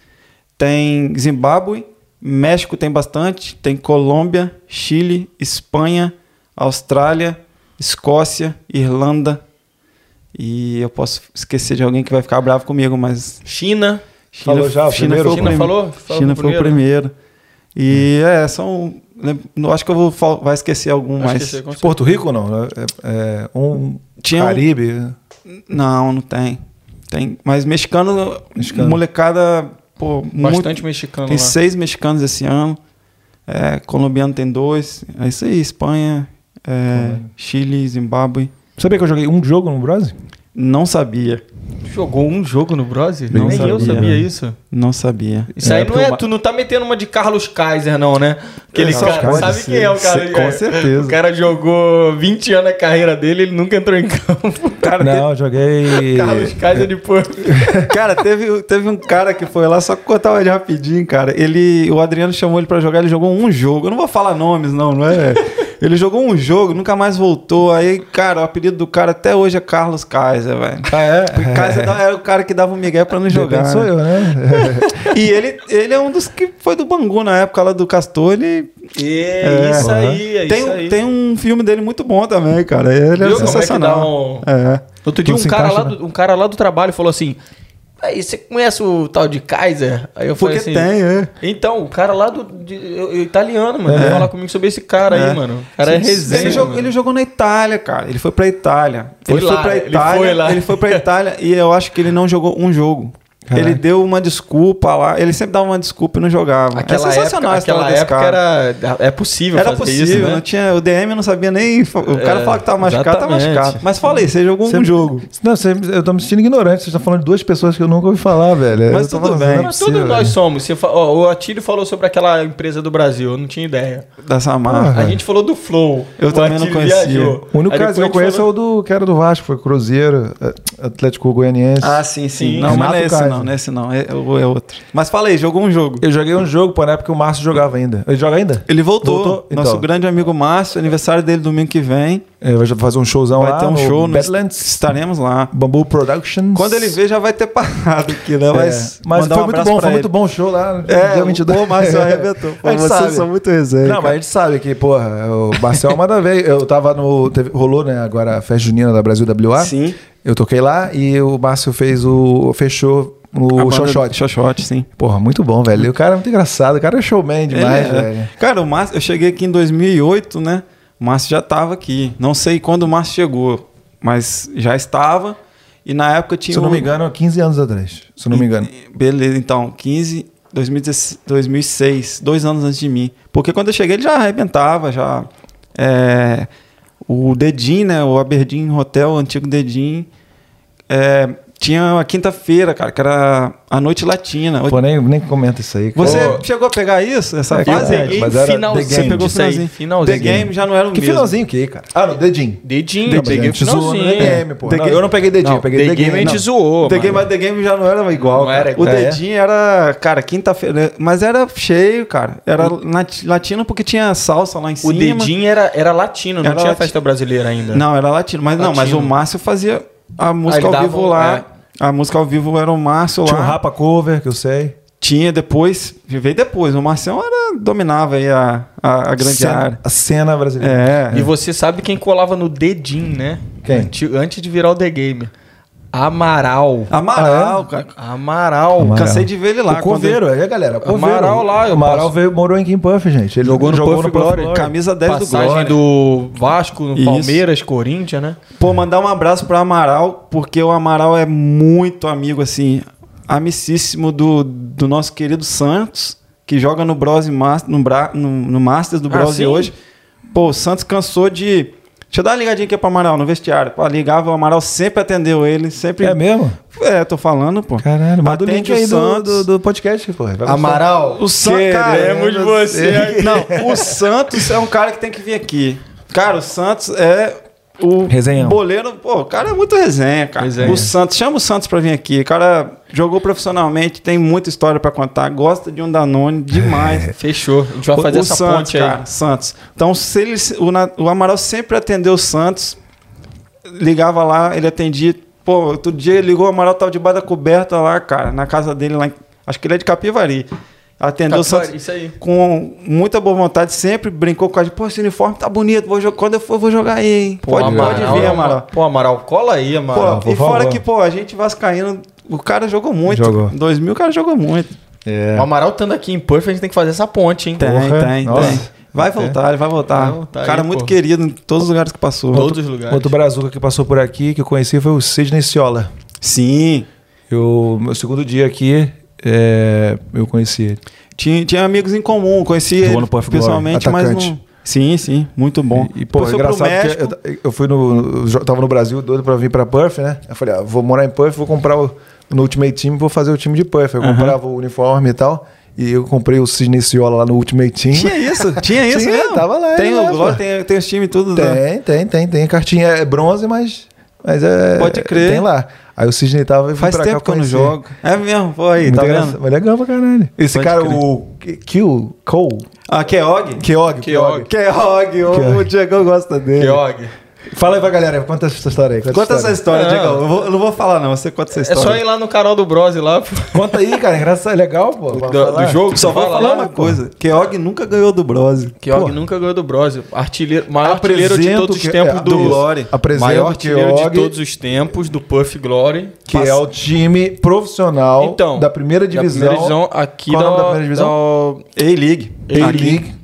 tem Zimbábue, México tem bastante, tem Colômbia, Chile, Espanha, Austrália, Escócia, Irlanda. E eu posso esquecer de alguém que vai ficar bravo comigo, mas
China.
China,
Falou já o
China
primeiro?
foi o
China
prim-
falou? Falou né?
China
pro
foi o primeiro.
Hum.
E é, são. lem- Não acho que eu vou fal- vai esquecer algum,
Acho
mas.
que esse é com
De Porto Rico, não. É, é- é um
Tinha um-
Caribe.
Não, não tem. Tem. Mas mexicano,
Mexicano.
molecada, pô, muito-
Bastante mexicano
Tem
lá.
seis mexicanos esse ano. É, colombiano tem dois. É isso aí, Espanha, é, Chile, Zimbábue.
Sabia que eu joguei um jogo no Brasil?
Não sabia.
Jogou um jogo no Brose?
Não
Nem eu
sabia.
sabia isso.
Não sabia.
Isso aí não
porque
é,
o Ma-
tu não tá metendo uma de Carlos Kaiser, não, né? Aquele
Não,
cara,
pode
sabe
ser.
quem é o cara?
Se- com
É,
certeza.
O cara jogou 20 anos a carreira dele, ele nunca entrou em campo.
Cara,
não, eu joguei. Ah,
Carlos Kaiser depois.
Cara, teve, teve um cara que foi lá, só cortar ele rapidinho, cara. Ele, o Adriano chamou ele pra jogar, ele jogou um jogo. Eu não vou falar nomes, não, não é? Ele jogou um jogo, nunca mais voltou. Aí, cara, o apelido do cara até hoje é Carlos Kaiser, velho.
Ah, é?
Porque Kaiser da- era o cara que dava o Miguel pra não
De
jogar.
repente
né?
sou eu, né?
E ele, ele é um dos que foi do Bangu na época lá do Castor. Ele
É,
É,
isso
aham.
aí, é
tem,
isso
um-
aí.
tem um filme dele muito bom também, cara. Ele é
Viu como é que
sensacional.
dá
É.
Outro dia
Tudo
um
se
cara,
encaixa,
lá
né?
do, um cara lá do trabalho falou assim: Aí, você conhece o tal de Kaiser? Aí eu falei
Porque
assim.
tem, é.
Então, o cara lá do. de- eu- eu- italiano, mano. Vai falar comigo sobre esse cara aí, mano. O cara é resenha.
Ele jogou,
mano.
ele jogou na Itália, cara. Ele foi pra Itália.
Foi
ele
lá,
foi pra
ele
Itália.
foi lá.
Ele foi pra Itália e eu acho que ele não jogou um jogo.
É.
Caraca.
Ele deu uma desculpa lá. Ele sempre dava uma desculpa e não jogava.
Aquela
é sensacional
época,
a história
aquela
desse
época
cara.
era. É possível
Era
fazer
possível,
isso, né?
não tinha, o DM não sabia nem. fa- O cara
É,
falava que tava machucado, tá
exatamente.
machucado. Mas fala aí, você jogou um
Você-
jogo.
Não, você- eu tô me sentindo ignorante. Vocês estão falando de duas pessoas que eu nunca ouvi falar, velho.
Mas
Eu tô
tudo
falando,
bem.
não é
Mas
possível,
todos nós
né?
velho.
somos. Você fa- ó, o Atílio falou sobre aquela empresa do Brasil, eu não tinha ideia.
Da Samar.
A gente falou do Flow.
Eu
o
também não
Atílio
conhecia.
viajou.
O único
Aí
caso que eu
depois a gente
conheço é o do que era do Vasco, foi Cruzeiro, eh, Atlético Goianiense.
Ah, sim, sim.
Sim.
Não, mas não é
Renato
esse,
Kaiser.
não. não, não é esse não. É, é outro. Mas fala aí, jogou um jogo.
Eu joguei um jogo, pô, na época o Márcio jogava ainda. Ele joga ainda?
Ele voltou. voltou? Nosso então. grande amigo Márcio, aniversário dele domingo que vem.
Ele vai fazer um showzão
vai
lá.
Vai ter um show
no Badlands.
Estaremos lá.
Bamboo Productions.
Quando ele ver, já vai ter parado aqui, né? Mas,
é. mas foi um muito bom, foi ele. muito bom o show lá.
É, dia 22. Pô, o Márcio
é
arrebentou. Pô, vocês sabe.
são muito resenha. Não, cara. mas a gente sabe que, porra, o Marcel é manda ver. Eu tava no. Teve, rolou, né, agora a festa junina da Brasil WA.
Sim.
Eu toquei lá e o Márcio fez o. fechou o Xoxote.
Xoxote, sim.
Porra, muito bom, velho. E o cara é muito engraçado, o cara é showman demais, é, velho.
Cara, o Márcio, eu cheguei aqui em 2008, né? O Márcio já estava aqui. Não sei quando o Márcio chegou, mas já estava. E na época tinha.
Se eu não um... me engano, 15 anos atrás. Se eu não me engano.
Beleza, então, 15, 2006, dois anos antes de mim. Porque quando eu cheguei, ele já arrebentava, já. É, o Dedin, né? O Aberdeen Hotel, o antigo Dedin. É, tinha uma quinta-feira, cara, que era a noite latina.
Pô, nem, nem comenta isso aí.
Cara. Você é Pô. chegou a pegar isso? Essa
é,
fase?
Eu peguei finalzinho.
Você pegou o finalzinho.
finalzinho.
The Game já não era o
que
mesmo.
finalzinho que, cara? Ah, não, The Game.
The Game. Eu peguei o
né?
finalzinho. É.
The
É.
Game, pô. The não, game. Eu não peguei The Game, eu peguei The,
the é Game.
game
a gente zoou.
The Game, mas The Game já não era igual, não era, O The Game era, cara, quinta-feira. né, Mas era cheio, cara. Era latino porque tinha salsa lá em cima.
O The né? Game era, era latino, não tinha festa brasileira ainda.
Não, era latino. Mas não, mas o Márcio fazia a música ao vivo lá. A música ao vivo era o Márcio
Tinha
lá.
Tinha um Rapa Cover, que eu sei.
Tinha depois, veio depois. O Marcião era, dominava aí a, a, a grande
cena,
área.
A cena brasileira.
É,
e é. você sabe quem colava no dedinho, né?
Quem?
Antes, antes de virar o The Game. Amaral. Ah, é?
Amaral, cara.
Amaral. Amaral.
Cansei de ver ele lá.
O coveiro, ele... é, galera. Coveiro.
Amaral lá.
Eu Amaral posso... veio, morou em Kim Puff, gente. Ele
jogou no, jogou Puff, no Puff Glory.
Camisa 10
Passagem
do Glória.
do Vasco, no Isso. Palmeiras, Corinthians, né?
Pô, mandar um abraço pra Amaral, porque o Amaral é muito amigo, assim, amicíssimo do, do nosso querido Santos, que joga no Bros Master, no, Bra, no, no Masters do Bros ah, hoje. Pô, o Santos cansou de... Deixa eu dar uma ligadinha aqui pro Amaral no vestiário. Pô, ligava, o Amaral sempre atendeu ele, sempre.
É mesmo?
É, tô falando, pô.
Caralho, manda o link aí do,
do, do, podcast, pô.
Amaral,
o Santos. Queremos cara, você. Não, o Santos é um cara que tem que vir aqui. Cara, o Santos é o
Resenhão.
boleiro. Pô, o cara é muito resenha, cara. Resenha. O Santos, chama o Santos pra vir aqui. O cara jogou profissionalmente, tem muita história pra contar, gosta de um Danone demais.
Fechou. A gente vai fazer o essa
Santos,
ponte aí. Cara,
Santos. Então, se ele, o, o, Amaral sempre atendeu o Santos, ligava lá, ele atendia. Pô, outro dia ele ligou, o Amaral tava debaixo da coberta lá, cara, na casa dele lá. Em, acho que ele é de Capivari. Atendeu Capivari, o Santos
isso aí.
com muita boa vontade, sempre brincou com a gente. Pô, esse uniforme tá bonito, vou jogar, quando eu for, vou jogar aí, hein?
Pô, pode, Amaral, é pode vir, Amaral. Pô, Amaral, cola aí, Amaral.
Pô, e fora favor. que, pô, a gente vascaíno, o cara jogou muito.
Jogou.
Em 2000 o cara jogou muito.
É. O Amaral estando aqui em Perth, a gente tem que fazer essa ponte, hein?
Tem, Porra. tem, Nossa. tem. Vai voltar, é. ele vai voltar. Vai voltar cara aí, muito pô. querido em todos os lugares que passou.
Todos os lugares.
Outro brazuca que passou por aqui, que eu conheci, foi o Sidney Ciola.
Sim.
Eu, meu segundo dia aqui, é, eu conheci ele.
Tinha, tinha amigos em comum, conheci
Jogou no Puff
pessoalmente,
Glory,
mas não. Sim, sim, muito bom.
E, e pô, é engraçado México... eu, eu, fui no. Eu tava no Brasil doido pra vir pra Perth, né? Eu falei, ah, vou morar em Perth, vou comprar o, no Ultimate Team, vou fazer o time de Perth. Eu uhum. comprava o uniforme e tal. E eu comprei o Cisne Ciola lá no Ultimate Team.
Tinha isso? Tinha isso? tinha, mesmo?
tava lá.
Tem
o
Glória, tem, tem os times tudo.
Tem, né? tem, tem, tem. A cartinha é bronze, mas. Mas é.
Pode crer.
Tem lá. Aí o Cisne tava e
Faz tempo que eu não jogo. É mesmo, pô aí,
Muito
tá
engraçado.
vendo?
Mas legal pra caralho. Esse
Pode
cara,
crer.
o Kill Cole.
Ah, Keog?
Keog, Keog.
Keog, o Diego gosta dele.
Keog.
Fala aí pra galera, conta essa história aí.
Conta, essa história, Diego. Eu, vou- eu não vou falar, não. Você conta essa
É
história.
só ir lá no canal do Bros lá. pô.
Conta aí, cara. Engraçado, é legal, pô.
Do, do jogo,
Só vou falar uma coisa. Keog nunca ganhou do Brose.
né? Keog nunca ganhou do Bros. Artilheiro, maior artilheiro de todos os
que-
tempos
é,
do,
Glory. Apresento
Maior
o
artilheiro de
Keog,
todos os tempos do Puff Glory.
que é o time profissional
Então,
da primeira
da
divisão.
primeira divisão aqui
Qual é o
da,
nome da primeira divisão?
da-
A-League.
A
A-League.
League.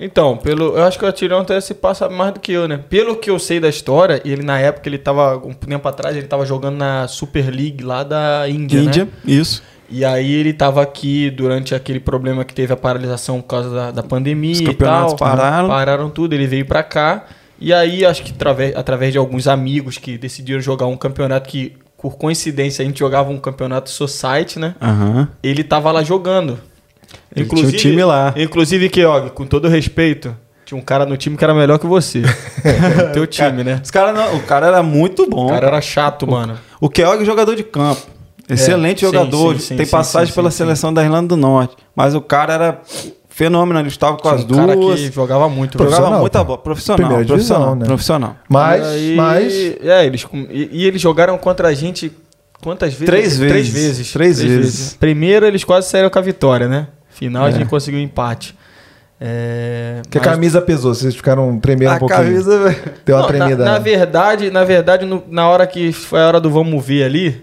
Então, pelo, eu acho que o Atirão até se passa mais do que eu, né? Pelo que eu sei da história, ele na época ele tava um tempo atrás, ele tava jogando na Super League lá da Índia, né?
Índia, isso.
E aí ele tava aqui durante aquele problema que teve a paralisação por causa da, da pandemia
Os
e
campeonatos
tal.
pararam.
Pararam tudo, ele veio pra cá. E aí acho que através, através de alguns amigos que decidiram jogar um campeonato que por coincidência a gente jogava um campeonato society, né?
Aham.
Ele tava lá jogando.
Ele tinha o time lá.
Inclusive, Keog, com todo respeito, tinha um cara no time que era melhor que você. No teu time, né?
Os cara não- o cara era muito bom.
O cara era chato, mano.
O Keog é um jogador de campo. Excelente
É, sim,
jogador,
sim, sim,
tem
sim,
passagem
sim,
pela
sim,
seleção da Irlanda do Norte. Mas o cara era fenômeno, ele estava com as
um cara que
duas.
jogava muito.
Profissional,
Jogava muita
pô.
bola. Profissional,
Primeira divisão,
profissional,
né?
profissional.
Mas,
Aí-
mas
É, eles, com- e, e eles jogaram contra a gente quantas vezes?
Três
Três
vezes.
vezes.
Três vezes. É.
Primeiro eles quase saíram com a vitória, né? Final a gente conseguiu um empate. É,
que a
mas-
camisa pesou, vocês ficaram tremendo um
a
pouquinho.
camisa, velho.
Deu uma
Não, na,
tremida.
na verdade, na verdade, no- na hora que foi a hora do vamos ver ali,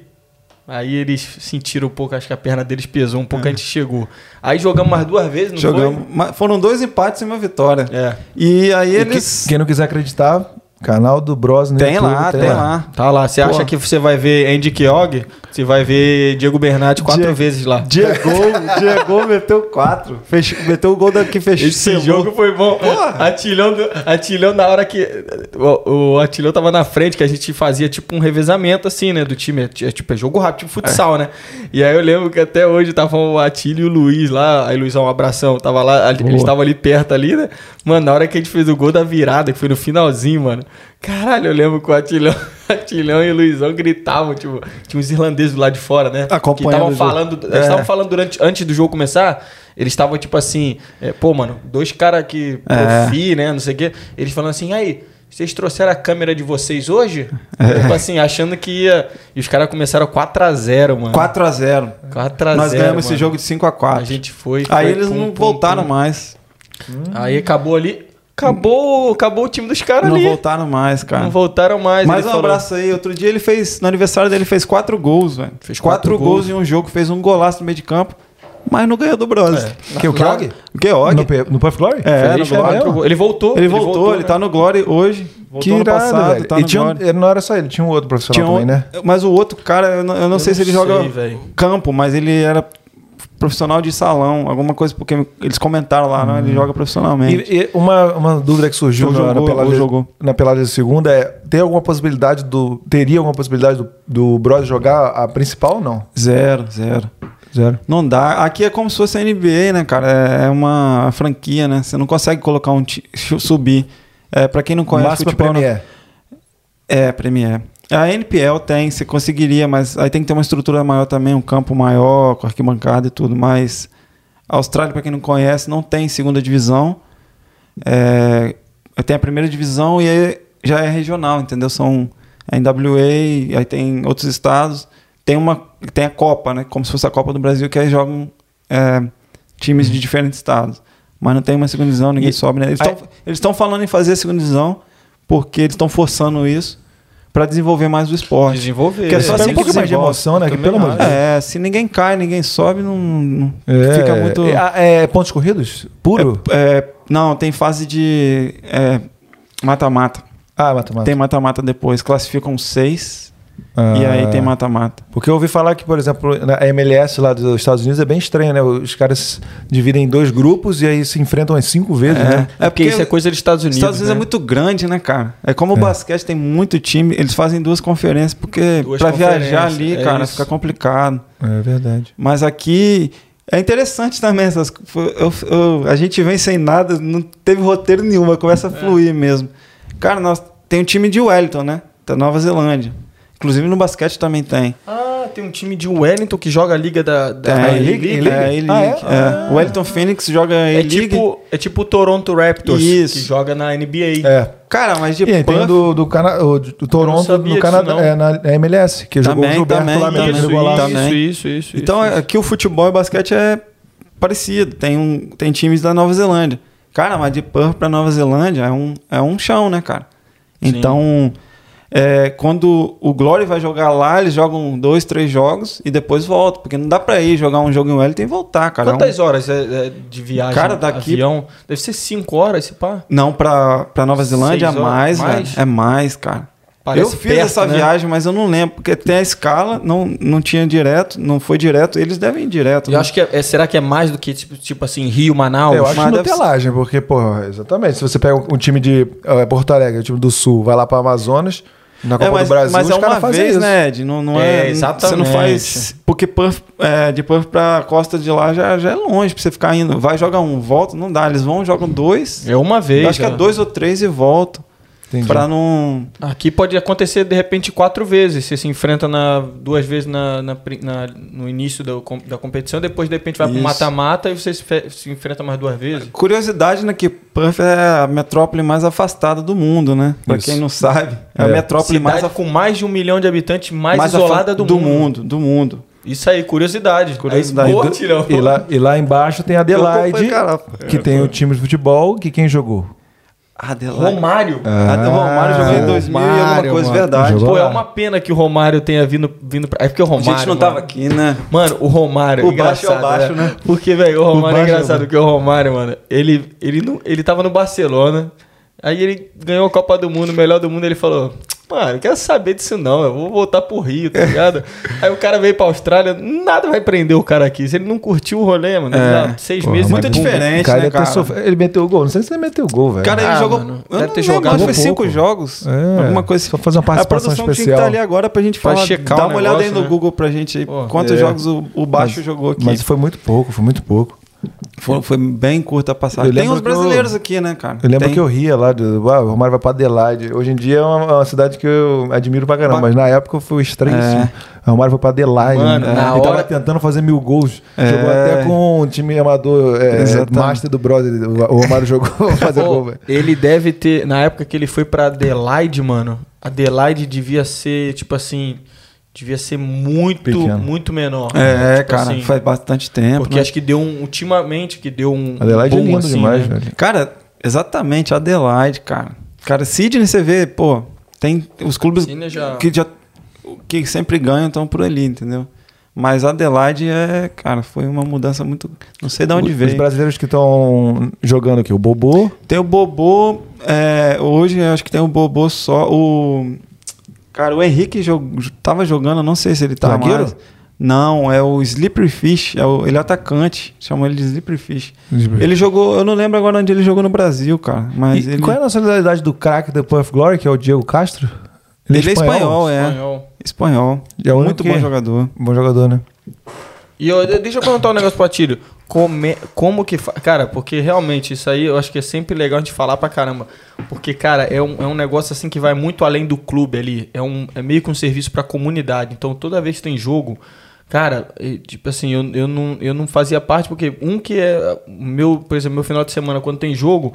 aí eles sentiram um pouco, acho que a perna deles pesou um pouco, a gente chegou. Aí jogamos mais duas vezes, não
É. Jogamos. Mas foram dois empates e uma vitória.
foi? É.
E aí
E
eles.
que- quem não quiser acreditar, canal do Bros no
Tem
YouTube,
lá, tem lá.
Tá lá, você
Pô.
acha que você vai ver Andy Keog? Você vai ver Diego Bernardi quatro
Diego-
vezes lá.
Diego, Diego meteu quatro. Fech- meteu o gol da que fechou.
Esse
selou.
jogo foi bom. Atilhão, do- Atilhão, na hora que. O, o Atilhão tava na frente, que a gente fazia tipo um revezamento, assim, né? Do time. É, tipo, é jogo rápido, tipo futsal, né? E aí eu lembro que até hoje tava o Atilho e o Luiz lá. Aí, Luizão, um abração. Tava lá, ali- eles estavam ali perto ali, né? Mano, na hora que a gente fez o gol da virada, que foi no finalzinho, mano. Caralho, eu lembro que o Atilhão, Atilhão e o Luizão gritavam, tipo, tinha uns irlandeses lá de fora, né?
Acompanhando
que
o
estavam
jogo.
falando, eles estavam
É.
falando durante, antes do jogo começar, eles estavam tipo assim, é, pô, mano, dois caras que
É.
profi, né, não sei o quê, eles falando assim, aí, vocês trouxeram a câmera de vocês hoje?
É.
Tipo assim, achando que ia... E os caras começaram 4x0, mano.
4x0.
4x0,
Nós ganhamos esse
é, mano.
jogo de 5x4.
A gente foi...
Aí
foi, um
eles
pum,
não
pum,
voltaram
pum.
mais.
Aí acabou ali... Acabou, acabou o time dos caras
Não
ali.
voltaram mais, cara.
Não voltaram mais.
Mais
ele
um
falou.
abraço aí. Outro dia ele fez, no aniversário dele, fez quatro gols, velho.
Fez
quatro,
quatro
gols em um jogo, fez um golaço no meio de campo, mas não ganhou do Bronze.
Que o Krog?
O Georg.
No, P- no Puff Glory?
É,
Feliz,
no
cara,
Glory.
ele jogou. Ele voltou.
Ele voltou, ele tá no Glory hoje. Voltou
Que
no
irado,
passado,
velho.
tá
e
no
tinha um-
Glory.
não era só ele, tinha um outro profissional
Tinha um-
também, né?
Mas o outro cara, eu não, eu não sei
não
se ele
sei,
joga
velho.
campo, mas ele era profissional de salão, alguma coisa, porque eles comentaram lá, né? Ele joga profissionalmente.
E, e uma, uma dúvida que surgiu
Jogou,
na, na,
jogou,
pelada,
jogou.
na pelada de segunda é: tem alguma possibilidade do. Teria alguma possibilidade do, do Bros jogar a principal ou não?
Zero, zero.
Zero.
Não dá. Aqui é como se fosse a NBA, né, cara? É- É uma franquia, né? Você não consegue colocar um ti- subir. É, para quem não conhece
Máxima
futebol, né?
Premier.
É, Premier. A NPL tem, você conseguiria, mas aí tem que ter uma estrutura maior também, um campo maior, com arquibancada e tudo, mas a Austrália, para quem não conhece, não tem segunda divisão. É, tem a primeira divisão e aí já é regional, entendeu? São a NWA, aí tem outros estados. Tem uma tem a Copa, né? Como se fosse a Copa do Brasil, que aí jogam é, times de diferentes estados. Mas não tem uma segunda divisão, ninguém sobe, né? Eles
aí-
tão- Eles estão falando em fazer a segunda divisão porque eles estão forçando isso para desenvolver mais o esporte.
Desenvolver.
Porque é só
Sim,
assim um pouco mais de
desenvolve.
emoção, né? Que,
Também
pelo amor de Deus.
É, se ninguém cai, ninguém sobe, não, não- fica muito.
É, ah, é pontos corridos? Puro?
É, não, tem fase de é, mata-mata.
ah, matemática.
Tem mata-mata depois. Classificam seis
Ah.
e aí tem mata-mata.
Porque eu ouvi falar que, por exemplo, na MLS lá dos Estados Unidos é bem estranho, né? Os caras dividem em dois grupos e aí se enfrentam as cinco vezes, né?
É porque isso é coisa dos Estados
os
Unidos.
Estados Unidos é
né?
muito grande, né, cara? É como o basquete tem muito time, eles fazem duas conferências, porque
Duas
pra viajar
conferências,
ali,
é
cara,
isso.
fica complicado.
É verdade.
Mas aqui é interessante também essas. eu- eu- a gente vem sem nada, não teve roteiro nenhum, mas
É.
começa a fluir mesmo. Cara, nós tem um time de Wellington, né? Da Nova Zelândia. Inclusive no basquete também tem.
Ah, tem um time de Wellington que joga a liga da, da
Tem.
A-League?
É, A-League,
Ah, é?
é. O Wellington Phoenix joga
É,
A-League.
tipo, é tipo o Toronto Raptors,
Isso.
que joga na NBA.
É.
Cara, mas de
E aí tem o
puff-
do, do, Cana o do- do
Eu não
Toronto,
sabia
no
disso,
Canadá,
não.
é, na na MLS, que jogou o
Também,
Gilberto
também,
lá,
também.
metendo
Isso,
gol lá.
isso,
também.
isso, isso,
Então,
isso.
aqui o futebol e o basquete é parecido. Tem, um, tem times da Nova Zelândia. Cara, mas de Perth pra Nova Zelândia é um, é um chão, né, cara? Então, é, quando o Glory vai jogar lá, eles jogam dois, três jogos e depois voltam. Porque não dá pra ir jogar um jogo em Wellington e voltar, cara. É um-
Quantas horas é, é de viagem?
Cara, daqui-
Avião? Deve ser 5 horas esse pá.
Não, pra, pra Nova Zelândia
Seis
é mais,
horas?
velho.
Mais?
É mais, cara.
Parece
eu fiz
perto,
essa
né?
viagem, mas eu não lembro, porque tem a escala, não, não tinha direto, não foi direto. Eles devem ir direto.
Eu
né?
acho que é, é- será que é mais do que tipo, tipo assim, Rio, Manaus?
É, eu acho
mas
que
deve ser-
nutelagem, porque, pô, exatamente. Se você pega um time de eh, Porto Alegre, um time do Sul, vai lá pra Amazonas, na Copa do Brasil,
mas
os
é
caras
uma
fazem
vez,
isso.
né, Ed? Não, não é,
É,
Você não faz.
exatamente.
Porque Perth, é, de Perth pra costa de lá já, já é longe pra você ficar indo. Vai jogar um, volta, não dá. Eles vão, jogam dois.
É uma vez.
Eu acho que é
né?
dois ou três e voltam. Para não.
Aqui pode acontecer de repente quatro vezes. Você se enfrenta na, duas vezes na, na, na no início da, da competição, depois de repente vai para pro mata-mata e você se, se, enfrenta mais duas vezes.
Curiosidade, né? Que Perth é a metrópole mais afastada do mundo, né? Para quem não sabe, é, é. a metrópole
Cidade
mais.
com mais de um milhão de habitantes, mais, mais isolada do,
do
mundo.
mundo. Do mundo.
Isso aí, curiosidade.
Curiosidade.
Aí, boa, tirão. É,
E, lá, e lá embaixo tem Adelaide, que tem o time de futebol, que quem jogou?
Adelaide.
Romário.
É,
Ah, Adelaide, Romário jogou em 2000 Romário, e alguma coisa, mano. verdade.
Pô, é uma pena que o Romário tenha vindo, vindo pra... É porque o Romário...
A gente não tava mano. aqui, né?
Mano, o Romário...
O baixo é o baixo, né? né?
Porque, velho, o Romário o é engraçado, porque o Romário, mano, ele, ele, não, ele tava no Barcelona, aí ele ganhou a Copa do Mundo, o melhor do mundo, ele falou... Mano, não quero saber disso não, eu vou voltar pro Rio, tá ligado? Aí o cara veio pra Austrália, nada vai prender o cara aqui. Se ele não curtiu o rolê, mano, é. seis Pô, meses.
Muito diferente,
cara,
né, cara?
Sof... Ele meteu o gol, não sei se ele meteu o gol, velho.
cara, ele ah, jogou... Mano, eu deve ter jogado
foi
cinco jogos,
é.
alguma coisa.
Só fazer uma participação
especial. A produção
especial. tinha
que estar ali agora pra gente falar, pra checar dá uma negócio, olhada aí no né? Google pra gente aí, Pô, quantos é. jogos o, o Baixo
mas,
jogou aqui.
Mas foi muito pouco, foi muito pouco.
Foi, foi, bem curta a passagem. Tem uns brasileiros
eu,
aqui, né, cara?
Eu lembro
Tem.
que eu ria lá, de, ah, o Romário vai pra Adelaide. Hoje em dia é uma, uma cidade que eu admiro pra caramba, ba mas na época foi estranho. É. O Romário foi pra Adelaide.
Mano,
né?
na
Ele hora... tava tentando fazer mil gols. É. Jogou até com um time amador, é, master do brother. O Romário jogou fazer Pô, gol, velho.
Ele deve ter, na época que ele foi pra Adelaide, mano, Adelaide devia ser, tipo assim devia ser muito, Pequeno. muito menor.
É, né? tipo cara, assim, faz bastante tempo.
Porque né? acho que deu um, ultimamente, que deu um.
Adelaide
um
boom, é lindo assim, demais, né? velho.
Cara, exatamente, Adelaide, cara. Cara, Sidney, você vê, pô, tem os clubes já... que já. que sempre ganham estão por ali, entendeu? Mas Adelaide é, cara, foi uma mudança muito. Não sei de onde
os,
veio.
Os brasileiros que estão jogando aqui, o Bobô.
Tem o Bobô. É, hoje acho que tem o Bobô só. O. Cara, o Henrique jog... tava jogando, não sei se ele tá Zagueiro? mais. Não, é o Slippery Fish, é o... ele é atacante, chamam ele de Slippery Fish.
Uhum.
Slippery. Ele jogou, eu não lembro agora onde ele jogou no Brasil, cara. Mas
e
ele...
qual é a nacionalidade do craque do Puff Glory, que é o Diego Castro?
Ele, ele é espanhol, é. Espanhol. espanhol.
É um
Muito bom jogador.
Bom jogador, né?
E eu, deixa eu perguntar um negócio pro Atílio. Como, como que. Fa... Cara, porque realmente isso aí eu acho que é sempre legal a gente falar pra caramba. Porque, cara, é um, é um negócio assim que vai muito além do clube ali. É, um, é meio que um serviço pra comunidade. Então toda vez que tem jogo. Cara, tipo assim, eu, eu, não, eu não fazia parte, porque um que é. Meu, por exemplo, meu final de semana, quando tem jogo,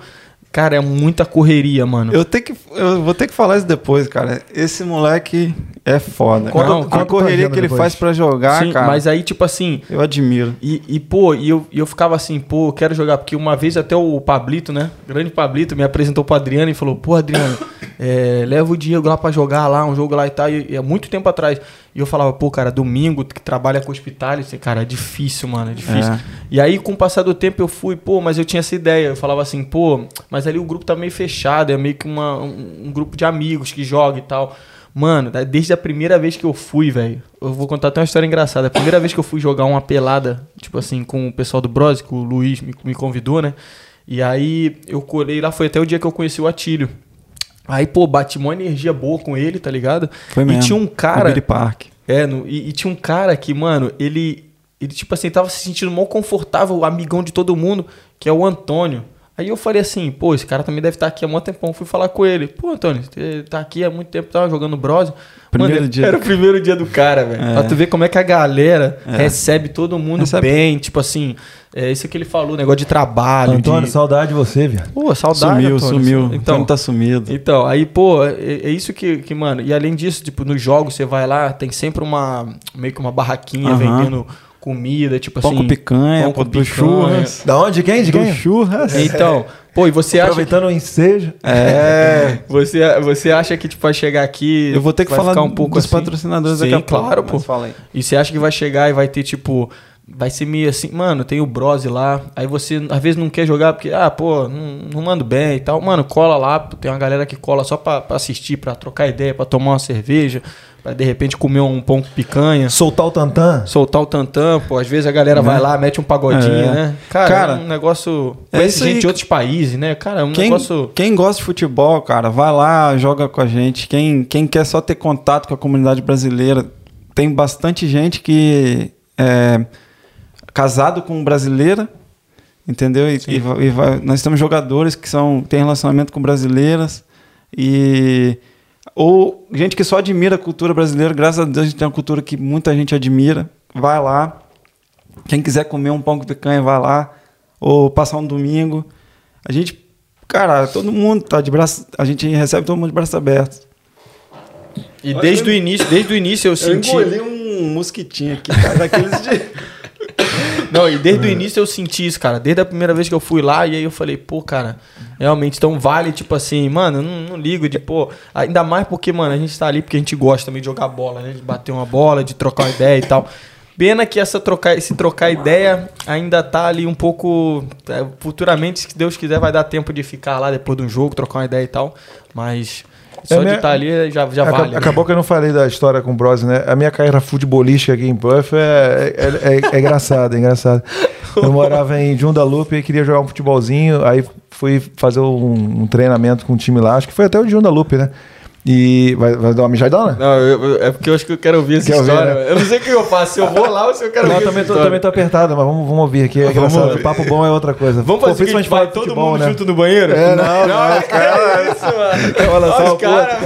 Cara, é muita correria, mano.
Eu, tenho que, eu vou ter que falar isso depois, cara. Esse moleque é foda.
Qual, não,
a correria que ele depois. faz para jogar,
Sim,
Ah, cara.
Mas aí, tipo assim.
Eu admiro.
E, e pô, e eu, e eu ficava assim, pô, eu quero jogar. Porque uma vez até o Pablito, né? O grande Pablito me apresentou pro Adriano e falou: pô, Adriano, é, leva o Diego lá para jogar lá, um jogo lá e tal. Tá, e há muito tempo atrás. E eu falava, pô, cara, domingo que trabalha com hospital, cara, é difícil, mano, é difícil. É. E aí, com o passar do tempo, eu fui, pô, mas eu tinha essa ideia. Eu falava assim, pô, mas ali o grupo tá meio fechado, é meio que uma, um, um grupo de amigos que joga e tal. Mano, desde a primeira vez que eu fui, velho, eu vou contar até uma história engraçada. A primeira vez que eu fui jogar uma pelada, tipo assim, com o pessoal do Bros, que o Luiz me, me convidou, né? E aí eu colei lá, foi até o dia que eu conheci o Atílio. Aí, pô, bati uma energia boa com ele, tá ligado?
Foi mesmo.
E tinha um cara. No
Billy Park.
É, no, e, e, tinha um cara que, mano, ele. Ele, tipo assim, tava se sentindo mal confortável, amigão de todo mundo, que é o Antônio. Aí eu falei assim, pô, esse cara também deve estar tá aqui há muito tempão. Fui falar com ele. Pô, Antônio, você tá aqui há muito tempo, tava jogando brose.
Primeiro dia.
Era o primeiro dia do cara, velho. É. Pra tu ver como é que a galera é. recebe todo mundo recebe. bem, tipo assim. É isso que ele falou, negócio de trabalho.
Antônio,
de...
saudade de você, viado.
Pô, saudade. Antônio.
Sumiu,
assim.
sumiu. Então, Antônio tá sumido.
Então, aí, pô, é, é, isso que, que, mano. E além disso, tipo, nos jogos você vai lá, tem sempre uma. meio que uma barraquinha uh -huh. vendendo comida, tipo
pão
assim.
Com picanha,
pão com picanha, churras.
Da onde? Quem? De quem?
Do churras.
Então, pô, e você acha.
Aproveitando o ensejo.
É. você, você acha que tipo, vai chegar aqui.
Eu vou ter que
vai
falar
ficar um pouco
dos
assim?
patrocinadores
Sim,
daqui a pouco.
claro, pô. E você acha que vai chegar e vai ter, tipo. Vai ser meio assim, mano, tem o Brose lá. Aí você às vezes não quer jogar porque, ah, pô, não, não mando bem e tal. Mano, cola lá, tem uma galera que cola só pra, pra assistir, pra trocar ideia, pra tomar uma cerveja para de repente comer um pão com picanha.
Soltar o tantã.
Soltar o tantã, pô. Às vezes a galera é. vai lá, mete um pagodinho, é. né? Cara, cara, é um negócio. É gente aí. de outros países, né? Cara, é um
quem,
negócio.
Quem gosta de futebol, cara, vai lá, joga com a gente. Quem, quem quer só ter contato com a comunidade brasileira, tem bastante gente que é casado com um brasileira. Entendeu? E, e, e vai, nós temos jogadores que são, têm relacionamento com brasileiras. E ou gente que só admira a cultura brasileira, graças a Deus a gente tem uma cultura que muita gente admira. Vai lá. Quem quiser comer um pão com picanha, vai lá. Ou passar um domingo. A gente, cara, todo mundo tá de braço, a gente recebe todo mundo de braço aberto.
E Olha, desde eu... o início, desde o início eu, eu senti.
Eu engoli um mosquitinho aqui, cara, daqueles de...
Não, e desde o início eu senti isso, cara. Desde a primeira vez que eu fui lá, e aí eu falei, pô, cara, realmente, então vale, tipo assim, mano, eu não, não ligo de, pô. Ainda mais porque, mano, a gente tá ali porque a gente gosta também de jogar bola, né? De bater uma bola, de trocar uma ideia e tal. Pena que essa trocar, esse trocar ideia ainda tá ali um pouco. É, futuramente, se Deus quiser, vai dar tempo de ficar lá depois de um jogo, trocar uma ideia e tal. Mas só é minha... de estar ali já, já
acabou,
vale.
Acabou que eu não falei da história com o Bros, né? A minha carreira futebolística aqui em Puff é, é, é, é engraçada, é engraçada. Eu morava em Jundalupe e queria jogar um futebolzinho, aí fui fazer um, um, treinamento com um time lá, acho que foi até o de Jundalupe, né? E vai, vai dar uma mijadona?
Não, eu, eu, é porque eu acho que eu quero ouvir essa Quer história. Ouvir, né? Eu não sei o que eu faço, se eu vou lá ou se eu quero não, tá- ouvir
também
essa
tô, também tô apertado, mas vamos, vamos ouvir aqui. É engraçado. Papo bom é outra coisa.
Vamos fazer Pô, seguinte, vai todo futebol, mundo né? junto no banheiro?
É, não, não, não, não cara. É isso, mano. Eu vou lançar o cara.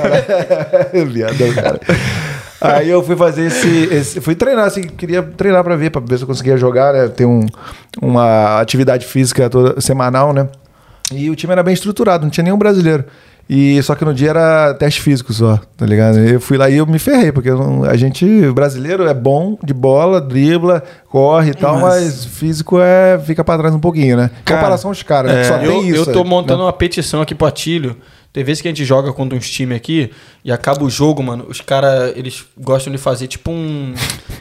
Viado, cara. Aí eu fui fazer esse, esse, Fui treinar, assim, queria treinar pra ver, pra ver se eu conseguia jogar, né? Ter um, uma atividade física toda, semanal, né? E o time era bem estruturado, não tinha nenhum brasileiro. E só que no dia era teste físico só, tá ligado? Eu fui lá e eu me ferrei, porque não, a gente brasileiro é bom de bola, dribla, corre e tal, mas, mas físico é fica para trás um pouquinho, né? Cara, comparação aos caras, é, né? só
eu,
tem isso.
Eu tô aí, montando né? uma petição aqui pro Atílio. Tem vezes que a gente joga contra uns times aqui e acaba o jogo, mano. Os caras, eles gostam de fazer tipo um.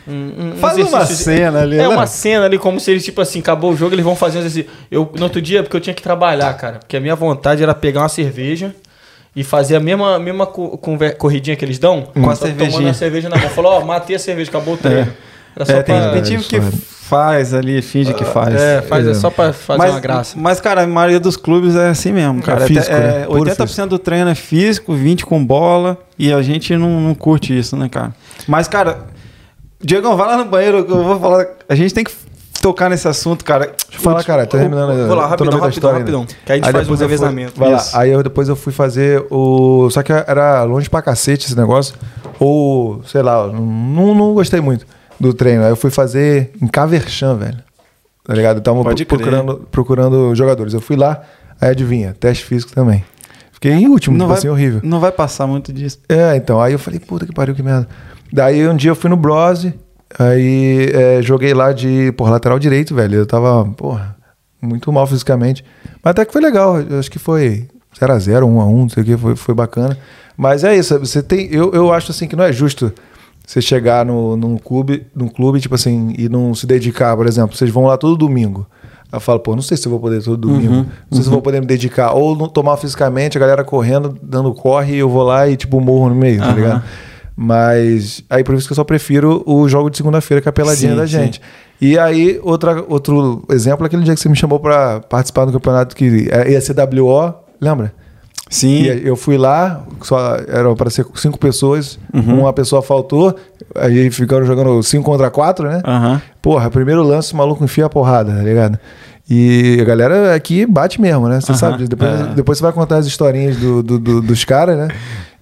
um, um
Faz uma cena ali,
É né? uma cena ali, como se eles, tipo assim, acabou o jogo, eles vão fazer um exercício. Eu, no outro dia, porque eu tinha que trabalhar, cara. Porque a minha vontade era pegar uma cerveja e fazer a mesma, mesma co corridinha que eles dão,
com a cervejinha.
tomando a cerveja na mão. Falou, ó, oh, matei a cerveja, acabou o treino.
É. é tem, pra... tem time que faz ali, finge que faz.
É, faz, é, é só pra fazer
mas,
uma graça.
Mas, cara, a maioria dos clubes é assim mesmo, cara. É físico, Até, né? 80% físico. do treino é físico, 20% com bola, e a gente não, não curte isso, né, cara? Mas, cara, Diego, vai lá no banheiro, eu vou falar. A gente tem que tocar nesse assunto, cara. Deixa
eu falar, cara, terminando.
É,
Vou lá, rapidão, rapidão, história, rapidão. Né? Que a gente aí faz um revezamento.
Vai lá. Aí eu, depois eu fui fazer o. Só que era longe pra cacete esse negócio. Ou, sei lá, não, não gostei muito do treino. Aí eu fui fazer em Caverchan, velho. Tá ligado? Estavam procurando, crer. procurando jogadores. Eu fui lá, aí adivinha, teste físico também. Fiquei em último, não tipo vai, assim, horrível.
Não vai passar muito disso.
É, então. Aí eu falei, puta que pariu, que merda. Daí um dia eu fui no Brose, Aí é, joguei lá de por lateral direito, velho. Eu tava, porra, muito mal fisicamente. Mas até que foi legal. Eu acho que foi 0x0, 1x1, não sei o que, foi, foi bacana. Mas é isso, você tem. Eu, eu acho assim que não é justo você chegar no, num clube, num clube, tipo assim, e não se dedicar, por exemplo, vocês vão lá todo domingo. Eu falo, pô, não sei se eu vou poder todo domingo, uhum, não sei uhum. se eu vou poder me dedicar, ou não tomar fisicamente, a galera correndo, dando corre, e eu vou lá e, tipo, morro no meio, uhum. tá ligado? Mas aí por isso que eu só prefiro o jogo de segunda-feira com a peladinha sim, da gente. Sim. E aí, outra, outro exemplo, é aquele dia que você me chamou para participar do campeonato que é ia ser WO, lembra?
Sim.
E eu fui lá, só eram para ser cinco pessoas, uhum. uma pessoa faltou, aí ficaram jogando cinco contra quatro, né?
Uhum.
Porra, primeiro lance, o maluco enfia a porrada, tá ligado? E a galera aqui bate mesmo, né? Você uhum. sabe, depois, é. depois você vai contar as historinhas do, do, do dos caras, né?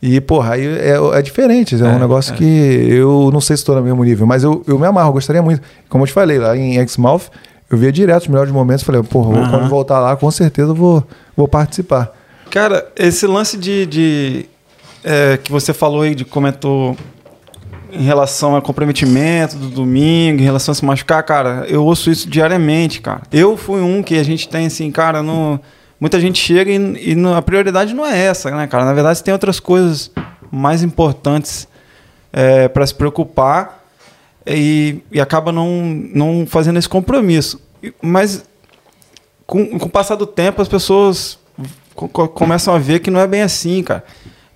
E, porra, aí é, é diferente. É, é um negócio é. que eu não sei se estou no mesmo nível, mas eu, eu me amarro, eu gostaria muito. Como eu te falei, lá em Exmouth, eu via direto os melhores momentos. Falei, porra, uhum. quando voltar lá, com certeza eu vou, vou participar.
Cara, esse lance de. de é, que você falou aí, de comentou em relação ao comprometimento do domingo, em relação a se machucar, cara, eu ouço isso diariamente, cara. Eu fui um que a gente tem assim, cara, no muita gente chega e, e não, a prioridade não é essa, né, cara? Na verdade, você tem outras coisas mais importantes é, para se preocupar e, e, acaba não, não fazendo esse compromisso. Mas com, com o passar do tempo, as pessoas co começam a ver que não é bem assim, cara.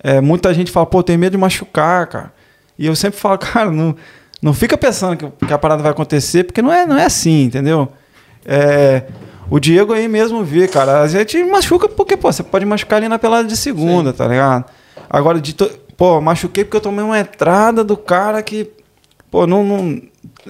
É, muita gente fala, pô, tem medo de machucar, cara. E eu sempre falo, cara, não, não fica pensando que, que a parada vai acontecer, porque não é, não é assim, entendeu? É, o Diego aí mesmo vê, cara. A gente machuca porque, pô, você pode machucar ali na pelada de segunda, Sim. tá ligado? Agora, de to... pô, machuquei porque eu tomei uma entrada do cara que, pô, não, não,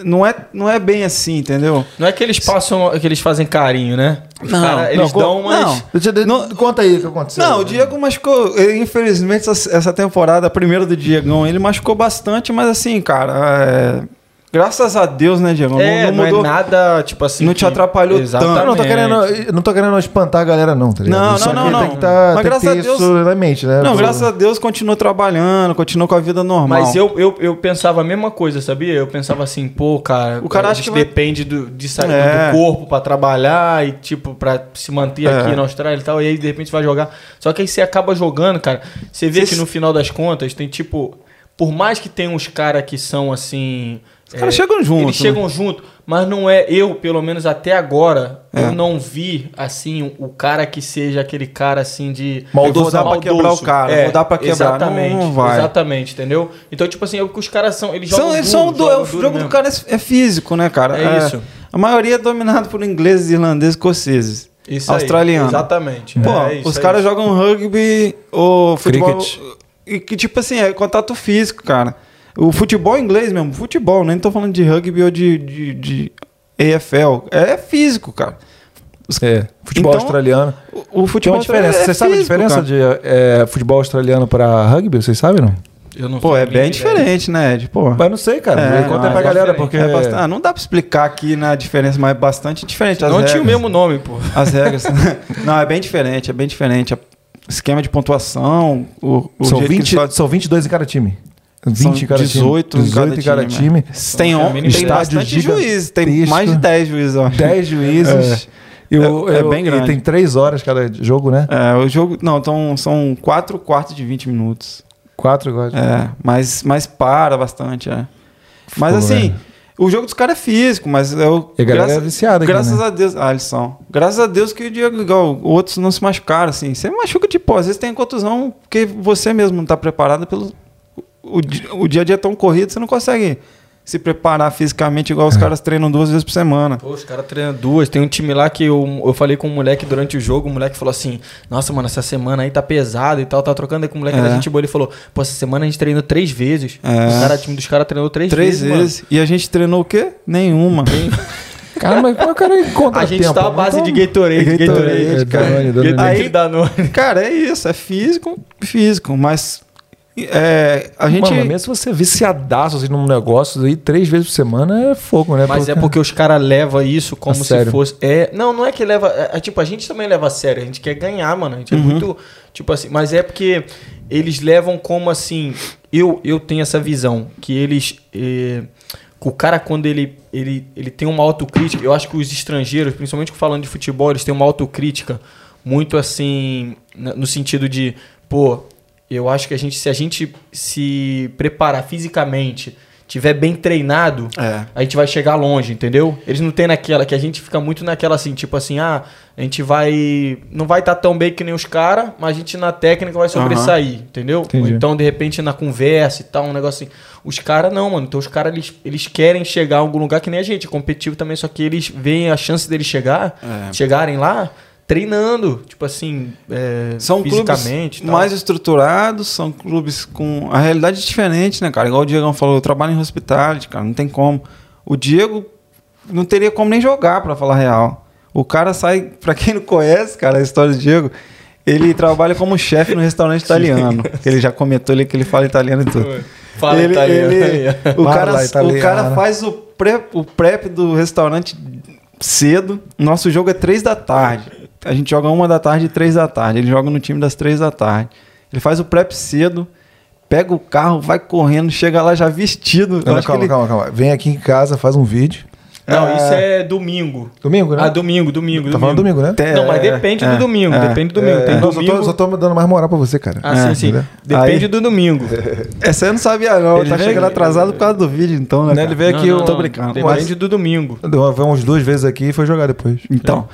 não é, não é bem assim, entendeu?
Não é que eles passam, que eles fazem carinho, né? Os
Não,
cara- eles
não,
dão umas.
não.
Eu te- de-
Não-
Conta aí o que aconteceu.
Não, o Diego machucou. ele, Infelizmente, essa, essa temporada, a primeira do Diegão, ele machucou bastante, mas assim, cara, é, graças a Deus, né, Diego?
É, não, é nada, tipo assim.
não te atrapalhou
Exatamente.
Eu não tô querendo, eu não tô querendo espantar a galera, não, tá ligado?
Não,
Isso
não,
aqui
não,
Tem
não.
que, tá,
Mas
tem que
graças a
ter
Deus-
isso na mente, né?
Não,
Pô,
graças a Deus continua trabalhando, continua com a vida normal.
Mas eu, eu, eu pensava a mesma coisa, sabia? Eu pensava assim, pô, cara,
O cara
a
acha
gente
que vai-
depende do, de sair
É.
do corpo pra trabalhar e, tipo, pra se manter
É.
aqui na Austrália e tal. E aí, de repente, você vai jogar. Só que aí você acaba jogando, cara. Você vê
Cês-
que no final das contas tem, tipo... Por mais que tenha uns caras que são, assim...
Os caras chegam junto,
Eles
né?
chegam junto, mas não é... Eu, pelo menos até agora,
É.
eu não vi, assim, o cara que seja aquele cara, assim, de...
Maldoso. Eu vou dar pra quebrar o cara,
É,
vou dar pra quebrar. Não-
Exatamente.
não vai.
Exatamente, entendeu? Então, tipo assim, é o que os caras são. Eles jogam.
São, eles
duro,
são do, é,
jogam
o
um duro
jogo do
mesmo.
cara é, é físico, né, cara?
É isso.
A maioria é dominada por ingleses, irlandeses, escoceses,
Isso aí,
australianos.
Exatamente.
Pô,
É, isso
os
aí.
caras jogam rugby ou futebol.
Cricket.
E que, tipo assim, é contato físico, cara. O futebol inglês mesmo, futebol, nem tô falando de rugby ou de, de, de AFL. É físico, cara.
É, futebol
Então,
australiano.
O, o
Tem
futebol
uma diferença.
é
Você sabe a
físico,
diferença
cara.
de é, futebol australiano pra rugby? Vocês sabem, não?
Eu não
Pô,
tenho
é
nem
bem
ideia.
diferente, né, Ed? Pô.
Mas não sei, cara.
É,
Conta aí
não,
pra
é
galera,
diferente.
porque.
É bastante- ah, não dá pra explicar aqui na diferença, mas é bastante diferente. As
Não
regras,
tinha o mesmo nome, pô.
As regras. não, é bem diferente, é bem diferente. O esquema de pontuação, o, o
são,
jeito que
20,
eles fazem-
são 22 em cada time. 20
São
em cada
18 em
time. 18 em cada,
cada é.
time.
Tem, on-
mínimo
tem
estádio
bastante
gigantesco.
juízes, tem mais de 10 juízes, eu acho.
10 é. juízes. E o-
É- é
e o-
bem grande.
E tem 3 horas cada jogo, né?
É, o jogo. Não, então, são 4 quartos de 20 minutos.
4 horas.
É, mas, mas para bastante, é. Mas
Pô,
assim,
velho.
o jogo dos caras é físico, mas eu.
E a galera é viciada aqui,
Graças
né?
a Deus. Ah, eles são. Graças a Deus que o Diego, igual, outros não se machucaram, assim. Você machuca de pó, às vezes tem contusão, porque você mesmo não tá preparado pelo. O, di- o dia a dia é tão corrido, você não consegue se preparar fisicamente igual
É.
os caras treinam duas vezes por semana.
Pô, os caras treinam duas. Tem um time lá que eu, eu falei com um moleque durante o jogo. O moleque falou assim: Nossa, mano, essa semana aí tá pesado e tal. Tá trocando aí com o moleque
É.
da gente boa. Ele falou: Pô, essa semana a gente treinou três vezes.
É.
O, cara, o time dos caras treinou três,
Três
vezes. mano.
vezes. E a gente treinou o quê? Nenhuma.
Cara, mas como é que o cara encontra
A gente
tempo? Então,
tá à base de Gatorade,
Gatorade,
Gatorade, cara.
Danone, Danone.
Gatorade da noite.
Cara, é isso. É físico, físico. Mas é, a gente.
Mano, mesmo se você é viciadaço assim, num negócio aí, três vezes por semana é fogo, né?
Mas é porque os caras levam isso como
A
se
sério.
fosse. É, não, não é que leva. É, é, tipo, a gente também leva a sério. A gente quer ganhar, mano. A
Uhum.
gente é muito. Tipo assim. Mas é porque eles levam como assim. Eu, eu tenho essa visão. Que eles. eh, que o cara, quando ele, ele, ele tem uma autocrítica. Eu acho que os estrangeiros, principalmente falando de futebol, eles têm uma autocrítica muito assim. na- No sentido de. Pô, eu acho que a gente, se a gente se preparar fisicamente, tiver bem treinado,
É.
a gente vai chegar longe, entendeu? Eles não tem naquela, que a gente fica muito naquela assim, tipo assim, ah, a gente vai. Não vai estar tão bem que nem os caras, mas a gente na técnica vai sobressair, entendeu?
Entendi.
Ou então, de repente, na conversa e tal, um negócio assim. Os caras não, mano. Então os caras, eles, eles querem chegar a algum lugar que nem a gente, é competitivo também, só que eles veem a chance deles chegar, chegarem lá. Treinando, tipo assim, é,
São
fisicamente.
clubes
e tal.
mais estruturados, são clubes com. A realidade é diferente, né, cara? Igual o Diego falou, eu trabalho em hospitality, cara, não tem como. O Diego não teria como nem jogar, pra falar a real. O cara sai, pra quem não conhece, cara, a história do Diego, ele trabalha como chefe no restaurante italiano. que ele já comentou ali que ele fala italiano e tudo.
Fala
ele,
italiano.
ele- o,
Fala
cara,
italiano.
o cara faz o prep, o prep do restaurante cedo. Nosso jogo é três da tarde. A gente joga uma da tarde e três da tarde. Ele joga no time das três da tarde. Ele faz o prep cedo, pega o carro, vai correndo, chega lá já vestido. Eu
Não,
acho que
calma,
ele-
calma, calma. Vem aqui em casa, faz um vídeo.
Não,
Ah.
isso é domingo.
Domingo, né?
Ah, domingo, domingo.
Tá falando domingo, né?
Tem-
Não, mas depende
É,
do domingo.
é,
depende do domingo. Tem
Não, só,
domingo.
tô, só tô me dando mais moral pra você, cara. É,
Ah, sim, sim.
entendeu?
Depende
Aí-
do domingo.
Essa eu É, não sabia, não.
Ele
tá
veio-
chegando atrasado por causa do vídeo, então, né?
Né, ele
cara?
veio aqui,
Não,
eu
não,
tô
não.
brincando.
um Depende
Mas-
do domingo.
Deu- Veio umas duas vezes aqui e foi jogar depois.
Então,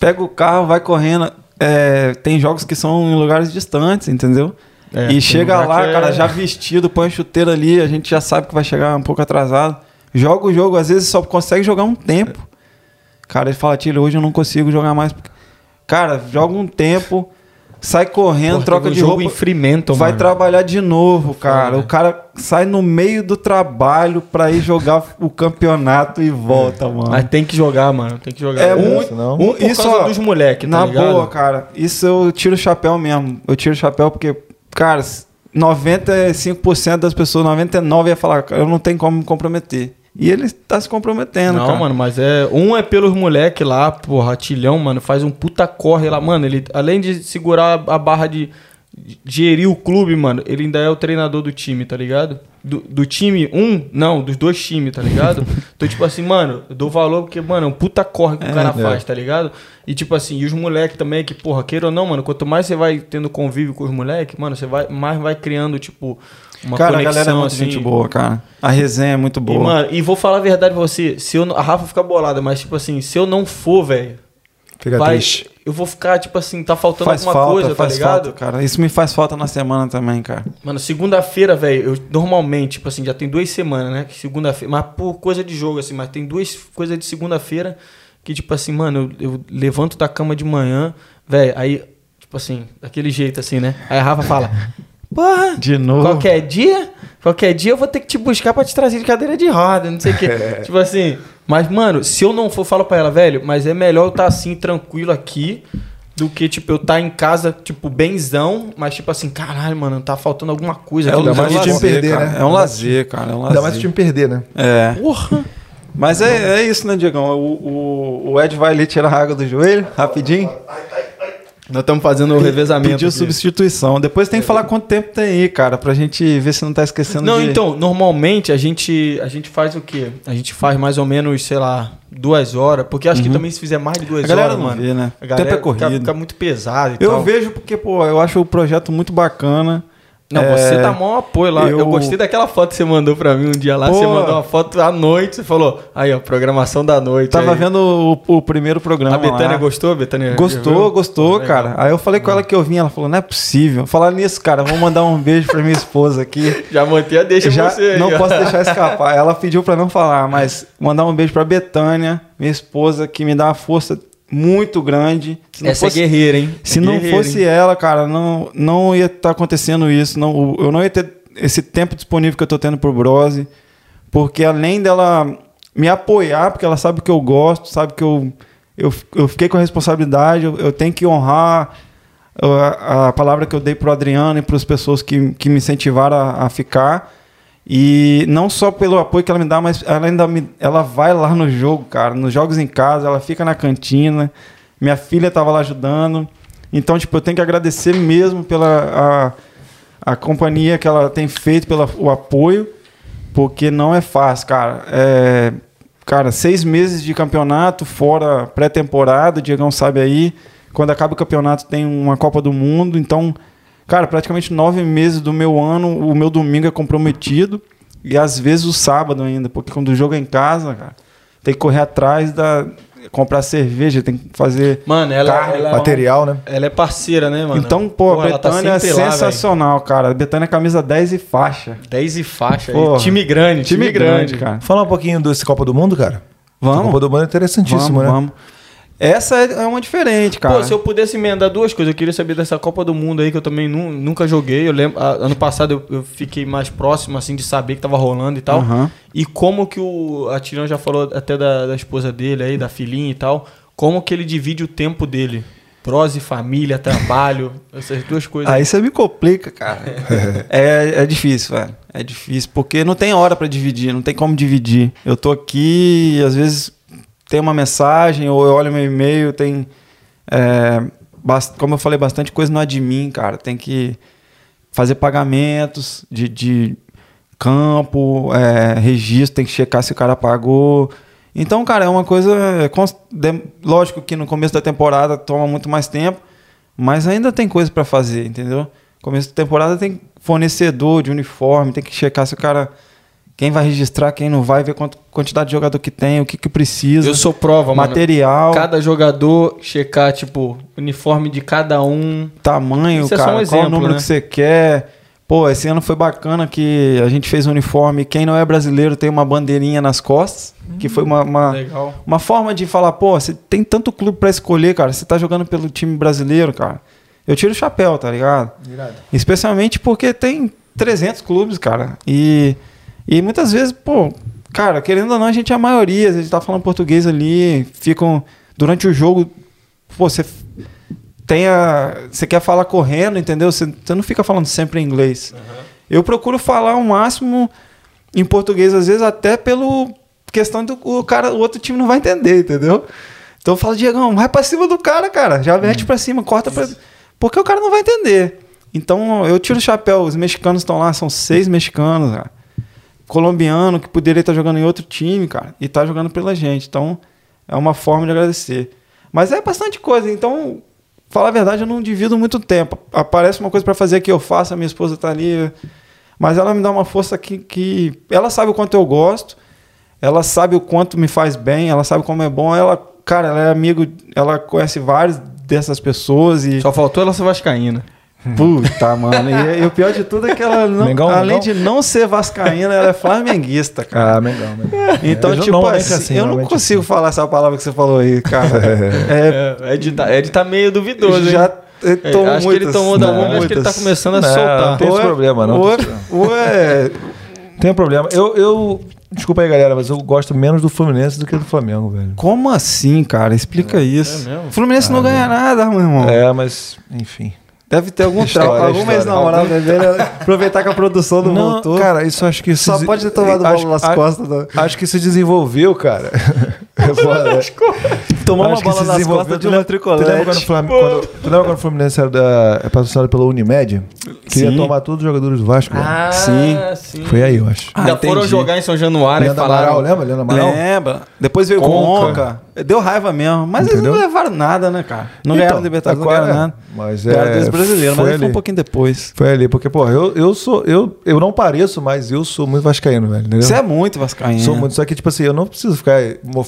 pega o carro, vai correndo. É, tem jogos que são em lugares distantes, entendeu?
É, tem
e chega
lugar
lá,
que é-
cara, já vestido, põe a chuteira ali, a gente já sabe que vai chegar um pouco atrasado. Joga o jogo, às vezes só consegue jogar um tempo. Cara, ele fala, Tilho, hoje eu não consigo jogar mais. Cara, joga um tempo. sai correndo,
Pô,
troca
teve um
de
jogo
roupa.
em Fremantle,
vai
mano.
trabalhar de novo, cara.
Foda.
O cara sai no meio do trabalho pra ir jogar o campeonato e volta, mano.
Mas tem que jogar, mano. Tem que jogar.
É
um,
muito, não?
um por
Isso,
causa
ó,
dos moleques, tá
Na
ligado?
boa, cara. Isso eu tiro o chapéu mesmo. Eu tiro o chapéu porque, cara, 95% das pessoas, 99% ia falar, cara, eu não tenho como me comprometer. E ele tá se comprometendo,
Não,
cara.
mano, mas é. Um é pelos moleque lá, porra, atilhão, mano, faz um puta corre lá. Mano, ele, além de segurar a barra de, de gerir o clube, mano, ele ainda é o treinador do time, tá ligado? Do, do time um, não, dos dois times, tá ligado? então, tipo assim, mano, eu dou valor porque, mano, é um puta corre que o cara
é.
faz, tá ligado? E tipo assim, e os moleque também, que, porra, queira ou não, mano, quanto mais você vai tendo convívio com os moleque, mano, você vai, mais vai criando, tipo, uma
cara,
conexão,
a galera é muito
assim,
gente boa, cara. A resenha é muito boa.
e, mano, e vou falar a verdade pra você. Se eu, não- a Rafa fica bolada, mas, tipo assim, se eu não for, velho,
Fica
vai-
triste.
eu vou ficar, tipo assim, tá faltando
faz
alguma
falta,
coisa,
faz
tá ligado?
falta, cara. Isso me faz falta na semana também, cara.
Mano, segunda-feira, velho, eu normalmente, tipo assim, já tem duas semanas, né? que Segunda-feira, mas por coisa de jogo, assim, mas tem duas coisas de segunda-feira que, tipo assim, mano, eu, eu levanto da cama de manhã, velho, aí, tipo assim, daquele jeito, assim, né? Aí a Rafa fala, porra,
De novo.
qualquer dia, qualquer dia eu vou ter que te buscar pra te trazer de cadeira de roda, não sei o quê. tipo assim, mas, mano, se eu não for, eu falo pra ela, velho, mas é melhor eu estar tá, assim, tranquilo aqui, do que, tipo, eu estar tá em casa, tipo, benzão, mas, tipo assim, caralho, mano, tá faltando alguma coisa
É um,
Ainda
no
mais o
meu
lazer,
time
lado."
perder,
cara.
né?
É um lazer, cara. É um lazer.
Ainda mais se o time perder, né?
É.
Porra!
Mas é, é isso, né, Diegão? O, o, o Ed vai ali tirar a água do joelho, rapidinho.
Nós estamos fazendo o revezamento.
Pediu
aqui.
substituição. Depois tem que falar quanto tempo tem aí, cara, pra gente ver se não tá esquecendo
É. Não,
de...
então, normalmente a gente, a gente faz o quê? A gente faz mais ou menos, sei lá, duas horas. Porque acho que também se fizer mais de duas
A galera
horas,
não
mano.
vê, né?
A galera
Tempo é corrido.
Fica, fica muito pesado e
Eu
tal.
vejo porque, pô, eu acho o projeto muito bacana.
Não,
É,
você tá dá maior apoio lá. Eu...
eu
gostei daquela foto que você mandou pra mim um dia lá.
Pô.
Você mandou uma foto à noite, você falou, aí, ó, programação da noite.
Tava
aí.
vendo o, o primeiro programa
A Betânia
lá.
gostou, Betânia?
Gostou,
viu?
gostou,
Legal.
cara. Aí eu falei com ela que eu vim, ela falou, não é possível. Falar nisso, cara, vou mandar um beijo pra minha esposa aqui.
Já mantei a deixa
já
pra você. aí,
não
ó.
posso deixar escapar. Ela pediu pra não falar, mas mandar um beijo pra Betânia, minha esposa, que me dá uma força muito grande. Se não
Essa
fosse-
é guerreira, hein?
Se
É
não
guerreira,
fosse
hein?
ela, cara, não, não ia estar acontecendo isso. Não, o- eu não ia ter esse tempo disponível que eu tô tendo pro Brose. Porque além dela me apoiar, porque ela sabe que eu gosto, sabe que eu, eu, eu fiquei com a responsabilidade, eu, eu tenho que honrar uh, a, palavra que eu dei pro Adriano e para as pessoas que, que me incentivaram a, a ficar. E não só pelo apoio que ela me dá, mas ela ainda me, ela vai lá no jogo, cara, nos jogos em casa, ela fica na cantina. Minha filha tava lá ajudando. Então, tipo, eu tenho que agradecer mesmo pela a, a companhia que ela tem feito, pelo o apoio, porque não é fácil, cara. É, cara, seis meses de campeonato, fora pré-temporada, o Diegão sabe aí. Quando acaba o campeonato tem uma Copa do Mundo, então, cara, praticamente nove meses do meu ano, o meu domingo é comprometido. E às vezes o sábado ainda, porque quando o jogo é em casa, cara, tem que correr atrás da. comprar cerveja, tem que fazer.
Mano, ela,
Carne,
ela,
Material, né?
ela é parceira, né, mano?
Então, pô, a
ela tá
Betânia é
sempre lá, velho.
sensacional, cara. A Betânia é camisa 10 e faixa.
10 e faixa.
Porra.
aí. Time grande, time, grande.
cara.
Fala um pouquinho desse Copa do Mundo, cara.
Ah. Vamos.
A Copa do Mundo é interessantíssimo,
vamos,
né?
vamos. Essa é é uma diferente, cara.
Pô, se eu pudesse emendar duas coisas, eu queria saber dessa Copa do Mundo aí que eu também nu- nunca joguei. Eu lembro, a- ano passado eu, eu fiquei mais próximo assim de saber que tava rolando e tal.
Aham.
E como que o a Tirão já falou até da, da esposa dele aí, da filhinha e tal, como que ele divide o tempo dele? Prose, família, trabalho, essas duas coisas.
Aí você me complica, cara. é, é difícil, velho. É difícil, porque não tem hora pra dividir, não tem como dividir. Eu tô aqui, às vezes tem uma mensagem, ou eu olho meu e-mail, tem. é, bas- como eu falei, bastante coisa no admin, cara. Tem que fazer pagamentos de, de campo, é, registro, tem que checar se o cara pagou. Então, cara, é uma coisa. cons- de- Lógico que no começo da temporada toma muito mais tempo, mas ainda tem coisa pra fazer, entendeu? Começo da temporada tem fornecedor de uniforme, tem que checar se o cara. Quem vai registrar, quem não vai, ver quanto, quantidade de jogador que tem, o que, que precisa.
eu sou prova, mano.
material,
Cada jogador checar, tipo, uniforme de cada um.
tamanho,
Isso é só
cara,
um
qual
exemplo,
o número
né?
que você quer. Pô, esse ano foi bacana que a gente fez um uniforme. Quem não é brasileiro tem uma bandeirinha nas costas, que foi uma, uma,
Legal.
uma forma de falar, pô, você tem tanto clube pra escolher, cara. Você tá jogando pelo time brasileiro, cara. eu tiro o chapéu, tá ligado?
Irado.
Especialmente porque tem 300 clubes, cara. E, e muitas vezes, pô, cara, querendo ou não, a gente é a maioria. A gente tá falando português ali, ficam. Durante o jogo, pô, você tem a, você quer falar correndo, entendeu? Você, você não fica falando sempre em inglês. Eu procuro falar o máximo em português, às vezes, até pelo questão do o cara, o outro time não vai entender, entendeu? Então eu falo, Diegão, vai pra cima do cara, cara. Já mete pra cima, corta pra. Porque o cara não vai entender. Então eu tiro o chapéu, os mexicanos estão lá, são seis mexicanos, cara. Colombiano que poderia estar jogando em outro time, cara, e tá jogando pela gente. Então é uma forma de agradecer. Mas é bastante coisa, então falar a verdade, eu não divido muito tempo. Aparece uma coisa para fazer que eu faço, a minha esposa tá ali. Mas ela me dá uma força que, que. Ela sabe o quanto eu gosto, ela sabe o quanto me faz bem, ela sabe como é bom. Ela, cara, ela é amigo, ela conhece várias dessas pessoas e.
Só faltou ela ser vascaína.
Puta, mano. E, e o pior de tudo é que ela, não,
Mengão, Mengão?
além de não ser vascaína, ela é flamenguista, cara.
Ah, Mengão, Mengão.
Então,
eu-
tipo,
normalmente
assim,
assim,
eu não
normalmente
consigo falar essa palavra que você falou aí, cara. É,
É, Ed tá, Ed tá meio duvidoso, hein?
já eu
É,
tomo
acho que ele
muitas,
tomou da
tomo
onda, acho que ele tá
muitas.
começando a
Não,
soltar.
tem- esse
Ou é-
problema, não.
Ou, é- ou é.
Tem um problema. Eu, eu. Desculpa aí, galera, mas eu gosto menos do Fluminense do que do Flamengo, velho.
Como assim, cara? Explica isso.
é mesmo?
Fluminense não ganha nada, Ah, meu irmão.
É, mas, enfim.
Deve ter algum
História,
trauma. Alguma
história.
ex-namorada dele aproveitar que a produção não, voltou.
cara, isso acho que.
Só
se-
pode ter tomado
acho-
bola nas
a-
costas. da-
Acho que se desenvolveu, cara. É foda, né?
Tomou uma
Acho que
bola
se
nas
desenvolveu.
costas de
Tu
uma
lembra- Tu lembra quando o
tricolete.
Flam- quando- tu lembra quando o Fluminense era da, é patrocinado pela Unimed? Queria
Sim.
tomar todos os jogadores do Vasco. velho.
Ah,
Sim.
sim.
Foi aí, eu acho.
Ainda
Ah,
foram
entendi. né?
jogar em São Januário e
Leandro Amaral,
falaram.
lembra? Leandro Amaral?
Lembra? Depois veio
Conca.
Conca. Deu raiva mesmo. Mas eles
Entendeu?
não levaram nada, né, cara? Não
Então,
ganharam Libertadores, não
agora-
ganharam nada.
Mas é.
Ganharam dois brasileiros, mas
foi,
ele foi um
ali,
pouquinho depois.
foi ali, porque, pô, eu, eu sou. Eu, eu não pareço, mas eu sou muito vascaíno, velho. Entendeu?
Você é muito vascaíno.
Sou muito, só que, tipo assim, eu não preciso ficar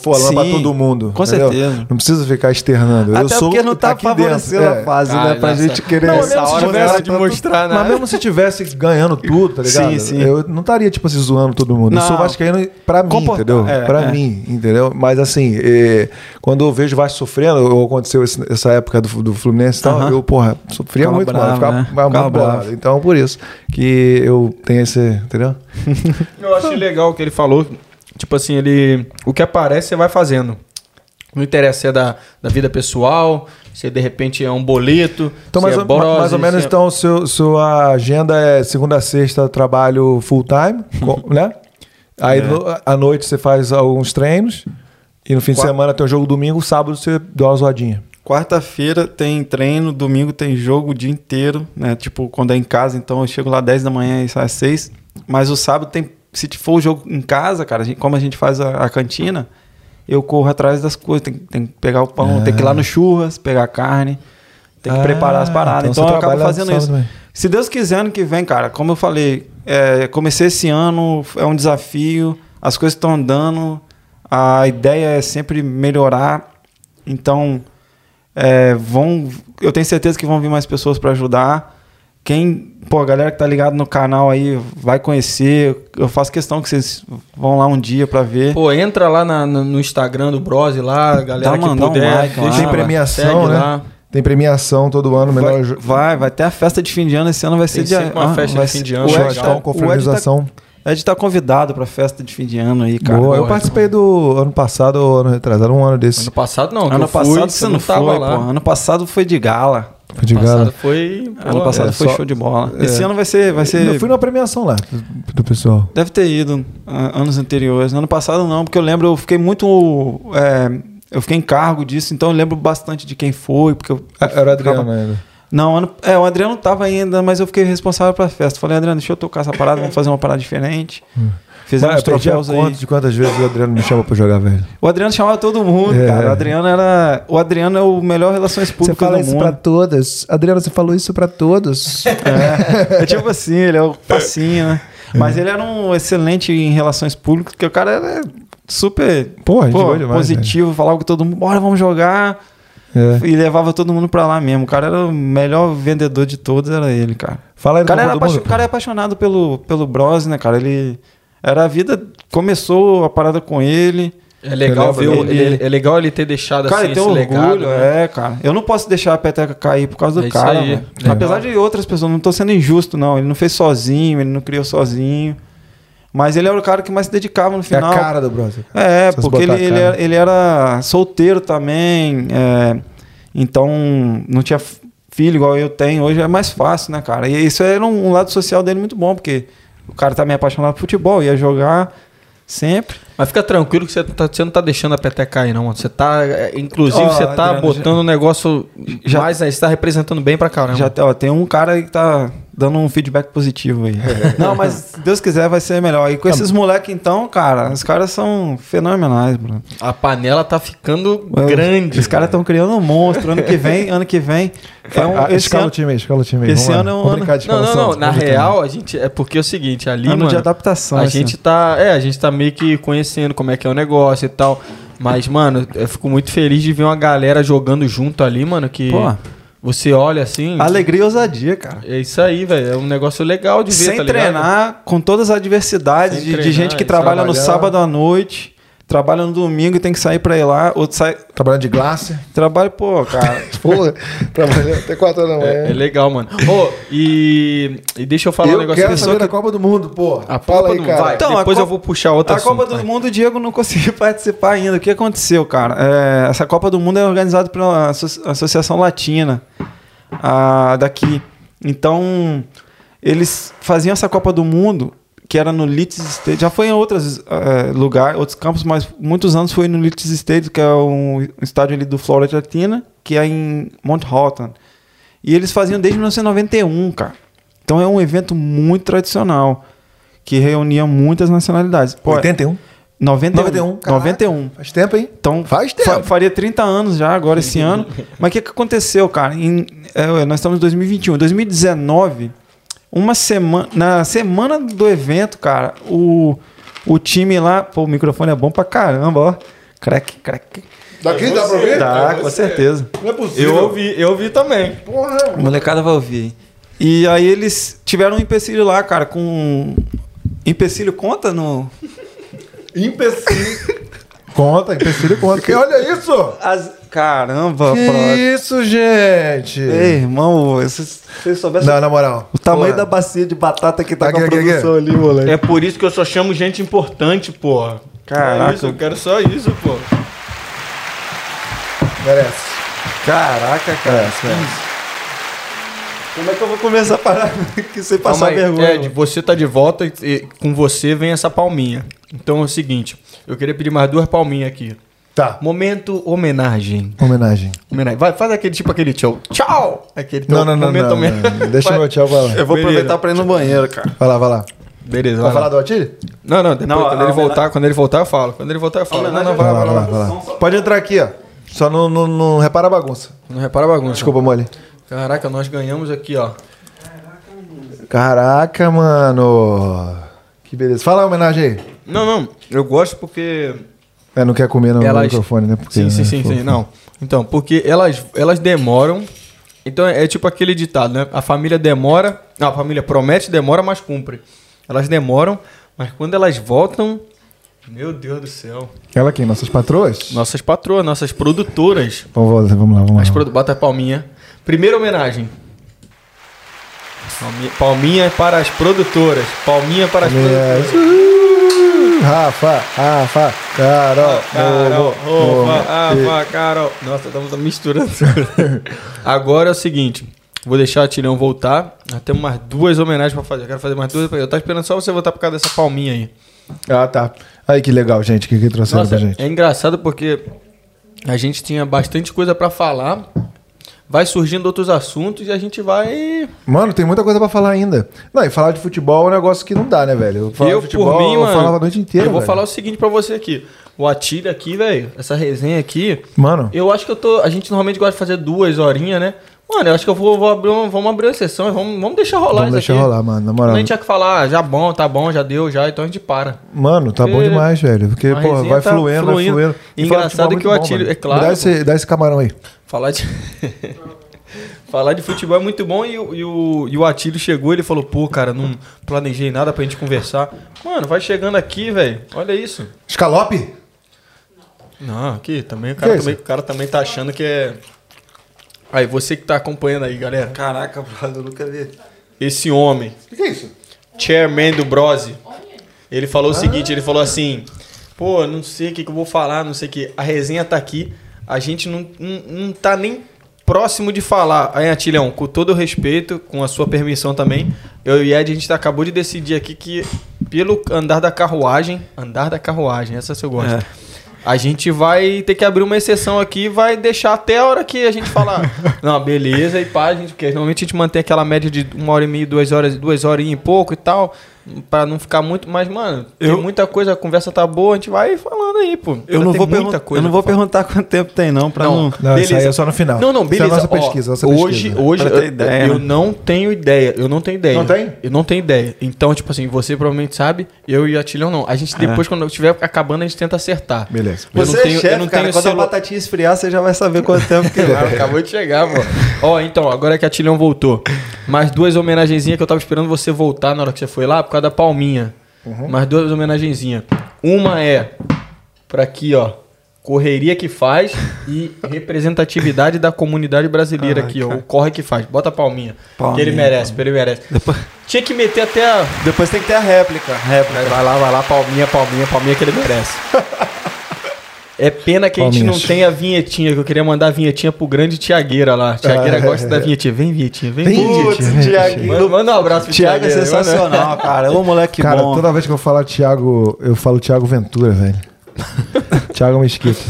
falando
Sim,
pra todo mundo.
com
entendeu?
certeza.
Não preciso ficar externando. eu
Até
sou
porque não tá
aqui dentro,
favorecendo
é.
a fase,
Ah,
né? Pra
nossa.
gente querer...
Não,
Não,
essa
mesmo se
hora
tivesse
era de
tanto-
mostrar, né?
Mas mesmo se tivesse ganhando tudo, tá ligado?
Sim, sim.
Eu não estaria, tipo assim, zoando todo mundo. Eu
Não.
sou vascaíno pra mim,
Comporta-
entendeu?
é,
pra
é.
mim, entendeu? Mas assim, eh, quando eu vejo o Vasco sofrendo, ou aconteceu esse- essa época do, do Fluminense e tal,
Aham.
eu, porra, sofria
Ficava
muito,
bravo,
mano. Ficava,
né?
ficava
Ficava
muito bolado.
bravo.
Então, por isso que eu tenho esse, entendeu?
Eu achei legal o que ele falou. Tipo assim, ele. O que aparece, você vai fazendo. Não interessa se é da, da vida pessoal, se de repente é um boleto.
Então,
se
mais,
é
ou, ma-
brose,
mais ou menos,
se é-
então, seu, sua agenda é segunda a sexta, trabalho full time, co- né? Aí no- à noite você faz alguns treinos. E no fim de
Qua-
semana tem o jogo domingo, sábado você dá uma zoadinha.
Quarta-feira tem treino, domingo tem jogo o dia inteiro, né? Tipo, quando é em casa, então eu chego lá 10 da manhã e saio às 6. Mas o sábado tem. Se for o jogo em casa, cara, a gente- como a gente faz a, a cantina, eu corro atrás das coisas. Tem, tem que pegar o pão, tem que ir lá no churras, pegar a carne, tem que
Ah,
preparar as paradas.
então
Então,
você
eu acabo
trabalha
fazendo
sábado
isso.
também.
Se Deus quiser, ano que vem, cara, como eu falei, é, comecei esse ano, é um desafio, as coisas estão andando, a ideia é sempre melhorar. Então, é, vão, eu tenho certeza que vão vir mais pessoas para ajudar. Quem, pô, a galera que tá ligado no canal aí vai conhecer. Eu faço questão que vocês vão lá um dia para ver.
Pô, entra lá na- na- no Instagram do Brose lá, galera
Dá uma-
que
dá um
puder.
like lá,
deixa-
tem
vai,
premiação,
É, segue
né?
lá.
Tem premiação todo ano, melhor
vai,
jo-
vai, vai ter a festa de fim de ano esse ano vai ser dia. ah,
sempre uma festa de
vai
fim
ser-
de ano,
o Ed
legal.
churrascão
tá-
com
o Ed tá-
finalização.
Ed tá convidado pra festa de fim de ano aí, cara.
Boa.
boa,
Eu participei do ano passado, ou ano retrasado, um ano desse.
Ano passado não, que
ano
eu fui,
passado você não foi,
tava
pô.
lá.
Ano passado foi de gala.
Fui de
Ano passado
gala.
foi.
ano
pô,
passado
é,
foi
só-
show de bola.
é.
Esse ano vai ser. Vai ser
Eu fui numa premiação lá, do, do pessoal.
Deve ter ido ah, anos anteriores. Ano passado não, porque eu lembro, eu fiquei muito. é, eu fiquei em cargo disso, então eu lembro bastante de quem foi, porque eu.
Ah, Era o Adriano
ficava-
ainda.
Não, ano- é, o Adriano tava ainda, mas eu fiquei responsável pela festa. Falei, Adriano, deixa eu tocar essa parada, vamos fazer uma parada diferente. Fizemos
Mas eu perdi Hum. a
troféus aí.
conta de quantas vezes o Adriano me chama pra jogar, velho.
O Adriano chamava todo mundo,
É.
cara. O Adriano era. O Adriano é o melhor relações
Você
públicas
fala
do
isso
mundo.
pra todas. Adriano, você falou isso pra todos.
É tipo assim, ele é o facinho, né? Mas ele era um excelente em relações públicas, porque o cara era super
Pô, a gente
pô,
boa demais, né?
positivo, falava com todo mundo, bora, vamos jogar.
velho. É.
E levava todo mundo pra lá mesmo. O cara era o melhor vendedor de todos, era ele, cara.
Fala aí
O cara, era
do
apaixo-
mundo.
o cara é apaixonado pelo, pelo Bros, né, cara? Ele. Era a vida. Começou a parada com ele.
É legal ver, o-
ele-
ele- é legal ele ter deixado
Cara,
assim
ele tem um
esse
orgulho,
legado. né?
é, cara. Eu não posso deixar a peteca cair por causa do
É isso
cara.
aí.
velho.
Legal.
Apesar de outras pessoas, não tô sendo injusto, não. Ele não fez sozinho, ele não criou sozinho. Mas ele era o cara que mais se dedicava no
É a
final.
cara do brother.
É,
Se você
porque ele,
botar a
ele,
cara.
era, ele era solteiro também, é, então não tinha f- filho igual eu tenho hoje, é mais fácil, né, cara? E isso era um, um lado social dele muito bom, porque o cara tá meio apaixonado por futebol, ia jogar sempre.
Mas fica tranquilo que você, tá- você não tá deixando a peteca cair, não. mano. Você tá. é, Inclusive,
Ó,
você tá
Adriano,
botando um negócio
já-
mais. Né? Você tá representando bem pra caramba.
Já tem- ó, tem um cara aí que tá dando um feedback positivo aí.
É.
não, mas se Deus quiser vai ser melhor. E
Tá
com esses moleques então, cara, os caras são fenomenais, bro.
A panela tá ficando
Os-
grande.
Os caras estão criando um monstro. Ano que vem, ano que vem. É um,
Ah,
esse
escala
ano-
o time aí, escala o time aí.
esse
Vamos lá.
ano é um
Vamos
ano-
brincar de
Não, não,
escalação,
não. Na
vamos brincar.
real, a gente. É porque é o seguinte, ali.
ano de
mano,
adaptação.
A
esse
gente tá. É, a gente tá meio que conhecendo como é que é o negócio e tal. Mas, mano, eu fico muito feliz de ver uma galera jogando junto ali, mano. Que
Pô.
você olha assim.
Alegria e ousadia, cara.
É isso aí, velho. É um negócio legal de ver,
Sem
tá ligado?
treinar, com todas as adversidades
Sem
de, de
treinar, é
gente que
e
trabalha no
trabalhar.
sábado à noite, trabalha no domingo e tem que sair pra ir lá, outro sai.
Trabalhando de glace.
Trabalha, pô, cara.
Pô, trabalhando até 4 horas da manhã.
É, é legal, mano. Ô, e, e deixa eu falar um
eu
negócio.
quero
aqui.
saber da Copa do Mundo, pô.
A
Fala
Copa
aí,
do-
cara.
vai,
Então, a
depois eu
Copa-
vou puxar outra
a Copa do Mundo, o Diego não conseguiu participar ainda. O que aconteceu, cara? É, essa Copa do Mundo é organizada pela asso- Associação Latina a, daqui. Então, eles faziam essa Copa do Mundo, que era no Leeds Stadium. Já foi em outros lugares, outros campos, mas muitos anos foi no Leeds Stadium, que é um estádio ali do Floriantina, que é em Mount Houghton. E eles faziam desde 1991, cara. Então é um evento muito tradicional, que reunia muitas nacionalidades. Pô,
81.
91.
91,
91.
caraca. Faz tempo, hein?
Então,
Faz tempo.
fa- faria 30 anos já agora esse ano. Mas o que, que aconteceu, cara? Em- é, nós estamos em 2021. Em 2019, uma semana, na semana do evento, cara, o, o time lá. Pô, o microfone é bom pra caramba, ó. Crack, crack.
Daqui dá pra ver?
Dá, com certeza.
Não é possível.
Eu ouvi, eu ouvi também.
Porra. é
A molecada vai ouvir. E aí eles tiveram um empecilho lá, cara, com. um Empecilho conta no.
um Empecilho. Conta, empecilho conta. Que olha isso!
As- Caramba,
Que
brother.
isso, gente!
Ei, irmão, É. se você soubesse
Não, na moral.
O tamanho
Porra.
da bacia de batata que tá
Aqui,
com a
aqui,
produção ali, moleque.
É por isso que eu só chamo gente importante, porra.
Caraca.
É isso, eu quero só isso, pô.
Merece.
Caraca, cara.
Merece, merece.
Como é que eu vou começar a parar que você
Calma
passar
aí.
vergonha?
Ed, você tá de volta e, e com você vem essa palminha. Então é o seguinte, eu queria pedir mais duas palminhas aqui.
Tá.
Momento homenagem.
Homenagem.
Homenagem. Vai, faz aquele tipo aquele tchau. Tchau! Aquele
Não,
tchau.
não, não.
Momento
não,
homenagem.
não. Deixa o meu tchau pra lá.
eu vou
Beleza.
aproveitar pra ir no banheiro, cara.
Vai lá, vai lá.
Beleza,
Vai
vai
falar
lá.
do Atilho?
Não, não, depois
Não,
quando
a
ele
homenagem-
voltar, quando ele voltar eu falo. Quando ele voltar eu falo. Não, não,
Vai
vai, vai,
lá, vai lá,
vai.
vai lá. Pode entrar aqui, ó. Só não, não, não repara a bagunça.
Não repara a bagunça.
Desculpa, mole.
Caraca, nós ganhamos aqui, ó.
Caraca, mano. Que beleza. Fala a homenagem aí.
Não, não, eu gosto porque.
É, não quer comer no
Elas-
microfone, né? Porque,
Sim, sim,
né,
sim,
fofo.
sim. Não. Então, porque elas, elas demoram. Então é tipo aquele ditado, né? A família demora. Não, a família promete, demora, mas cumpre. Elas demoram, mas quando elas voltam. Meu Deus do céu.
Ela quem? Nossas patroas?
Nossas patroas, nossas produtoras.
Vamos, voltar, vamos lá, vamos
As
lá.
produ... Bota a palminha. Primeira homenagem. Palmi- Palminha para as produtoras. Palminha para as produtoras.
Yes. é. Uhul. Rafa, Rafa, Carol,
Ah, Carol,
Momo,
opa,
Momo.
apa, Ah, Carol. Nossa, estamos misturando. tudo. Agora é o seguinte. Vou deixar a Tilhão voltar. Nós temos mais duas homenagens pra fazer. Eu quero fazer mais duas. Eu tava esperando só você voltar por causa dessa palminha aí.
Ah, tá. Aí que legal, gente. O que, que trouxeram
Nossa,
pra gente?
é engraçado porque a gente tinha bastante coisa pra falar. Vai surgindo outros assuntos e a gente vai.
Mano, tem muita coisa pra falar ainda. Não, e falar de futebol é um negócio que não dá, né, velho? Eu, falava
eu,
de futebol,
por mim,
eu
mano.
falava a noite inteira.
Eu vou
velho.
falar o seguinte pra você aqui. O Atilha aqui, velho. Essa resenha aqui.
Mano,
Eu acho que eu tô. A gente normalmente gosta de fazer duas horinhas, né? Mano, eu acho que eu vou, vou abrir uma, vamos abrir uma sessão e vamos, vamos deixar rolar
vamos
isso
deixar
aqui.
rolar, mano. Na
Quando
moral.
a gente tinha que falar, ah, já bom, tá bom, já deu, já, então a gente para.
Mano, tá bom
Porque
demais, velho. Porque,
a
porra,
É. resenha
vai
tá
fluindo, vai
fluindo.
fluindo.
E
falar de
engraçado
futebol
que o
muito bom,
Atílio-
velho.
é claro,
Me Dá esse, dá esse camarão aí.
Falar de. falar de futebol é muito bom e, o- e o, e o Atílio chegou ele falou, pô, cara, não planejei nada pra gente conversar. Mano, vai chegando aqui, velho. Olha isso.
Escalope?
Não, aqui também o cara,
Que é
também,
isso?
o cara também tá achando que é. Aí, você que tá acompanhando aí, galera.
Caraca, brother, eu nunca vi.
Esse homem,
O que, que é isso?
chairman do Brose, ele falou o
Ah.
seguinte: ele falou assim, pô, não sei o que, que eu vou falar, não sei o que. A resenha tá aqui, a gente não, não, não tá nem próximo de falar. Aí, Atilhão, com todo o respeito, com a sua permissão também, eu e Ed, a gente tá, acabou de decidir aqui que, pelo andar da carruagem, andar da carruagem, essa eu gosto. A gente vai ter que abrir uma exceção aqui e vai deixar até a hora que a gente falar. Não, beleza, e pá, a gente, porque normalmente a gente mantém aquela média de uma hora e meia, duas horas, duas horas e pouco e tal, pra não ficar muito. Mas, mano, tem
Eu-
muita coisa, a conversa tá boa, a gente vai falando aí, pô.
Eu
Ainda
não,
tem
vou
muita
perguntar,
coisa
eu não
pra
vou
falar.
perguntar quanto tempo tem, não, Então, pra não.
Não, isso aí é só no final.
Não, não,
Isso é a
beleza.
nossa
Ó,
pesquisa, nossa
hoje,
pesquisa.
hoje
Pra
eu,
ter ideia,
eu
né?
não tenho ideia. Eu não tenho ideia.
Não tem?
Eu não tenho ideia. Então, tipo assim, você provavelmente sabe, eu e o Atilhão não. A gente depois, quando estiver acabando, a gente tenta acertar.
Ah. Beleza.
Eu
Você
não tenho,
é chefe,
eu não
cara.
tenho
quando
celu-
a batatinha esfriar, você já vai saber quanto tempo que vai.
Claro, acabou de chegar, pô. Ó, então, agora que a Tilhão voltou. Mais duas homenagenzinhas que eu tava esperando você voltar na hora que você foi lá, por causa da palminha. Mais duas homenagenzinhas. Uma é pra aqui, ó. Correria que faz e representatividade da comunidade brasileira aqui, ó. O corre que faz. Bota a palminha.
Palminha,
que ele merece, ele merece. Tinha que meter até a.
Depois tem que ter a réplica. Réplica.
Vai lá, vai lá, palminha, palminha, palminha que ele merece. É pena que a gente
Palminhas.
não tem a vinhetinha, que eu queria mandar a vinhetinha pro grande Tiagueira lá. Tiagueira gosta da vinhetinha. Vem, vinhetinha, vem, vinhetinha.
Putz, Tiago.
Manda, manda um abraço pro
Tiago é
Tiagueira. manda-
sensacional, cara. Ô, moleque
Cara,
bom.
toda vez que eu falo Thiago, eu falo Thiago Ventura, velho. Thiago Mesquita.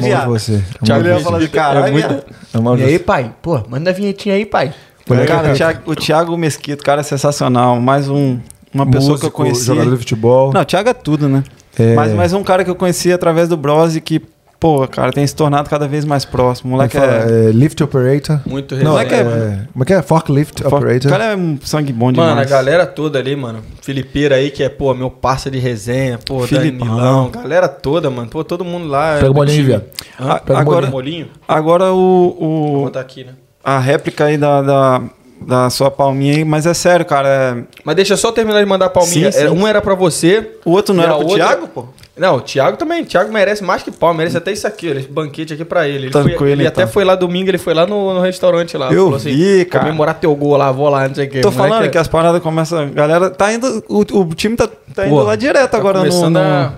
Thiago, eu amo
viado.
você.
Thiago
Thiago
Ele ia falar assim,
É
caralho,
muito-
viado.
Amo
E
você.
aí, pai? Pô, manda a vinhetinha aí, pai.
Cara,
Moleque,
o Thiago, o Thiago Mesquito, cara, é sensacional. Mais um, uma pessoa
músico,
que eu conheci.
jogador de futebol.
Não, o Thiago é tudo, né?
É.
Mas, mas um cara que eu conheci através do Brose que, pô, cara, tem se tornado cada vez mais próximo. O
Como é
moleque
que fala?
é.
É, lift operator.
Muito
Não, é,
Moleque
que
resenha.
é,
é-
como é que é? Forklift
O
operator.
cara é um sangue bom demais.
Mano, a galera toda ali, mano. Felipeira aí, que é, pô, meu parça de resenha, pô,
Filipão.
Danilão. Galera toda, mano. Pô, todo mundo lá.
Pega o
do
bolinho,
time.
viado.
Hã?
A-
Pega
agora-
o bolinho.
Agora
Vou
o, o-
botar aqui, né?
a réplica aí da, da, da sua palminha aí, mas é sério, cara. é-
Mas deixa eu só terminar de mandar a palminha.
Sim, sim.
Era- Um era pra você.
O outro não
E
era
a
pro
outra-
Thiago, pô?
Não, o Thiago também. O Thiago merece mais que pau, merece até isso aqui, olha, esse banquete aqui pra ele. Ele, foi-
Tranquilo,
ele até
então.
foi lá domingo, ele foi lá no, no restaurante lá. assim,
Eu vi, cara.
Comemorar teu gol lá, vou lá, não sei o quê.
Tô
Moleque, é
falando que as paradas começam. A galera tá indo. O, o time tá, tá indo
Pô,
lá direto
tá
agora no.
começando
no...
a...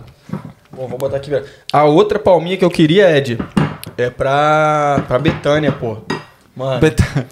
Bom, vou botar aqui. velho. A outra palminha que eu queria, Ed, é pra, pra Betânia, pô. Mano,
Betânia.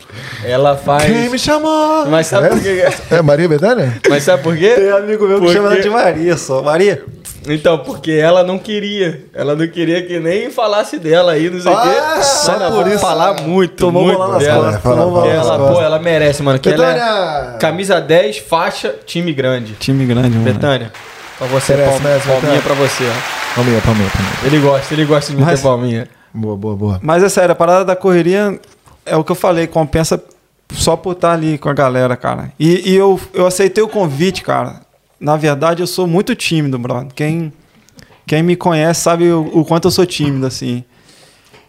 ela faz...
Quem me chamou?
É Mas sabe por quê?
É, é Maria Bethânia?
Mas sabe por quê?
Tem amigo meu que
Porque-
chama ela de Maria só. Maria?
Então, porque ela não queria. Ela não queria que nem falasse dela aí, não sei o
Ah,
quê.
só
Mano,
por
vai
isso.
falar muito,
Tomou
muito
bola nas
dela.
costas.
Fala,
Tomou
fala,
bola nas
ela,
costas.
pô, ela merece, mano. Que ela é
Betânia!
camisa 10, faixa, time grande.
Time grande, mano.
Betânia, pra você,
Merece,
palm-
merece,
palminha
Betânia.
pra você, ó.
Palminha, palminha, palminha.
Ele gosta, ele gosta de meter
Mas-
palminha.
Boa, boa, boa.
Mas é sério, a parada da correria é o que eu falei, compensa só por estar ali com a galera, cara. E, e eu, eu aceitei o convite, cara. Na verdade, eu sou muito tímido, brother. Quem, quem me conhece sabe o, o quanto eu sou tímido, assim.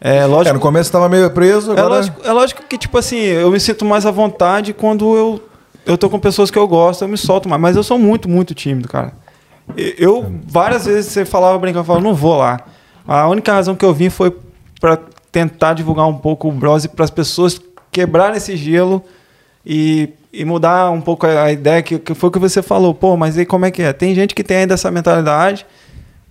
É
É, no
lógico,
começo eu tava meio preso,
é,
agora...
lógico, é lógico que, tipo assim, eu me sinto mais à vontade quando eu, eu tô com pessoas que eu gosto, eu me solto mais. Mas eu sou muito, muito tímido, cara. E- Eu, várias vezes, você falava, brincava, eu falava, não vou lá. A única razão que eu vim foi pra tentar divulgar um pouco o Brose para as pessoas quebrarem esse gelo e, e mudar um pouco a a ideia que, que foi o que você falou. Pô, mas aí como é que é? Tem gente que tem ainda essa mentalidade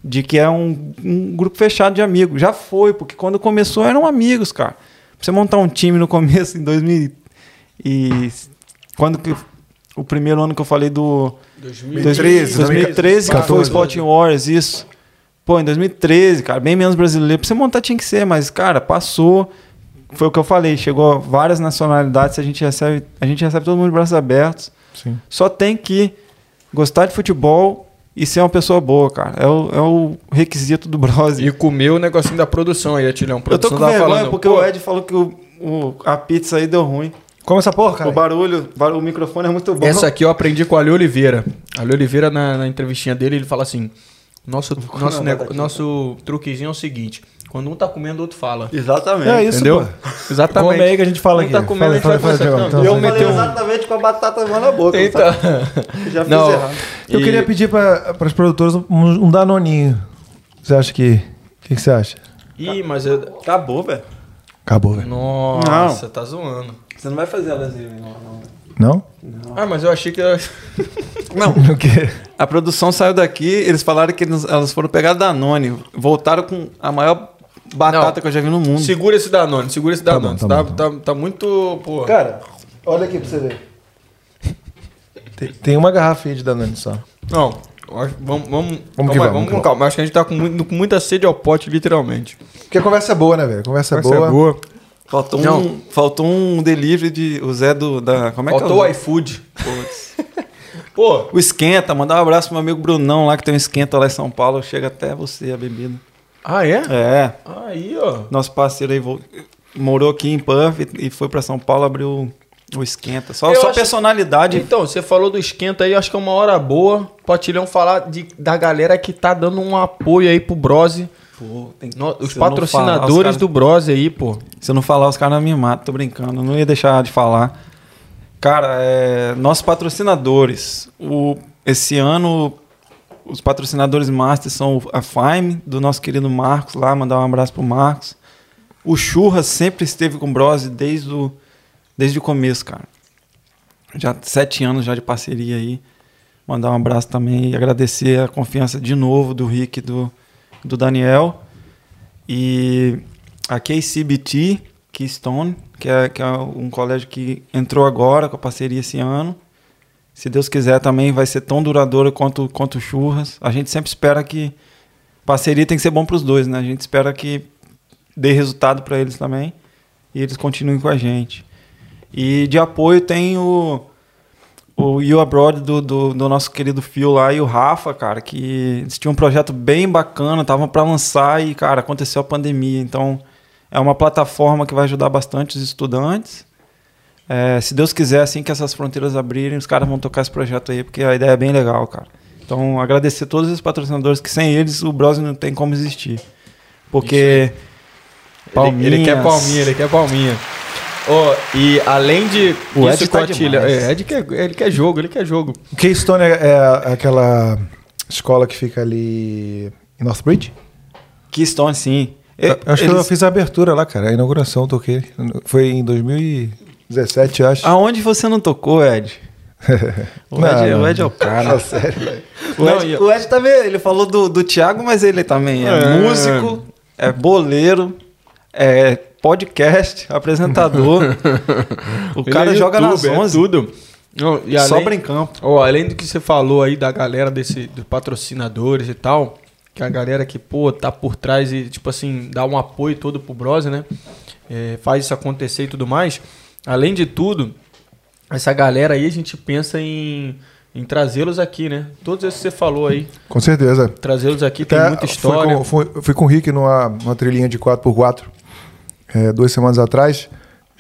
de que é um, um grupo fechado de amigos. Já foi, porque quando começou eram amigos, cara. Pra você montar um time no começo, em 2000 e... Quando que... O primeiro ano que eu falei do...
2013,
2013, cara, foi o
14.
Sporting Wars, isso. Pô, em 2013, cara, bem menos brasileiro. Pra você montar tinha que ser, mas, cara, passou. Foi o que eu falei, chegou várias nacionalidades, a gente recebe, a gente recebe todo mundo de braços abertos.
Sim.
Só tem que gostar de futebol e ser uma pessoa boa, cara. É o, é o requisito do Brose.
E comeu o negocinho da produção aí, Atilhão.
Eu tô
Produção
com
tava
vergonha
falando,
porque
pô,
o Ed falou que o, o- a pizza aí deu ruim.
Como essa porra,
O barulho, bar- o microfone é muito bom.
Essa aqui eu aprendi com o Ale Oliveira. Ale Oliveira, na, na entrevistinha dele, ele fala assim: nosso, nosso, nego- nosso truquezinho é o seguinte: quando um tá comendo, o outro fala.
Exatamente.
É isso,
Entendeu?
pô.
Exatamente.
Come aí que a gente fala
um
aqui.
Tá comendo,
Fala aí,
a gente
fala aí,
vai
fala aí,
conversando.
Thiago,
Eu
então.
meter um.
exatamente com a batata na boca.
Eita.
Já fiz
Não.
errado.
Eu
E-
queria pedir para as produtoras um, um danoninho. um Você acha que, que que você acha?
Ih, mas eu...
Acabou, velho.
Acabou, velho.
Nossa, tá zoando.
Você não vai fazer elas irem lá, não.
Não?
Ah, mas eu achei que... eu-
Não,
O quê?
a produção saiu daqui, eles falaram que eles- elas foram pegar Danone, voltaram com a maior batata
Não.
que eu já vi no mundo.
Segura esse Danone, segura esse
bom,
Danone.
tá
Tá,
bom,
tá, tá muito... Pô.
Cara, olha aqui pra você ver. Tem, tem uma garrafa aí de Danone só.
Não, eu acho- vamos, vamos,
Vamos que
calma aí,
vamos,
vamos
que
com calma. Acho que a gente tá com, muito- com muita sede ao pote, literalmente.
Porque a conversa é boa, né, velho? Conversa,
Essa
boa.
é boa.
Faltou, um,
Não.
faltou um delivery de. O Zé do. Da, como é que
Faltou o
é?
iFood.
Putz.
Pô,
O esquenta, mandar um abraço pro meu amigo Brunão lá que tem um esquenta lá em São Paulo. Chega até você a bebida.
ah é?
É.
Aí, ó.
Nosso parceiro aí vo- morou aqui em Puff e, e foi pra São Paulo abriu o esquenta. Só,
Eu
só
acho-
personalidade.
Então, você falou do esquenta aí, acho que é uma hora boa. Potilhão falar de, da galera que tá dando um apoio aí pro Brose.
Pô, tem que-
No- os
se eu não falar, os
patrocinadores
caras-
do Brose aí, pô.
Se eu não falar, os caras me matam, tô brincando. Não ia deixar de falar. Cara, é, nossos patrocinadores. O, esse ano, os patrocinadores master são a Fime, do nosso querido Marcos lá, mandar um abraço pro Marcos. O Churras sempre esteve com o Brose desde o, desde o começo, cara. Já sete anos já de parceria aí. Mandar um abraço também e agradecer a confiança de novo do Rick e do, do Daniel. E a KCBT, Keystone, que é, que é um colégio que entrou agora com a parceria esse ano. Se Deus quiser, também vai ser tão duradoura quanto, quanto o churras. A gente sempre espera que. Parceria tem que ser bom para os dois, né? A gente espera que dê resultado para eles também e eles continuem com a gente. E de apoio tem o, o You Abroad do, do, do nosso querido Phil lá e o Rafa, cara, que eles tinham um projeto bem bacana, estavam para lançar e, cara, aconteceu a pandemia. Então, é uma plataforma que vai ajudar bastante os estudantes. É, se Deus quiser, assim que essas fronteiras abrirem, os caras vão tocar esse projeto aí, porque a ideia é bem legal, cara. Então, agradecer todos os patrocinadores, que sem eles o Browser não tem como existir. Porque.
Ele, ele quer palminha, ele quer palminha. Ó, e além de.
O Ed tá
Cotilhão-
demais.
é, Ed quer, ele quer jogo, ele quer jogo.
O Keystone é, é aquela escola que fica ali em Northbridge?
Keystone, sim.
Eu, acho que eu
É, Eles-
fiz a abertura lá, cara. A inauguração eu toquei. Foi em 2017, eu acho.
Aonde você não tocou, Ed? Ah, O
Não,
Ed,
não.
o Ed é o cara.
Fala sério, velho.
O
Não,
Ed,
e-
o Ed também, ele falou do, do Thiago, mas ele também é,
É.
músico, é boleiro, é podcast, apresentador. o
Ele
cara
é
joga nas
youtuber, é
11,
tudo. Não, e
sobra
além,
em campo.
Ó, além do que você falou aí da galera desse, dos patrocinadores e tal, que a galera que, pô, tá por trás e, tipo assim, dá um apoio todo pro Brose, né? É, faz isso acontecer e tudo mais. Além de tudo, essa galera aí a gente pensa em, em trazê-los aqui, né? Todos esses que você falou aí,
Com certeza.
trazê-los aqui, tem
Até
muita
fui
história.
com- Fui, fui com o Rick numa, numa trilhinha de 4x4 é, duas semanas atrás.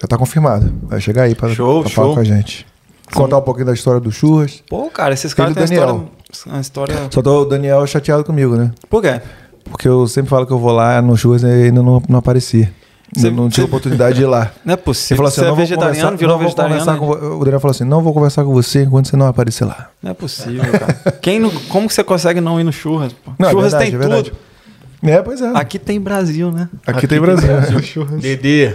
Já tá confirmado. Vai chegar aí pra,
Show,
pra
show.
falar com a gente. Contar um pouquinho da história do Churras.
Pô, cara, esses
Ele
caras
e
têm uma
Daniel.
história, uma história...
Só tô o Daniel chateado comigo, né?
Por quê?
Porque eu sempre falo que eu vou lá no Churras e ainda não, não apareci.
Você-
não tive
você-
oportunidade de ir lá.
Não é
Você
possível.
falou assim,
você
eu
é
não vou
vegetariano,
conversar,
virou
não vou
vegetariano. né?"
conversar com vo- O Daniel falou assim, não vou conversar com você enquanto você não aparecer lá.
Não é possível, cara. Quem não, como que você consegue não ir no churras? pô?
Não, é
churras
verdade, é
tem
verdade.
tudo.
É, pois é. Aqui,
Aqui tem Brasil, né?
tem Brasil.
Dedê,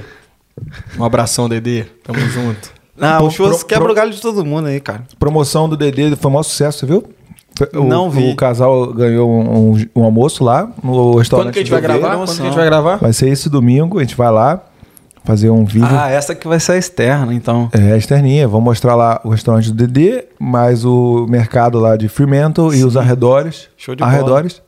um abração, Dedê. Tamo junto.
Ah,
Pô,
o churras
pro-
quebra
pro-
o galho de todo mundo aí, cara.
Promoção do Dedê foi o maior sucesso, você viu? O,
Não vi.
O casal ganhou um, um- um almoço lá no restaurante.
Quando que a gente vai
do Dedê.
gravar? Quando que a gente vai gravar?
Vai ser esse domingo, a gente vai lá fazer um vídeo.
Ah, essa que vai ser a externa, então.
É, externinha. Vamos mostrar lá o restaurante do Dedê, mais o mercado lá de Fremantle e os arredores.
Show de bola.
arredores.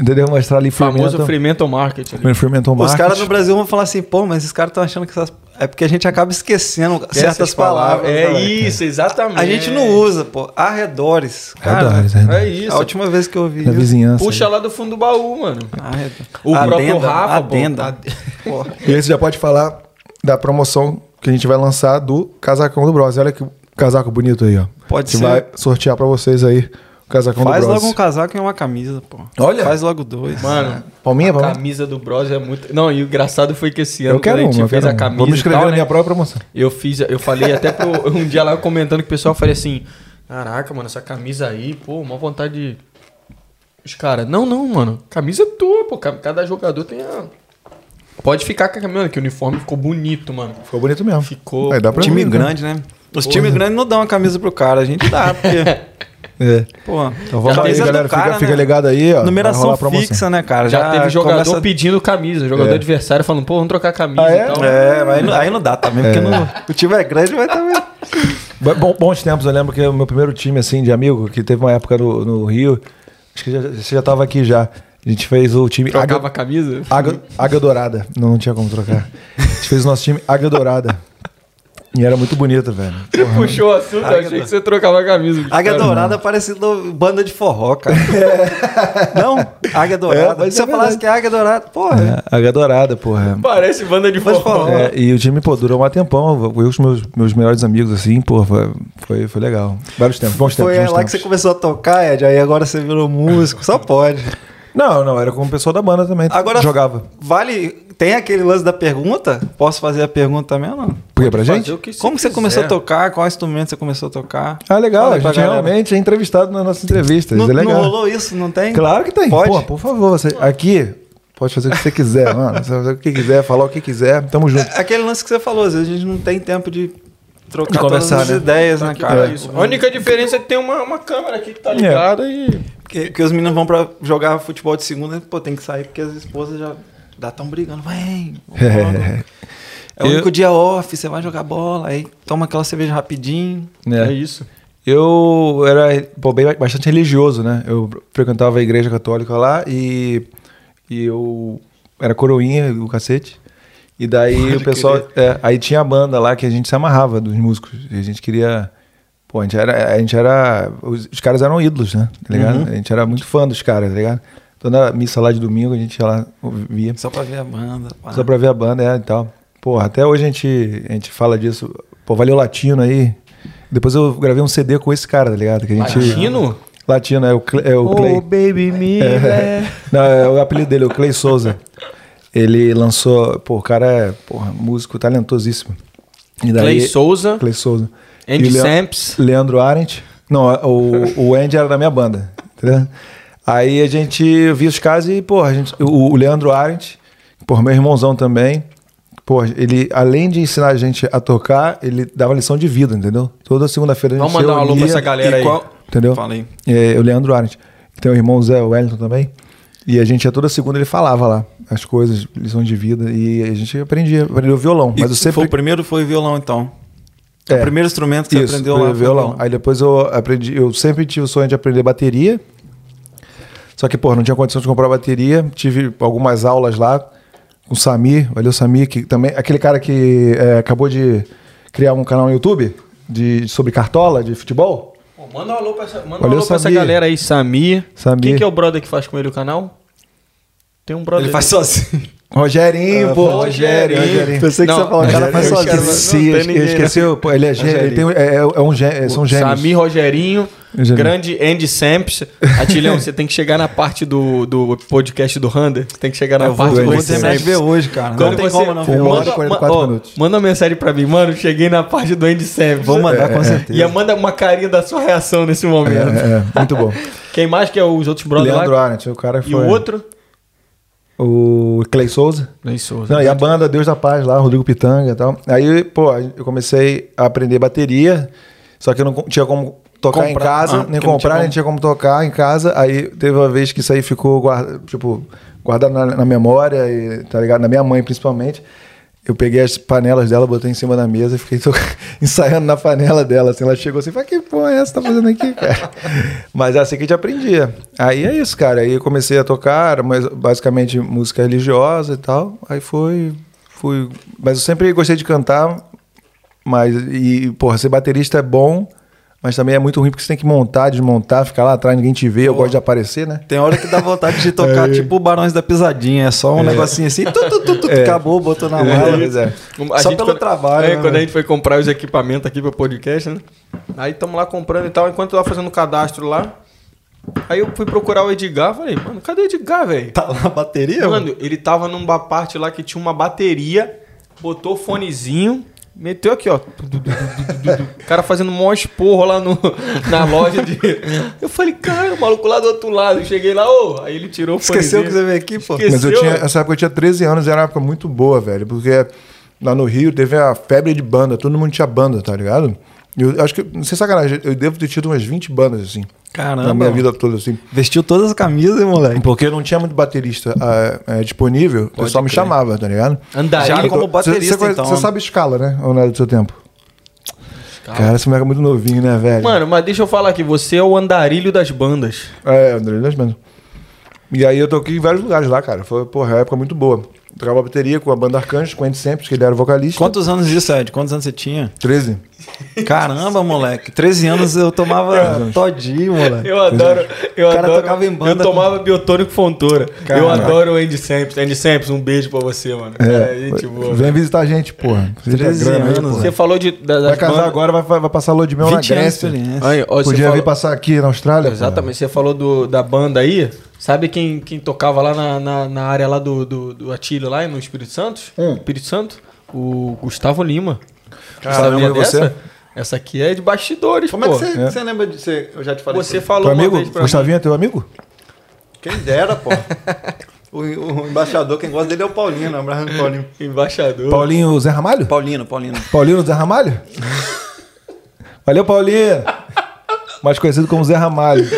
Entendeu? Mostrar ali
Famoso
Fremantle.
Fremantle Market. ali.
Fremantle
Os
Market.
caras no Brasil vão falar assim, pô, mas esses caras estão achando que essas... É porque a gente acaba esquecendo certas
Essas
palavras.
É
né?
isso, exatamente.
A gente não usa, pô. Arredores. Cara,
Arredores, arredores.
É
A
isso.
última vez que eu vi
Da
isso-
vizinhança.
Puxa lá do fundo do baú, mano.
Arredor-
O próprio
Adenda,
Rafa, pô.
Adenda.
Ad-
Porra.
E aí você já pode falar da promoção que a gente vai lançar do casacão do Bros. Olha que casaco bonito aí, ó.
Pode
a gente
ser.
vai sortear pra vocês aí o casacão
Faz
do Bros.
logo um casaco e uma camisa, pô.
Olha.
Faz logo dois.
Mano,
Palminha,
a
palminha.
camisa do Bros é muito. Não, e o engraçado foi que esse ano,
Eu quero
quando a né, gente
uma, eu
fez
quero
a
uma.
camisa.
Vou me
e
inscrever
tal,
na
né?
minha própria promoção.
Eu fiz, eu falei até pro. Um dia lá comentando com o pessoal, eu falei assim: Caraca, mano, essa camisa aí, pô, uma vontade de Os caras, não, não, mano. Camisa é tua, pô. ca- Cada jogador tem a. Pode ficar com a camisa, que o uniforme ficou bonito, mano.
Ficou bonito mesmo.
Ficou.
Aí dá pra
Time
ver, né?
grande, né? Os times grandes não dão uma camisa pro cara, a gente dá, porque.
É.
pô,
Então vamos
já
aí,
tem-
galera.
do cara,
fica,
né?
fica ligado aí, ó.
Numeração
Vai rolar a promoção.
fixa, né, cara?
Já, teve jogador
começa-
pedindo camisa, jogador
É.
adversário falando, pô, vamos trocar a camisa
Ah, é?
e tal.
É, mas aí não- aí não dá também, porque não- o time é grande, mas
tá
também.
Bo- bom- bons tempos, eu lembro que o meu primeiro time, assim, de amigo, que teve uma época no, no Rio, acho que já, você já tava aqui já. A gente fez o time
Trocava a camisa.
Água, água Dourada. Não, não tinha como trocar. A gente fez o nosso time Água Dourada. E era muito bonito, velho.
Você puxou o assunto, eu achei que você trocava a camisa.
Águia
Cara,
Dourada parecendo banda de forró, cara. Não? Águia
É,
Dourada.
mas
Se você
é verdade.
falasse que é Águia Dourada, porra.
É, Água Dourada, porra.
Parece banda de
Mas
forró.
forró.
É, e o time, pô, durou um tempão. Eu com os meus, meus melhores amigos, assim, pô, foi, foi, foi legal. Vários tempos, bons tempos.
Foi
bons
lá que
tempos.
você começou a tocar, Ed, aí agora você virou músico. Só pode.
Não, não, era com o pessoal da banda também.
Agora-
Jogava.
Vale. Tem aquele lance da pergunta? Posso fazer a pergunta também ou não?
Por quê? Pra
Fazer
gente?
o que
Como que você começou a
quiser.
tocar? Qual instrumento você começou a tocar?
Ah, legal.
Fala
A
aí pra
gente
galera.
realmente é entrevistado nas nossas entrevistas.
Não,
é
não
legal.
rolou isso, não tem?
Claro que tem.
Pode?
Pô, por favor, você. Aqui, pode fazer o que você quiser, mano. Você fazer o que quiser, falar o que quiser. Tamo junto.
É Aquele lance que você falou, às vezes a gente não tem tempo de trocar
De conversar,
todas
né?
as ideias, né, cara?
É isso. A única diferença é que tem uma, uma câmera aqui que tá
É.
ligada e.
Porque, porque os meninos vão pra jogar futebol de segunda, pô, tem que sair porque as esposas já já tão brigando. Vem, vamos logo.
É,
É o
Eu-
único dia off, você vai jogar bola, aí toma aquela cerveja rapidinho.
É, isso.
Eu era pô, bem, bastante religioso, né? Eu frequentava a igreja católica lá e, e eu era coroinha do cacete. E daí o pessoal. é, aí tinha a banda lá que a gente se amarrava dos músicos. E a gente queria. Pô, a gente era. A gente era os, os caras eram ídolos, né? Tá ligado? A gente era muito fã dos caras, tá ligado? Toda missa lá de domingo a gente ia lá, via.
Só pra ver a banda. pá.
Só pra ver a banda, é, e tal. Porra, até hoje a gente, a gente fala disso. Pô, valeu Latino aí. Depois eu gravei um CD com esse cara, tá ligado? Que a gente,
Latino?
Latino, é o, Cle- é o Clay.
baby me.
É.
né?
Não, é o apelido dele, é o Clay Souza. Ele lançou... Pô, o cara é porra, músico talentosíssimo. E
Clay Souza,
Clay Souza.
Andy
E Leo-
Samps.
Leandro Arendt. Não, o, o Andy era da minha banda. entendeu? Aí a gente via os casos e, porra, a gente, o, o Leandro Arendt, porra, meu irmãozão também, porra, ele, além de ensinar a gente a tocar, ele dava lição de vida, entendeu? Toda segunda-feira a gente
Vamos mandar um alô pra
reunia,
essa galera
E
aí.
qual-
Entendeu?
Fala aí.
É, o Leandro Arendt. Tem o irmão Zé Wellington também. E a gente, ia toda segunda, ele falava lá as coisas, lição de vida. E a gente aprendia, aprendeu violão. Mas
E
eu sempre...
foi o primeiro foi violão, então.
É.
O primeiro instrumento que você aprendeu lá. né?
foi
foi
violão. Aí depois eu aprendi, eu sempre tive o sonho de aprender bateria. Só que, pô, não tinha condição de comprar bateria. Tive algumas aulas lá com o Samir, valeu Samir, que também aquele cara que é, acabou de criar um canal no YouTube de sobre cartola de futebol.
Pô, manda um alô pra essa, manda um
Valeu,
alô pra essa
Samir.
galera aí, Samir.
Samir.
Quem que é o brother que faz com ele o canal? Tem um brother.
Ele faz assim. sozinho.
Rogerinho, pô, Ah, Rogerinho.
Rogerinho.
Pensei que
Não,
você falou, o cara faz
Eu
sozinho.
esqueci, eu esqueci, eu- pô, ele é gêmeo, ele tem um- é, é um gê- é- são gêmeos.
Samir Rogerinho,
Gêmeo.
grande Andy Samps. Atilhão, você tem que chegar na parte do, do podcast do Hunter. Você tem que chegar na
Eu vou,
parte do
vou
Andy
terminar é de
Samps.
ver hoje, cara.
Quando
não tem
você-
como não
Foi
ver
uma
hoje.
hora e quarenta e quatro
ó,
minutos.
manda uma mensagem pra mim, mano. Cheguei na parte do Andy Samps.
Vou mandar com certeza.
E manda uma carinha da sua reação nesse
É,
momento.
é, muito bom.
Quem mais que é os outros brothers
Leandro
lá?
Arendt, o cara foi.
E o outro?
O Clay Souza.
Clay Souza.
Não, e a banda Deus da Paz lá, Rodrigo Pitanga e tal. Aí, pô, eu comecei a aprender bateria, só que eu não co- tinha como tocar em
Comprar.
casa,
Ah,
nem
porque não tinha
comprar, nem
como.
tinha como tocar em casa. Aí teve uma vez que isso aí ficou guarda, tipo, guardado na, na memória, e, tá ligado? Na minha mãe, principalmente. Eu peguei as panelas dela, botei em cima da mesa e fiquei to- ensaiando na panela dela. Assim, ela chegou assim, fala, que porra é essa que tá fazendo aqui, cara? Mas é assim que a gente aprendia. Aí é isso, cara. Aí eu comecei a tocar, era mais- basicamente música religiosa e tal. Aí foi. Fui. Mas eu sempre gostei de cantar. Mas, e, porra, ser baterista é bom, mas também é muito ruim porque você tem que montar, desmontar, ficar lá atrás, ninguém te vê. Eu gosto de aparecer, né?
Tem hora que dá vontade de
É.
tocar, tipo o Barões da Pisadinha. É só um negocinho assim, tu, tu, tu, tu, acabou, botou na mala.
Pois é.
Um- a
Só
gente
pelo trabalho,
É,
né,
quando a
velho?
gente foi comprar os equipamentos aqui pro podcast, né? Aí estamos lá comprando e tal. Enquanto eu tava fazendo o cadastro lá, aí eu fui procurar o Edgar. Falei, mano, cadê o Edgar, velho?
Tá lá a bateria? mano?
Mano, ele tava numa parte lá que tinha uma bateria, botou fonezinho, Meteu aqui, ó. O cara fazendo um maior esporro lá no, na loja de. Eu falei, cara, o maluco lá do outro lado. Eu cheguei lá, ô. Aí ele tirou o
Esqueceu que
fonezinho.
você veio aqui, pô?
Esqueceu.
Mas eu tinha, essa época eu tinha 13 anos, era uma época muito boa, velho, porque lá no Rio teve a febre de banda, todo mundo tinha banda, tá ligado? Eu acho que, não sei é sacanagem, eu devo ter tido umas 20 bandas, assim, na minha vida toda, assim.
Vestiu todas as camisas, hein, moleque.
Porque não tinha muito baterista ah, eh, disponível, o pessoal me chamava, tá ligado?
Andaria.
Já como
Você-
baterista,
você conhece-
então.
Você sabe escala, né? Ou não é do seu tempo? Cara, esse moleque é muito novinho, né, velho?
Mano, mas deixa eu falar aqui, você é o andarilho das bandas.
É, André das Bandas. E aí eu toquei em vários lugares lá, cara. Foi, porra, é uma época muito boa. Tocava bateria com a banda Arcanjos, com o Andy Sempre, que ele era vocalista.
Quantos anos isso, Ed? Quantos anos você tinha?
13.
Caramba, moleque. 13 anos eu tomava todinho, moleque.
Eu adoro. Eu
O cara
adoro,
tocava em banda
Eu tomava biotônico fontoura. Eu
Caraca.
adoro o Andy Sampson. Andy Sampson, um beijo pra você, mano. É, gente boa.
Vem visitar a gente, porra. Precisa de
13
grana aí,
tipo, né? anos,
porra.
Você falou de. da- das
Vai casar
bandas-
agora, vai, vai- vai passar lua de mel na
20 anos de
Grécia.
experiência.
Aí, ó, você
Podia
falou-
vir passar aqui na Austrália.
Exatamente, você falou do, da banda aí. Sabe quem, quem tocava lá na, na, na área lá do, do, do Atílio, lá no Espírito Santo?
Hum.
Espírito Santo? O Gustavo Lima.
Caramba, e você?
Essa aqui é de bastidores,
Como
pô.
é que você,
É.
você lembra de você? Eu já te falei.
Você
pô.
Pô.
falou
Teu
uma
amigo?
vez pra mim.
Gustavinho é teu amigo?
Quem dera, pô. o, o embaixador, quem gosta dele é o Paulino, é o Abraham Paulino.
Embaixador.
Paulinho Zé Ramalho?
Paulino, Paulino.
Paulinho Zé Ramalho? Valeu, Paulinho! Mais conhecido como Zé Ramalho.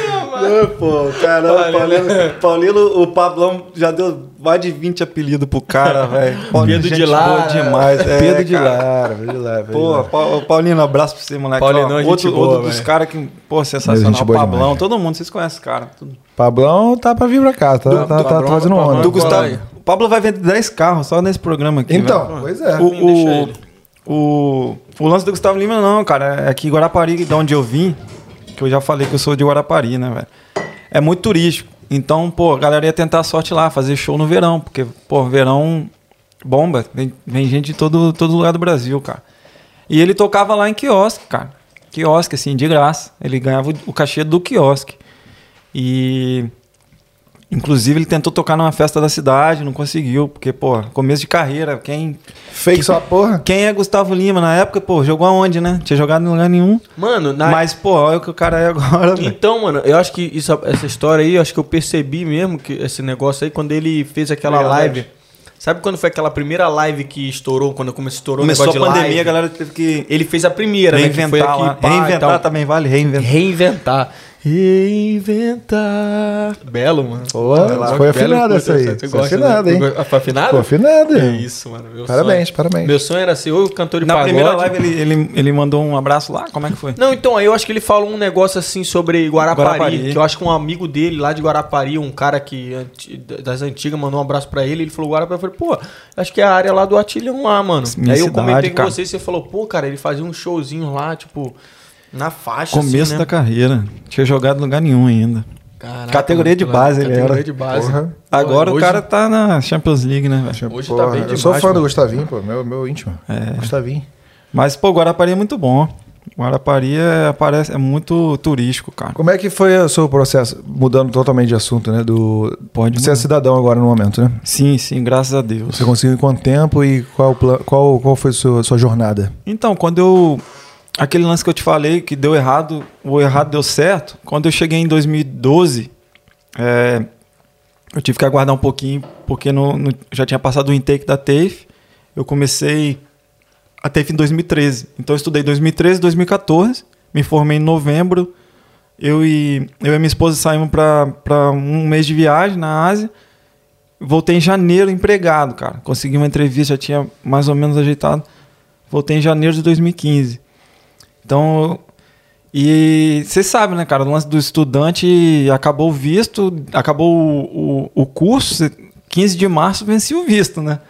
Ô, pô, caramba, Paulino, Paulino, o Pablão já deu mais de 20 apelidos pro cara, velho. Paulino,
Pedro
gente
de Lara.
boa demais. é,
Pedro de
cara.
Lara, Pedro de Lara. Pedro de
Pô,
Lara.
Pa- Paulino, abraço pra você, moleque.
Paulinão,
Ó,
gente
outro,
boa,
outro dos
velho.
caras que, pô,
Gente
sensacional.
boa
Pablão,
demais.
todo mundo, vocês conhecem esse cara. Tudo.
Pablão tá pra vir pra cá, tá, tá, tá, tá fazendo
Pablão,
onda.
Pablão.
Do Gustavo.
aí.
O Pablo vai vender 10 carros só nesse programa aqui. velho.
Então, pois é.
deixa
O,
ele.
o, o, o lance do Gustavo Lima, não, cara. É que Guarapari, de onde eu vim, que eu já falei que eu sou de Guarapari, né, velho? É muito turístico. Então, pô, a galera ia tentar a sorte lá, fazer show no verão, porque, pô, verão bomba. Vem, vem gente de todo, todo lugar do Brasil, cara. E ele tocava lá em quiosque, cara. Quiosque, assim, de graça. Ele ganhava o- o cachê do quiosque. E Inclusive, ele tentou tocar numa festa da cidade, não conseguiu, porque, pô, começo de carreira, quem.
Fake sua porra.
Quem é Gustavo Lima? Na época, pô, jogou aonde, né? Tinha jogado em lugar nenhum.
Mano, na,
Mas, pô, olha o que o cara é agora, velho.
Então, mano, eu acho que isso- essa história aí, eu acho que eu percebi mesmo que esse negócio aí quando ele fez aquela
Obrigado,
live.
Ed.
Sabe quando foi aquela primeira live que estourou, quando começou estourou
Começou a
o negócio
pandemia,
de live?
a galera teve que
Ele fez a primeira, né?
reinventar lá.
pá, e
Reinventar
tal.
também vale, reinventar.
Reinventar. Reinventar. Belo, mano.
Pô, foi afinada essa aí.
Você
Foi
gosta,
afinada,
né?
hein?
Tu go- Foi afinada?
Foi afinada.
É isso, mano. meu
Parabéns,
sonho.
parabéns.
Meu sonho era ser ou cantor de
Na
pagode.
primeira live, ele, ele, ele mandou um abraço lá. Como é que foi?
Não, então, aí eu acho que ele falou um negócio assim sobre Guarapari,
Guarapari.
que eu acho que um amigo dele lá de Guarapari, um cara que anti- das antigas mandou um abraço pra ele, ele falou Guarapari, eu falei, pô, acho que é a área lá do Atilhão lá, mano.
Minha
aí eu
cidade,
comentei com
cara.
você e você falou, pô, cara, ele fazia um showzinho lá, tipo, na faixa,
Começo
assim,
da carreira. Tinha jogado em lugar nenhum ainda.
Caraca,
categoria de
muito legal.
base ele era.
Categoria de base.
Porra.
Agora
Hoje-
o cara tá na Champions League, né, velho?
Hoje tá
Porra,
bem
Eu
demais,
sou fã
mano.
do Gustavinho, pô, meu, meu íntimo.
É.
Gustavinho.
Mas, pô, Guarapari é muito bom. Guarapari é, parece, é muito turístico, cara.
Como é que foi o seu processo, mudando totalmente de assunto, né? Do...
Pode
Você é
mudar.
cidadão agora no momento, né?
Sim, sim, graças a Deus.
Você conseguiu em quanto tempo e qual, o plan- qual, qual foi a sua, sua jornada?
Então, quando eu. Aquele lance que eu te falei que deu errado, o errado deu certo. Quando eu cheguei em 2012, é, eu tive que aguardar um pouquinho, porque no, no- já tinha passado o intake da TAFE. Eu comecei a TAFE em 2013. Então, eu estudei 2013, 2014, me formei em novembro. Eu e, eu e minha esposa saímos para um mês de viagem na Ásia. Voltei em janeiro empregado, cara. Consegui uma entrevista, já tinha mais ou menos ajeitado. Voltei em janeiro de 2015. Então, e você sabe, né, cara? O lance do estudante acabou o visto, acabou o, o, o curso, cê- 15 de março venci o visto, né?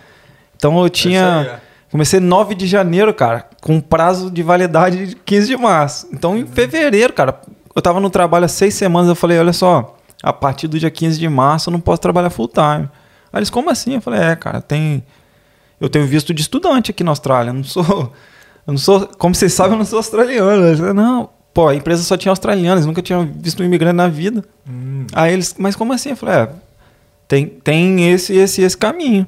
Então
isso
eu
aí,
tinha.
é.
Comecei 9 de janeiro, cara, com prazo de validade de 15 de março. Então
Uhum.
em fevereiro, cara, eu tava no trabalho há seis semanas, eu falei, olha só, a partir do dia 15 de março eu não posso trabalhar full time. Aí eles, como assim? Eu falei, é, cara, tem. Eu tenho visto de estudante aqui na Austrália. eu não sou. Eu não sou. Como vocês sabem, eu não sou australiano. Eu falei, não, pô, a empresa só tinha australianos, nunca tinha visto um imigrante na vida. Aí eles, mas como assim? Eu falei, é, tem, tem esse, esse, esse caminho.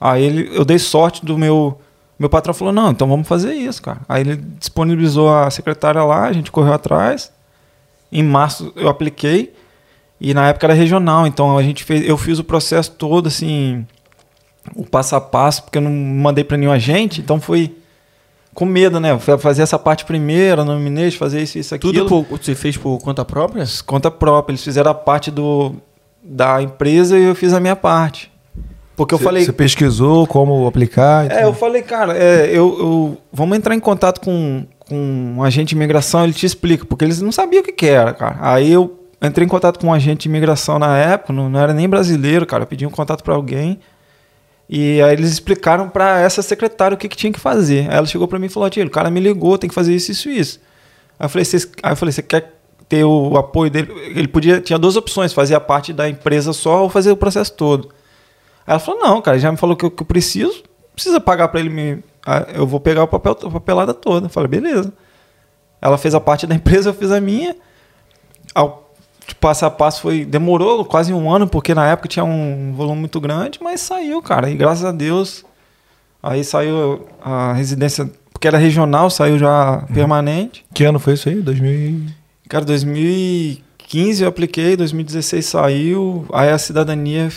Aí ele, eu dei sorte do meu Meu patrão falou: não, então vamos fazer isso, cara. Aí ele disponibilizou a secretária lá, a gente correu atrás. Em março eu apliquei. E na época era regional, então a gente fez, eu fiz o processo todo assim, o passo a passo, porque eu não mandei para nenhum agente, então foi com medo, né? Fazer essa parte primeiro, no Mineiro, fazer isso, isso, aquilo.
Tudo por, você fez por conta própria?
Conta própria. Eles fizeram a parte do, da empresa e eu fiz a minha parte. Porque eu
Cê-
falei.
Você pesquisou como aplicar? e
É,
tudo.
eu falei, cara, é, eu, eu- vamos entrar em contato com, com um agente de imigração, ele te explica, porque eles não sabiam o que, que era, cara. Aí eu entrei em contato com um agente de imigração na época, não, não era nem brasileiro, cara, eu pedi um contato pra alguém. E aí eles explicaram pra essa secretária o que, que tinha que fazer. Aí ela chegou pra mim e falou: Tio, o cara me ligou, tem que fazer isso, isso, e isso. Aí eu falei: "Cês- aí eu falei, você quer ter o apoio dele? Ele podia, tinha duas opções: fazer a parte da empresa só ou fazer o processo todo. Aí ela falou: não, cara, ele já me falou que eu, que eu preciso, não precisa pagar pra ele me. ah, Eu vou pegar o papel, a papelada toda. Eu falei: beleza. Ela fez a parte da empresa, eu fiz a minha. Ao de passo a passo foi. Demorou quase um ano, porque na época tinha um volume muito grande, mas saiu, cara. E graças a Deus. Aí saiu a residência, porque era regional, saiu já permanente.
Que ano foi isso aí? 2000 e-
Cara, 2015 eu apliquei, 2016 saiu, aí a cidadania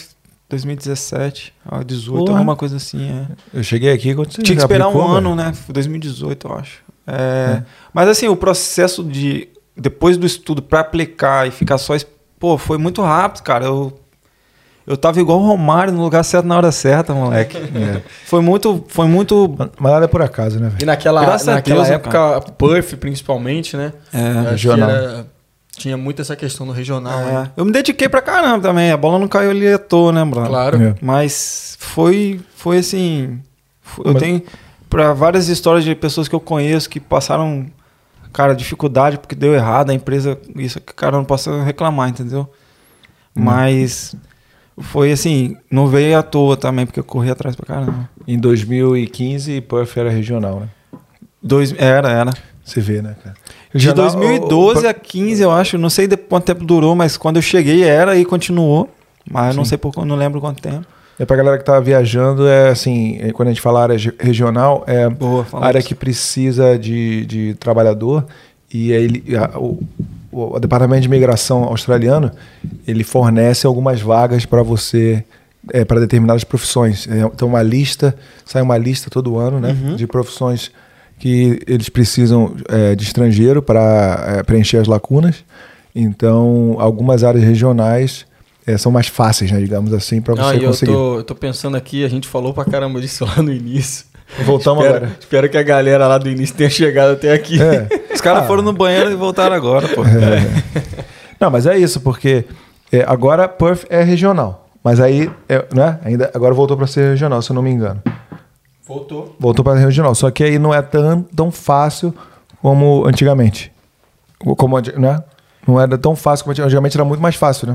2017, ah, 18,
Porra.
alguma coisa assim, é.
Eu cheguei aqui quando você
Tinha que
já
esperar
aplicou,
um
velho?
ano, né? Foi 2018, eu acho. É, Mas assim, o processo de depois do estudo pra aplicar e ficar só, es- pô, foi muito rápido, cara. Eu eu tava igual o Romário no lugar certo na hora certa, moleque.
É.
Foi muito, foi muito
Mas nada é por acaso, né,
E
velho?
naquela,
Graças a
naquela
Deus, né,
época, a Puff, principalmente, né?
é, É,
Acho que
regional.
era- tinha muito essa questão do regional, né?
Eu me dediquei pra caramba também. A bola não caiu ali à toa, né, Bruno?
Claro.
É.
Mas foi, foi assim. fo- Eu
Mas-
tenho para várias histórias de pessoas que eu conheço que passaram, cara, dificuldade porque deu errado a empresa. Isso, cara, eu não posso reclamar, entendeu? Mas foi assim, não veio à toa também porque eu corri atrás pra caramba.
Em 2015, Puff era regional, né?
Dois, era, era.
Você vê, né, cara?
De 2012 a 15, eu acho. Não sei de quanto tempo durou, mas quando eu cheguei era e continuou. Mas eu não sei por não lembro quanto tempo.
É pra galera que tá viajando, é assim, é, quando a gente fala área ge- regional, é
Boa, fala
área
disso.
que precisa de, de trabalhador e aí ele, a- o, o- o Departamento de Imigração australiano, ele fornece algumas vagas para você, é, para determinadas profissões. É, Então, uma lista, sai uma lista todo ano, né,
Uhum.
de profissões que eles precisam é, de estrangeiro para preencher as lacunas. Então, algumas áreas regionais é, são mais fáceis, né, digamos assim, para
Ah,
você
e eu
conseguir.
tô, eu tô pensando aqui, a gente falou pra caramba disso lá no início.
Voltamos
espero,
agora.
espero que a galera lá do início tenha chegado até aqui.
É.
Os caras
Ah.
foram no banheiro e voltaram agora, pô.
Não, mas é isso, porque é, agora Perth é regional. Mas aí, é, né? Ainda, agora voltou para ser regional, se eu não me engano.
Voltou.
Voltou para regional. Só que aí não é tão, tão fácil como antigamente. Como, anti- né? Não era tão fácil como anti- antigamente, era muito mais fácil, né?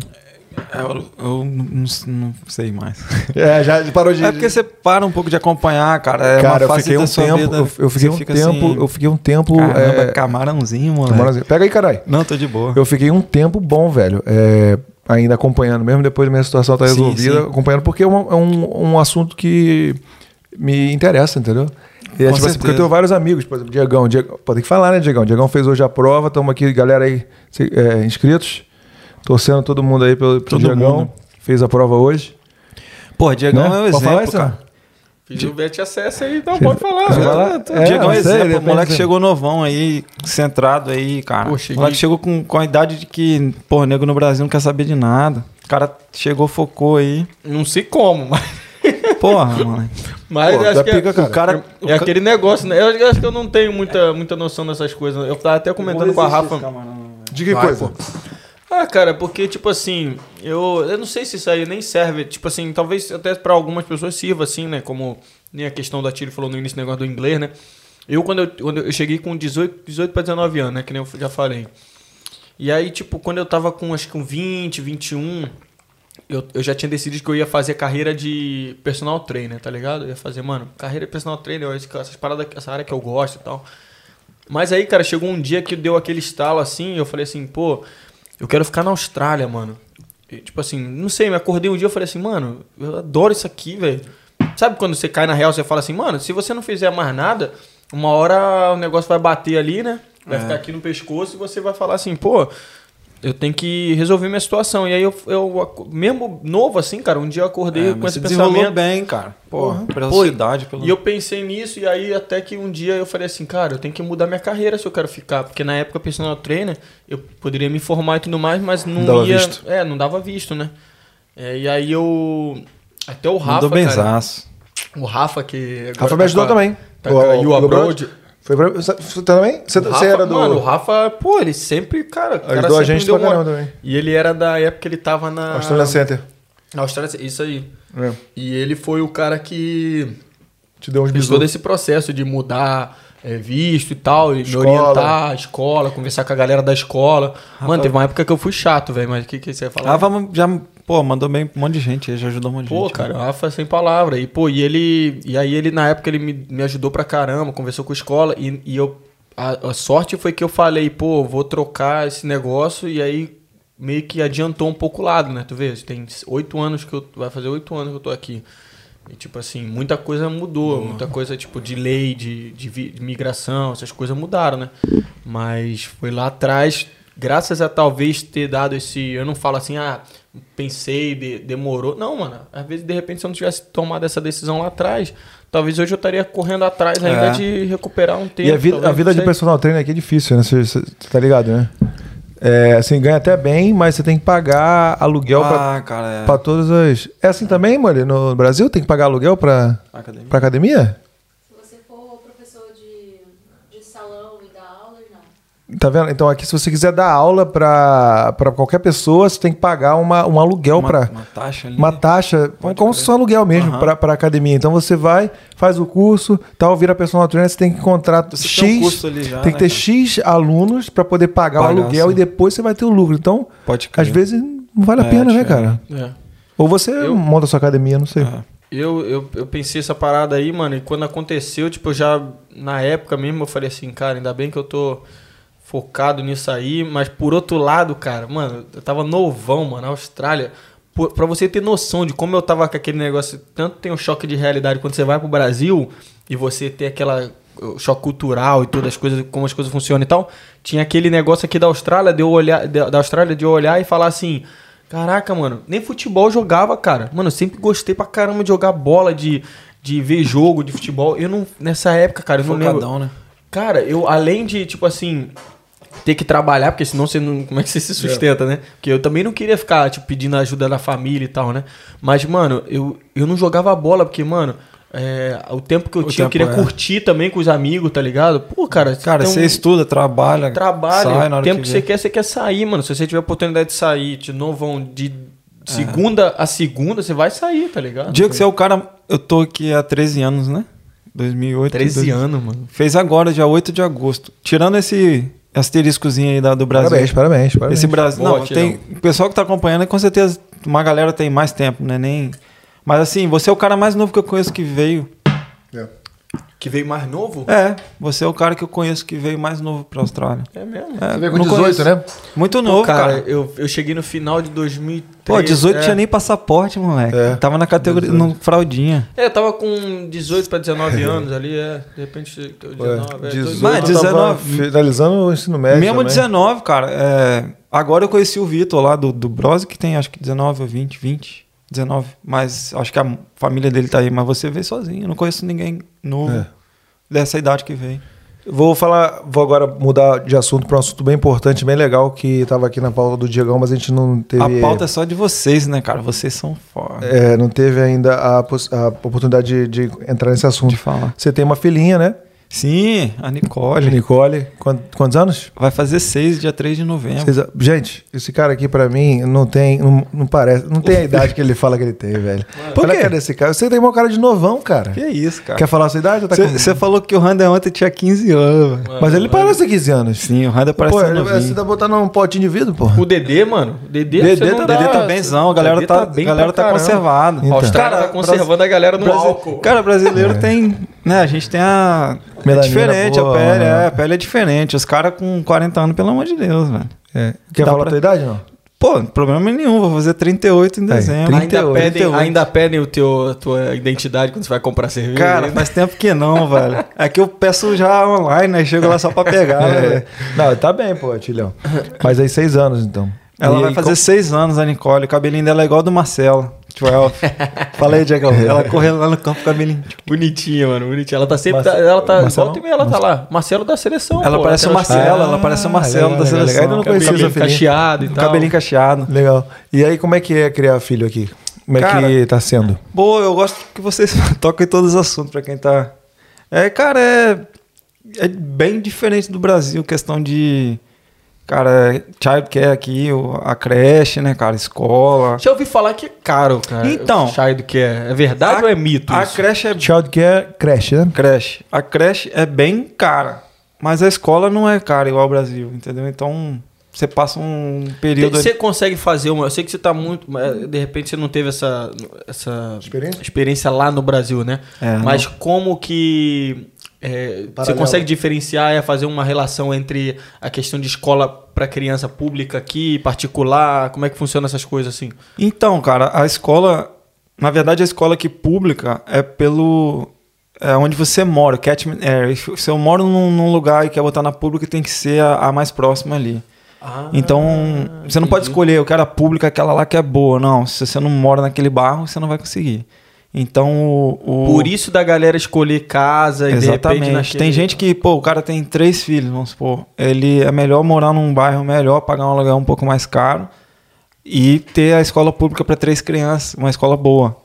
É, Eu, eu não, não sei mais.
É, já parou de.
É porque você para um pouco de acompanhar, cara. É
cara,
uma
eu
fase
fiquei
da
um
sua
tempo.
vida
eu, eu fiquei
que
um
você fica
tempo.
assim,
eu fiquei um tempo.
Caramba,
é, assim.
camarãozinho, mano.
tomando- Pega aí, caralho.
Não, tô de boa.
Eu fiquei um tempo bom, velho. é, ainda acompanhando, mesmo depois da minha situação estar
Sim,
resolvida,
sim.
acompanhando, porque é um, é um, um assunto que me interessa, entendeu? E é tipo assim,
Com
porque eu
certeza.
tenho vários amigos, por exemplo, Diegão. Diegão pô, tem que falar, né, Diegão? Diegão fez hoje a prova, estamos aqui, galera aí, se- é, inscritos, torcendo todo mundo aí pelo, pro
Todo
Diegão.
mundo.
Fez a prova hoje.
Pô,
né?
Diegão é um
Pode
exemplo,
falar isso,
cara.
Fiz o bet acesso aí, então pode
Você vai
falar.
lá?
né? Tá-
É,
Diegão é
eu sei,
exemplo. O
depende
moleque
do-
chegou novão aí, centrado aí, cara.
Pô,
o
cheguei-
moleque chegou com, com a idade de que, pô, nego no Brasil não quer saber de nada. O cara chegou, focou aí.
Não sei como, mas,
Porra, mano.
mas
Pô,
acho
da
que
pica,
é,
cara.
o cara é aquele negócio, né? Eu acho- Eu acho que eu não tenho muita, muita noção dessas coisas. Eu tava até comentando com a Rafa.
De que
Vai,
coisa?
pô. Ah, cara, porque, tipo assim, eu, eu não sei se isso aí nem serve. Tipo assim, talvez até pra algumas pessoas sirva, assim, né? Como nem a questão da Tiri falou no início, negócio do inglês, né? Eu, quando eu, quando eu cheguei com 18, 18 pra 19 anos, né? Que nem eu já falei. E aí, tipo, quando eu tava com, acho que com 20, 21, eu, eu já tinha decidido que eu ia fazer carreira de personal trainer, tá ligado? Eu ia fazer, mano, carreira de personal trainer, esse- essas paradas, essa área que eu gosto e tal. Mas aí, cara, chegou um dia que deu aquele estalo assim, eu falei assim, pô, eu quero ficar na Austrália, mano. E, tipo assim, não sei, me acordei um dia e falei assim, mano, eu adoro isso aqui, velho. Sabe quando você cai na real, você fala assim, mano, se você não fizer mais nada, uma hora o negócio vai bater ali, né?
É.
Vai ficar aqui no pescoço e você vai falar assim, pô, eu tenho que resolver minha situação. E aí eu, eu aco- mesmo novo assim, cara, um dia eu acordei
É,
com
mas
esse
você desenrolou
pensamento.
bem, cara. Porra, pela
Pô,
sua idade, pelo
E eu pensei nisso, e aí até que um dia eu falei assim, cara, eu tenho que mudar minha carreira se eu quero ficar. Porque na época, personal trainer, eu poderia me formar e tudo mais, mas não,
Não dava
ia.
visto.
É, não dava visto, né? É, e aí eu. Até o Rafa.
Mandou
cara,
benzaço.
o Rafa que. agora
Rafa
tá
me ajudou
com a-
também.
Tá com a You Abroad.
Foi pra... Você você também? Você,
O
você
Rafa-
era do...
Mano, o Rafa, pô, ele sempre, cara, o cara
Ajudou a
sempre
gente
me deu
pra
uma-
caramba também.
E ele era da época que ele tava na.
Australian Center.
Na Austrália, isso aí.
É.
E ele foi o cara que
Te deu uns
fez
bisu.
todo esse processo de mudar é, visto e tal, e me
Escola.
orientar, escola, conversar com a galera da escola. Mano, teve uma época que eu fui chato, velho, mas o que, que você ia falar?
Rafa Ah, já, pô, mandou bem um monte de gente, aí já ajudou um monte de
É. Pô,
gente.
cara, o Rafa é sem palavra. E, pô, e ele. E aí ele, na época, ele me, me ajudou pra caramba, conversou com a escola. E, e eu. A, a sorte foi que eu falei, pô, vou trocar esse negócio. E aí meio que adiantou um pouco o lado, né? Tu vê, tem oito anos que eu. Vai fazer oito anos que eu tô aqui. E, tipo assim, muita coisa mudou. Muita coisa, tipo, de lei, de, de, vi- de migração, essas coisas mudaram, né? Mas foi lá atrás, graças a talvez ter dado esse. Eu não falo assim, ah, pensei, de- demorou. Não, mano. Às vezes, de repente, se eu não tivesse tomado essa decisão lá atrás, talvez hoje eu estaria correndo atrás ainda
É.
de recuperar um tempo.
E a vida, a
talvez,
vida
não
de
sei.
personal trainer aqui é difícil, né? Você, você- você tá ligado, né? É, assim, ganha até bem, mas você tem que pagar aluguel pra
Ah, cara, é.
para todas as. É assim também, mano? No Brasil tem que pagar aluguel pra,
Academia.
pra academia?
Se você for professor de, de salão e dar aula, não.
Tá vendo? Então aqui, se você quiser dar aula pra, pra qualquer pessoa, você tem que pagar uma, um aluguel
Uma,
pra.
uma taxa ali.
Uma taxa, como se fosse um aluguel mesmo pra para academia. Então você vai, faz o curso, tal, vira personal trainer, você tem que encontrar
Você
X,
tem um custo ali já,
tem que ter
né, cara?
X alunos pra poder pagar,
Pagar,
o aluguel
sim.
e depois você vai ter o lucro. Então,
Pode crer.
às vezes não vale a
É,
pena, né,
acho que é.
cara?
É.
Ou você
Eu-
monta sua academia, não sei.
É.
Eu, eu, eu pensei essa parada aí, mano, e quando aconteceu, tipo, eu já na época mesmo eu falei assim, cara, ainda bem que eu tô focado nisso aí, mas por outro lado, cara, mano, eu tava novão, mano, na Austrália. Por, pra você ter noção de como eu tava com aquele negócio, tanto tem o choque de realidade quando você vai pro Brasil e você tem aquela o choque cultural e todas as coisas, como as coisas funcionam e tal. Tinha aquele negócio aqui da Austrália, de eu olhar, da da Austrália de eu olhar e falar assim: Caraca, mano, nem futebol eu jogava, cara. Mano, eu sempre gostei pra caramba de jogar bola, de, de ver jogo de futebol. Eu não. Nessa época, cara, eu não lembro.
Focadão, né?
Cara, eu além de, tipo assim, ter que trabalhar, porque senão você não. Como é que você se sustenta, né? Porque eu também não queria ficar, tipo, pedindo ajuda da família e tal, né? Mas, mano, eu, eu não jogava bola, porque, mano. é, o tempo que eu
O
tinha, eu
tempo,
queria
é.
curtir também com os amigos, tá ligado? Pô, cara,
Cara,
tem
você
um-
estuda, trabalha,
trabalha.
sai na
o
hora
tempo que, você
vê.
quer, você quer sair, mano. Se você tiver oportunidade de sair de novo, de segunda a segunda, você vai sair, tá ligado?
Diego, você é o cara... Eu tô aqui há 13 anos, né? 2008.
13
dois-
anos, mano.
Fez agora, dia 8 de agosto. Tirando esse asteriscozinho aí da, do Brasil.
Parabéns, parabéns, parabéns.
Esse Brasil.
Boa,
Não, tem. O pessoal que tá acompanhando, com certeza, uma galera tem mais tempo, né? Nem. Mas assim, você é o cara mais novo que eu conheço que veio.
Que veio mais novo?
É, você é o cara que eu conheço que veio mais novo pra Austrália.
É, mesmo.
É,
Você veio com
não
18,
conheço.
né?
Muito novo,
É cara,
cara.
Eu, eu cheguei no final de 2003.
Pô, 18
é.
tinha nem passaporte, moleque.
É.
Tava na categoria. No fraldinha.
É, eu tava com 18 pra 19 anos ali, é. De repente, 19. é,
18,
Mas,
tava
19.
finalizando o ensino médio.
Ah, Mesmo
também.
19, cara. é, Agora eu conheci o Vitor lá do, do Bros, que tem acho que 19 ou 20, 20. 19. Mas acho que a família dele tá aí. Mas você veio sozinho. Eu não conheço ninguém novo
É.
dessa idade que veio.
Vou falar, vou agora mudar de assunto para um assunto bem importante, bem legal, que estava aqui na pauta do Diegão, mas a gente não teve.
A pauta é só de vocês, né, cara? Vocês são foda
É, não teve ainda a, poss- a oportunidade de, de entrar nesse assunto.
de falar.
Você tem uma filhinha, né?
Sim, a
Olha,
Nicole. É.
Nicole. Quant- Quantos anos?
Vai fazer seis, dia 3 de novembro.
Vocês- gente, esse cara aqui pra mim não tem, não, não parece, não tem a idade que ele fala que ele tem, velho.
Por
Olha a
quê?
cara desse cara. Você tem uma cara de novão, cara.
Que isso,
Quer
cara?
falar a sua idade? ou Tá com-
Você falou que o Randa ontem tinha 15 anos. velho.
Mas ele parece ter 15 anos.
Sim, o Randa parece
Pô,
ser
ele você
novinho.
tá botando um potinho de vidro, pô.
O Dedê, mano. O Dedê,
Dedê,
você não
tá,
dá-
Dedê tá benzão, a galera
Dedê
tá, a
pra
galera tá
caramba.
conservada.
A Austrália
Cara,
tá conservando a galera no
Brasi-
álcool.
Cara, brasileiro tem. Né, a gente tem a.
Melanina
é diferente,
boa,
a pele.
né?
É, a pele é diferente. Os caras com 40 anos, pelo amor de Deus, velho.
É. Quer
Dá
falar a
pra-
tua idade, não?
Pô, problema nenhum, vou fazer 38 em
É,
dezembro.
Ainda
38,
pedem,
38.
ainda pedem o teu, a tua identidade quando você vai comprar cerveja?
Cara,
ainda?
faz tempo que não, velho. É que eu peço já online, né? Chego lá só pra pegar, né,
É.
velho.
Não, tá bem, pô, Tilhão. Faz aí seis anos, então.
Ela
E
vai
aí,
fazer seis anos, a Nicole. O cabelinho dela é igual ao do Marcelo. 12. Falei, Diego.
É.
Ela correndo lá no campo, cabelinho.
bonitinha, mano, bonitinha. Ela tá sempre.
Marce-
ela tá.
Marcelão?
volta e meia, ela tá lá. Marcelo da seleção.
Ela
pô, Ah,
parece o
lateral
Marcelo,
esquerdo.
ela parece tá o
legal,
Marcelo da
legal, legal.
seleção.
Ainda não conhecia
Cabelinho
essa filhinha.
cacheado e
O
tal.
Um cabelinho cacheado.
Legal. E aí, como é que é criar filho aqui? Como é que
Cara,
tá sendo?
Boa, eu gosto que vocês tocam em todos os assuntos, pra quem tá. É, cara, é, é bem diferente do Brasil, questão de. Cara, childcare aqui, o- a creche, né, cara? Escola.
Já ouvi falar que é caro, cara.
Então.
Chai do que é. É verdade
A-
ou é mito?
A
isso?
creche é
Childcare creche, né?
creche. A creche é bem cara, mas a escola não é cara igual ao Brasil, entendeu? Então, você passa um
Tem-
período.
Você consegue fazer uma. Eu sei que você tá muito. mas, De repente você não teve essa. essa
Experiência?
lá no Brasil, né?
É,
Mas como que. é, você
Paralelo.
consegue diferenciar é fazer uma relação entre a questão de escola para criança pública aqui, particular? Como é que funciona essas coisas assim?
Então, cara, a escola. Na verdade, a escola que pública é pelo. É onde você mora, catchment area. Se eu moro num, num lugar e quer botar na pública, tem que ser a, a mais próxima ali. então, você não pode escolher, eu quero a pública, aquela lá que é boa. Não, se você não mora naquele bairro, você não vai conseguir. Então, o. o-
Por isso da galera escolher casa e de
Exatamente.
repente naquele-
Tem gente que, pô, o cara tem três filhos, vamos supor. Ele é melhor morar num bairro melhor, pagar um aluguel um pouco mais caro e ter a escola pública para três crianças, uma escola boa.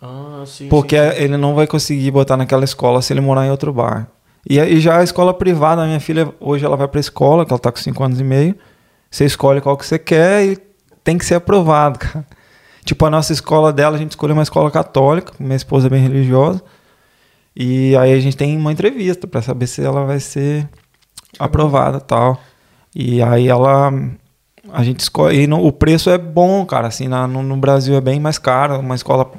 Ah, sim,
Porque
sim.
ele não vai conseguir botar naquela escola se ele morar em outro bairro. E, é, e já a escola privada, a minha filha, hoje ela vai pra escola, que ela tá com cinco anos e meio. Você escolhe qual que você quer e tem que ser aprovado, cara. Tipo, a nossa escola dela, a gente escolheu uma escola católica, minha esposa é bem religiosa. E aí a gente tem uma entrevista pra saber se ela vai ser aprovada e tal. E aí ela. A gente escolhe. E no- o preço é bom, cara. Assim, na- no, no Brasil é bem mais caro. Uma escola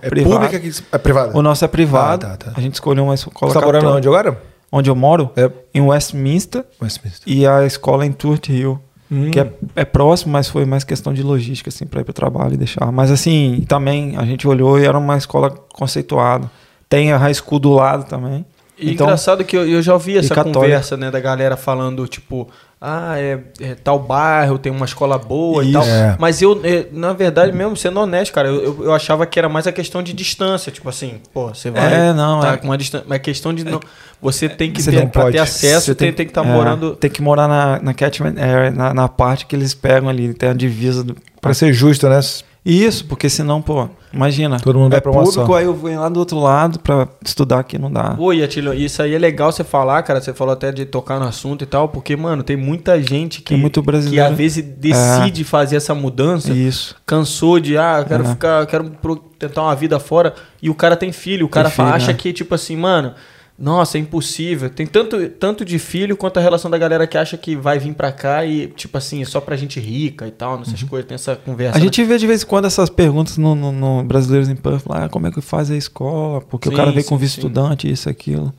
É
privada.
pública que é privada.
O nosso é privado.
Ah, tá, tá.
A gente escolheu uma escola
Você tá morando
católica.
onde agora?
Onde eu moro?
É.
Em Westminster.
Westminster.
E a escola é em Turt Hill.
Hum.
Que é, é próximo, mas foi mais questão de logística, assim, pra ir pro trabalho e deixar. Mas, assim, também a gente olhou e era uma escola conceituada. Tem a high school do lado também.
E
Então-
engraçado que eu, eu já ouvi essa
católica.
conversa, né, da galera falando, tipo, ah, é, é tal bairro, tem uma escola boa e
Isso.
tal.
É.
Mas eu, é, na verdade, mesmo sendo honesto, cara, eu, eu, eu achava que era mais a questão de distância, tipo assim, pô, você vai
É, não,
tá
é.
com uma distância, mas a questão de não, você tem que
Você
ter
não
pra
pode.
ter acesso,
Você
tem, tem que
tá
estar
é,
morando
Tem que morar na, na catchment area, na, na parte que eles pegam ali, tem a divisa do.
Pra ser justo, né?
Isso, porque senão, pô, imagina.
Todo mundo
é
vai pra uma só.
público, aí eu venho lá do outro lado pra estudar que não dá.
Oi, Atilio, isso aí é legal você falar, cara. Você falou até de tocar no assunto e tal, porque, mano, tem muita gente que,
Tem É muito
que
brasileiro.
às vezes decide fazer essa mudança
é
Isso.
cansou de ah, eu quero
É.
ficar, eu quero pro- tentar uma vida fora e o cara tem filho, o cara fa-
filho,
acha
né?
que tipo assim, mano, nossa, é impossível. Tem tanto tanto de filho quanto a relação da galera que acha que vai vir pra cá e tipo assim, é só pra gente rica e tal, nessas coisas, tem essa conversa.
Uhum. A
né?
gente vê de vez em quando essas perguntas no, no- no Brasileiros em Puff, lá, como é que faz a escola, porque
Sim,
o cara veio
sim,
com vice
sim.
estudante, isso, aquilo.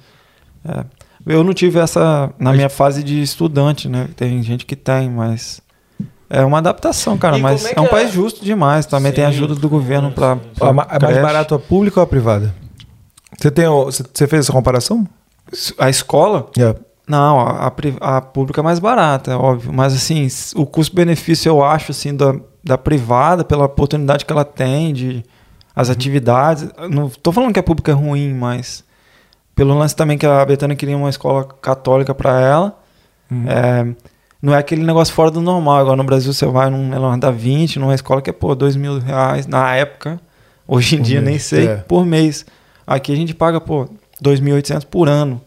É. Eu não tive essa na minha fase de estudante, né? Tem gente que tem, mas é uma adaptação, cara.
E
mas
como é
é,
que
um
é?
país justo demais. Também tem
Sim,
ajuda do governo para
É ma- é mais barato a pública ou a privada? Você, tem, o- você- você fez essa comparação?
A escola?
É.
Não, a, a pri- a pública é mais barata, é óbvio. Mas assim, s- o custo-benefício eu acho assim da, da privada pela oportunidade que ela tem de
Uhum.
as atividades. Eu Não tô falando que a pública é ruim, mas pelo lance também que a Betânia queria uma escola católica para ela.
Uhum.
é, não é aquele negócio fora do normal. Agora no Brasil você vai num Leonardo da Vinci, numa escola que é, pô, dois mil reais na época. Hoje em
Por
dia
mês,
nem sei,
é.
por mês. Aqui a gente paga, pô, 2.800 por ano,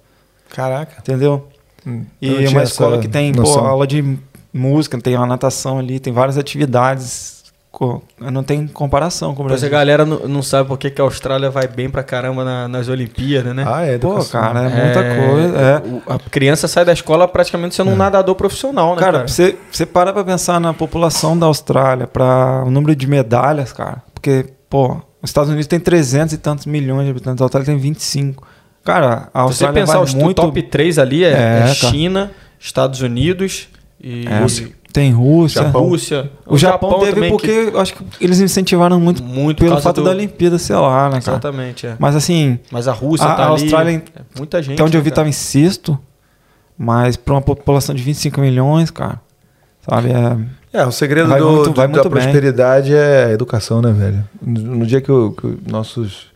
Caraca.
entendeu?
Eu Hum. não
E é
tinha
uma escola
essa
que tem pô,
noção.
aula de música, tem uma natação ali, tem várias atividades. co- Não tem comparação com o
Mas a
Brasil.
galera não, não sabe por que que a Austrália vai bem pra caramba na- nas Olimpíadas, né?
Ah, é.
Pô,
educação.
cara, é muita coisa. é.
o- A criança sai da escola praticamente sendo um nadador profissional, né, cara?
Cara, você, você para pra pensar na população da Austrália, pra o número de medalhas, cara. Porque, pô, os Estados Unidos tem 300 e tantos milhões de habitantes, a Austrália tem 25. Cara, a
Se você
Austrália
pensar
vai É,
os
muito...
top 3 ali é,
É,
é
cara.
China, Estados Unidos e
É.
Rússia.
Tem Rússia.
Japão.
Rússia.
O, Japão, teve
também,
porque eu acho que eles incentivaram
que-
muito,
muito por
pelo
causa
fato
do-
da Olimpíada, sei lá, né, cara?
Exatamente, é.
Mas assim,
Mas a Rússia
A-
tá
a
ali,
Austrália,
é muita gente.
até onde eu vi
né, cara?
tava em sexto, mas pra uma população de 25 milhões, cara, sabe? É,
É, o segredo
Vai
do-
muito-
do-
vai
da
muito bem.
prosperidade é a educação, né, velho? No no dia que, o- que os nossos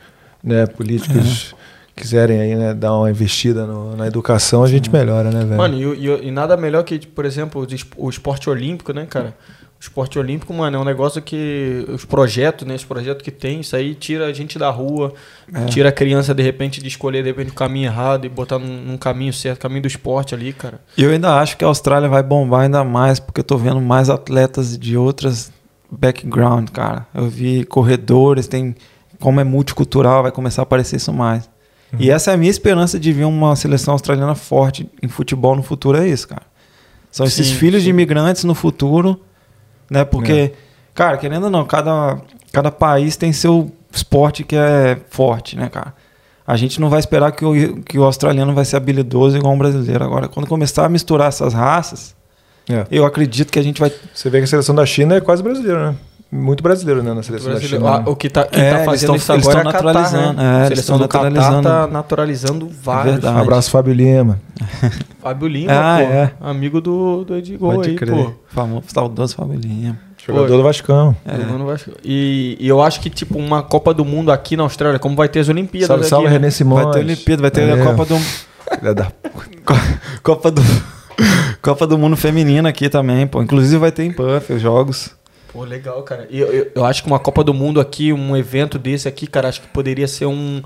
né,
Uhum.
políticos quiserem aí, né, dar uma investida no- na educação, a
Uhum.
gente melhora, né,
É.
velho?
Mano, e, e- e nada melhor que, tipo, por exemplo, os es- o esporte olímpico, né, cara? O esporte olímpico, mano, é um negócio que. Os projetos, né? Os projetos que tem, isso aí tira a gente da rua,
É.
tira a criança, de repente, de escolher, de repente, o caminho errado e botar num, num caminho certo, caminho do esporte ali, cara.
E eu ainda acho que a Austrália vai bombar ainda mais, porque eu tô vendo mais atletas de outras background, cara. Eu vi corredores, tem como é multicultural, vai começar a aparecer isso mais. E essa é a minha esperança de ver uma seleção australiana forte em futebol no futuro é isso, cara. São esses
Sim,
filhos
sim.
de imigrantes no futuro, né? Porque, cara, querendo ou não, cada, cada país tem seu esporte que é forte, né, cara? A gente não vai esperar que o, que o australiano vai ser habilidoso igual um brasileiro. Agora, quando começar a misturar essas raças,
É.
eu acredito que a gente vai.
Você vê que a seleção da China é quase brasileira, né? Muito brasileiro, né, na seleção
Brasileiro-
da China.
ah,
né?
o que tá, quem
É,
tá
eles
fazendo
tão-
isso
eles
agora é
tão
a Catar,
naturalizando, é,
né?
eles
a seleção
tão
do Catar
naturalizando. É
tá naturalizando vários.
verdade.
Abraço, Fábio Lima.
Fábio Lima,
Ah,
pô.
é.
Amigo do, do Edgol
Pode
aí,
crer.
pô.
Famoso, saudoso família.
Jogador do Vascão.
É,
Jogou no Vasco. E, e eu acho que, tipo, uma Copa do Mundo aqui na Austrália, como vai ter as Olimpíadas
Salve,
aqui,
salve,
né?
René Simões.
Vai ter Olimpíada, vai ter a
Valeu.
Copa do,
Filha da-
É. Copa do Copa do Mundo Feminino aqui também, pô. Inclusive vai ter em Puff os jogos.
Pô, legal, cara. E eu, eu, eu acho que uma Copa do Mundo aqui, um evento desse aqui, cara, acho que poderia ser um,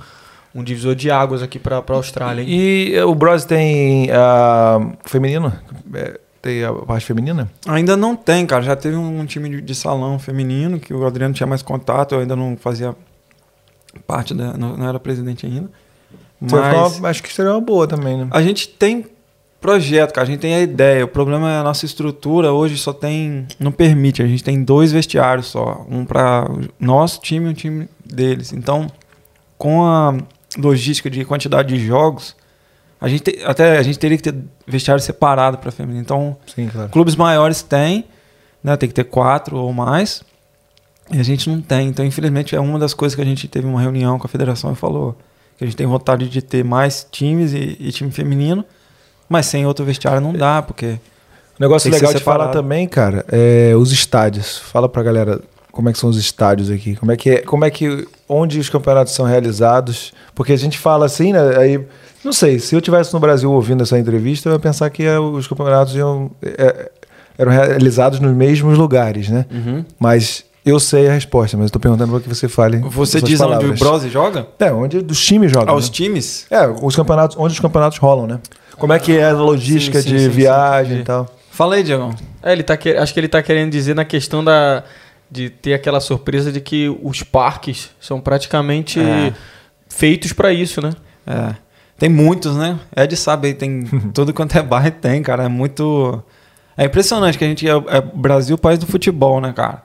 um divisor de águas aqui pra, pra Austrália, hein?
E eh, o Bros tem a feminino? É, Tem a parte feminina?
Ainda não tem, cara. Já teve um time de, de salão feminino que o Adriano tinha mais contato, eu ainda não fazia parte da. Não, não era presidente ainda. Mas
Mas... Acho que seria uma boa também, né?
a gente tem projeto, cara. A gente tem a ideia. O problema é a nossa estrutura hoje só tem. Não permite. A gente tem dois vestiários só. Um para nosso time e um time deles. Então, com a logística de quantidade de jogos, a gente te- até a gente teria que ter vestiário separado para feminino. Então,
Sim, claro.
clubes maiores têm, né? Tem que ter quatro ou mais. E a gente não tem. Então, infelizmente, é uma das coisas que a gente teve uma reunião com a federação e falou que a gente tem vontade de ter mais times e, e time feminino, mas sem outro vestiário não dá, porque
Um negócio
Tem que ser
legal de falar
separado.
também, cara, é os estádios. Fala pra galera como é que são os estádios aqui, como é que é, como é que onde os campeonatos são realizados, porque a gente fala assim, né, aí não sei, se eu tivesse no Brasil ouvindo essa entrevista, eu ia pensar que eh, os campeonatos iam, eh, eram realizados nos mesmos lugares, né? Mas eu sei a resposta, mas eu tô perguntando para que você fale.
você
essas
diz onde o
palavras.
Brose joga?
É, onde dos times jogam.
Aos
né?
times?
É, os campeonatos, onde os campeonatos rolam, né? Como é que é a logística
Ah, sim,
de
sim, sim,
viagem
entendi.
e tal?
Fala aí, Diego.
É, ele tá que- acho que ele tá querendo dizer na questão da, de ter aquela surpresa de que os parques são praticamente
É.
feitos pra isso, né?
É. Tem muitos, né? É de saber, tem tudo quanto é bairro tem, cara. É muito. É impressionante que a gente é, é Brasil, país do futebol, né, cara?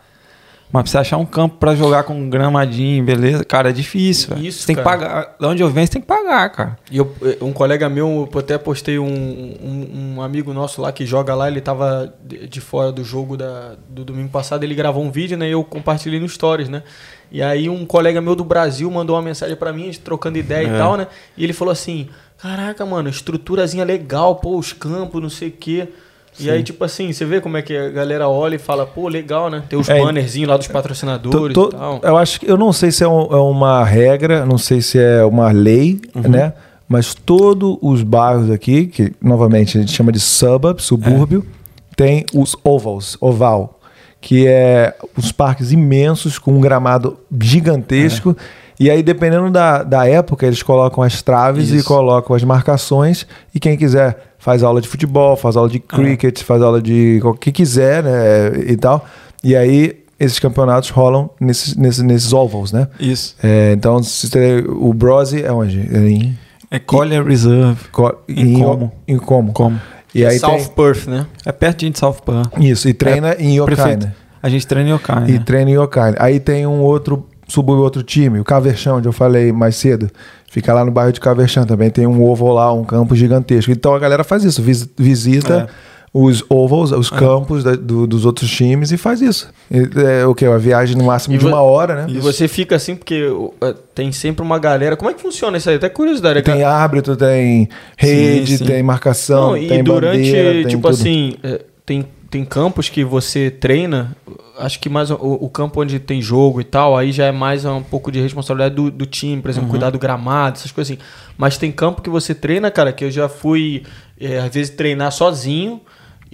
Mas pra você achar um campo pra jogar com um gramadinho, beleza? Cara, é difícil, velho.
Isso,
Você tem que
cara.
pagar. De onde eu venho, você tem que pagar, cara.
E eu- um colega meu, eu até postei um, um, um amigo nosso lá que joga lá, ele tava de de fora do jogo da, do domingo passado, ele gravou um vídeo, né? E eu compartilhei no Stories, né? E aí um colega meu do Brasil mandou uma mensagem pra mim, a gente trocando ideia
É.
e tal, né? E ele falou assim: Caraca, mano, estruturazinha legal, pô, os campos, não sei o quê. E aí, tipo assim, você vê como é que a galera olha e fala, pô, legal, né? Tem os
É,
bannerzinhos lá dos patrocinadores
Tô-
e
tô-
tal.
Eu acho que eu não sei se é, um- é uma regra, não sei se é uma lei,
Uhum.
né? Mas todos os bairros aqui, que novamente a gente chama de suburb, subúrbio,
É.
tem os ovals, oval, que é os parques imensos com um gramado gigantesco.
É.
E aí, dependendo da, da época, eles colocam as traves e
Isso.
colocam as marcações. E quem quiser faz aula de futebol, faz
É.
aula de cricket, faz aula de o que quiser, né? E tal. E aí, esses campeonatos rolam nesses, nesses, nesses ovals, né?
Isso.
É, então, se tem- o Brose é onde? É Em,
É Collier Reserve.
co-
Em Como.
Em como.
Como?
E aí
South Perth, né?
É pertinho de South Pan.
tem isso. E treina em
É,
né?
prefeito.
Yokaina.
A gente treina em Yokai,
É.
E
né?
treina em Yokaina. Aí tem um outro, subúrbio, outro time, o Caverchão, onde eu falei mais cedo. Fica lá no
É.
bairro de Caverchão também. Tem um ovo lá, um campo gigantesco. Então a galera faz isso, vis- visita os ovals, os campos da- do- dos outros times e faz isso. E, É o que? Uma viagem no máximo
E
de
vo-
uma hora, né?
E você fica assim, porque uh, tem sempre uma galera. Como é que funciona isso aí? Até curiosidade. é que-
Tem árbitro, tem rede,
sim.
tem marcação,
Não,
tem
e durante,
bandeira, tem
tipo
tudo.
assim, é, tem, tem campos que você treina, acho que mais o, o campo onde tem jogo e tal, aí já é mais um pouco de responsabilidade do, do time, por
Uhum.
exemplo, cuidar do gramado, essas coisas assim. Mas tem campo que você treina, cara, que eu já fui, é, às vezes, treinar sozinho.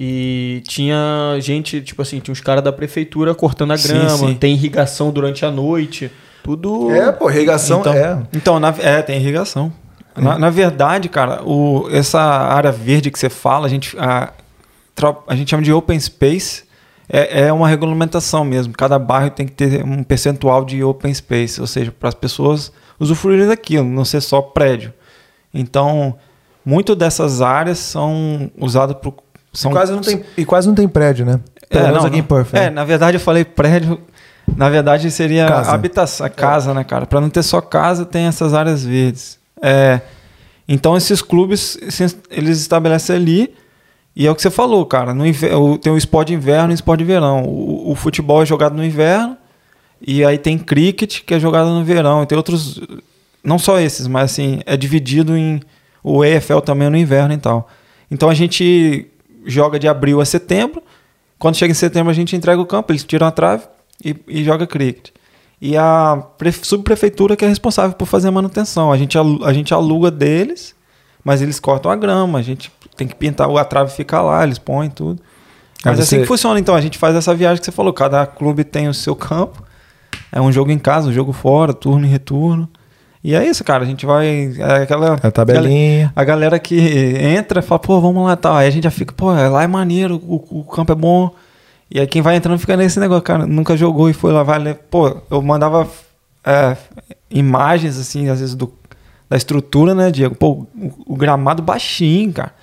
E tinha gente, tipo assim, tinha uns caras da prefeitura cortando a
Sim,
grama,
sim.
tem irrigação durante a noite, tudo.
É, pô, irrigação
então,
é.
Então, na- é, tem irrigação. Na, na verdade, cara, o- essa área verde que você fala, a gente, a, tra- a gente chama de open space, é, é uma regulamentação mesmo. Cada bairro tem que ter um percentual de open space, ou seja, para as pessoas usufruírem daquilo, não ser só prédio. Então, muito dessas áreas são usadas por. São,
E quase não tem, e quase não tem prédio, né? Pelo
é,
menos
não,
aqui em
não.
Perth. né?
É, na verdade eu falei prédio. Na verdade seria
Casa. É.
habitação, casa, né, cara? Pra não ter só casa, tem essas áreas verdes. É, então esses clubes se- eles estabelecem ali e é o que você falou, cara. No inver- o- tem o esporte de inverno e o esporte de verão. O, o futebol é jogado no inverno e aí tem cricket que é jogado no verão. E tem outros, não só esses, mas assim é dividido em o EFL também é no inverno e tal. Então a gente joga de abril a setembro. Quando chega em setembro, a gente entrega o campo, eles tiram a trave e, e joga cricket. E a pre- subprefeitura que é responsável por fazer a manutenção. A gente, alu- a gente aluga deles, mas eles cortam a grama, a gente tem que pintar, a trave fica lá, eles põem tudo.
Aí
Mas é assim
você-
que funciona, então. A gente faz essa viagem que você falou. Cada clube tem o seu campo. É um jogo em casa, um jogo fora, turno e retorno. E é isso, cara. A gente vai. É aquela.
A tabelinha.
A galera que entra fala, pô, vamos lá tal. Aí a gente já fica, pô, lá é maneiro, o, o campo é bom. E aí quem vai entrando fica nesse negócio, cara, nunca jogou e foi lá, vai ler. Pô, eu mandava é, imagens, assim, às vezes do, da estrutura, né, Diego? Pô, o, o gramado baixinho, cara.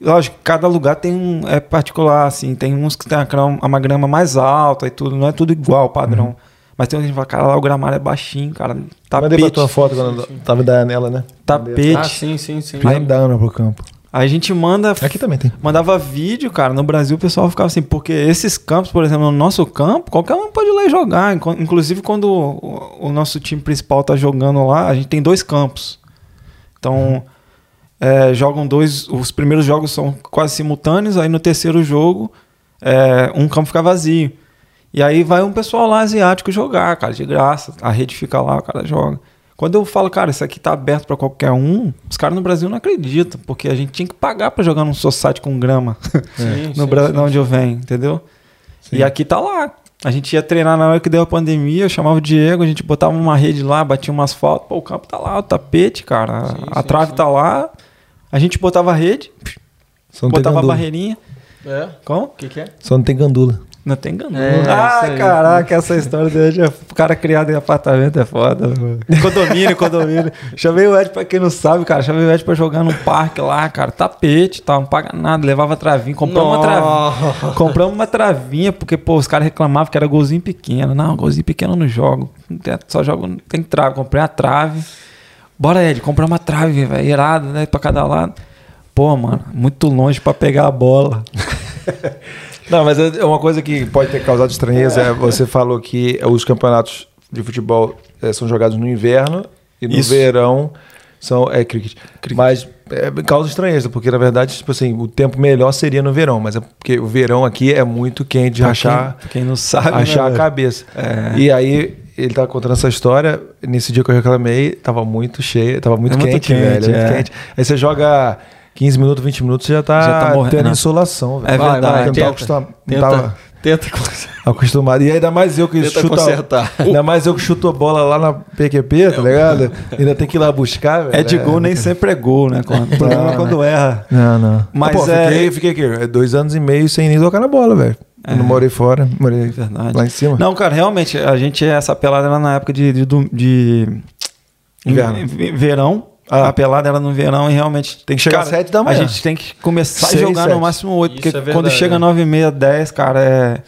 Lógico, cada lugar tem um. É particular, assim. Tem uns que tem uma grama, uma grama mais alta e tudo. Não é tudo igual,
Uhum.
padrão. Mas tem uns que fala, cara, lá o gramado é baixinho, cara.
Mandei pra tua
Tapete.
foto quando tava da janela, né?
Tapete.
Ah, sim, sim, sim.
Aí andando né, pro campo.
Aí a gente manda
Aqui também tem.
mandava vídeo, cara. No Brasil o pessoal ficava assim, porque esses campos, por exemplo, no nosso campo, qualquer um pode ir lá e jogar. Inco- Inclusive, quando o, o nosso time principal tá jogando lá, a gente tem dois campos. Então, é, jogam dois. Os primeiros jogos são quase simultâneos, aí no terceiro jogo, é, um campo fica vazio. E aí vai um pessoal lá asiático jogar, cara, de graça. A rede fica lá, o cara joga. Quando eu falo, cara, isso aqui tá aberto pra qualquer um, os caras no Brasil não acreditam, porque a gente tinha que pagar pra jogar num society com grama
Sim,
no
sim,
Brasil,
sim.
onde eu venho, entendeu? E aqui tá lá. A gente ia treinar na hora que deu a pandemia, eu chamava o Diego, a gente botava uma rede lá, batia um asfalto, pô, o campo tá lá, o tapete, cara, a-
Sim,
a
sim,
trave
sim.
tá lá, a gente botava a rede,
Só Então não, tem
botava a
gandula.
barreirinha.
É?
Como?
O que, que é?
Só não tem gandula.
Não tem engano.
É,
ah,
isso aí.
caraca, essa história dele, o cara criado em apartamento é foda. mano. Condomínio, condomínio. Chamei o Ed, pra quem não sabe, cara, chamei o Ed pra jogar num parque lá, cara, tapete e tal, não paga nada, levava travinha, compramos uma travinha. Compramos uma travinha, porque, pô, os caras reclamavam que era golzinho pequeno. Não, golzinho pequeno eu não jogo. Não tem- Só jogo, tem trave. Comprei a trave. Bora, Ed, comprar uma trave, velho. Irado, né? Pra cada lado. Pô, mano, muito longe pra pegar a bola.
Não, mas é uma coisa que pode ter causado estranheza é você falou que os campeonatos de futebol eh, são jogados no inverno e no
Isso.
verão são é cricket. Mas é, causa estranheza, porque na verdade, tipo assim, o tempo melhor seria no verão, mas é porque o verão aqui é muito quente de
Pra
rachar,
Quem, quem não sabe. né,
achar a
velho? É.
cabeça. E aí ele tava contando essa história, nesse dia que eu reclamei, tava muito cheio, tava muito,
É muito
quente,
quente,
velho, muito
é.
quente. Aí você joga 15 minutos, 20 minutos, você já tá,
Já tá morrendo,
tendo
né?
insolação, velho.
É
Vai,
verdade.
vai,
Eu não
tenta,
tava acostum- não
tenta,
tava
tenta um. cons-
acostumado. E ainda mais eu que
Tenta
chuto. A,
consertar.
ainda mais eu que chuto a bola lá na PQP, tá ligado? Ainda tem que ir lá buscar, velho.
É de gol, nem sempre é gol, né? Quando, o problema é quando erra.
Não, não.
Mas
Pô,
é-
fiquei, fiquei aqui, é dois anos e meio sem nem tocar na bola, velho. Eu Não morei fora, morei
Verdade.
lá em
É.
cima.
Não, cara, realmente, a gente, é essa pelada era na época de. de, dom- de-
Inverno.
em- ve- Verão.
Ah.
A pelada era no verão e realmente.
Tem que chegar às sete da manhã.
A gente tem que começar
Seis,
a jogar
sete.
no máximo oito,
Isso
porque
é verdade,
quando chega
né?
nove e meia, dez, cara, é.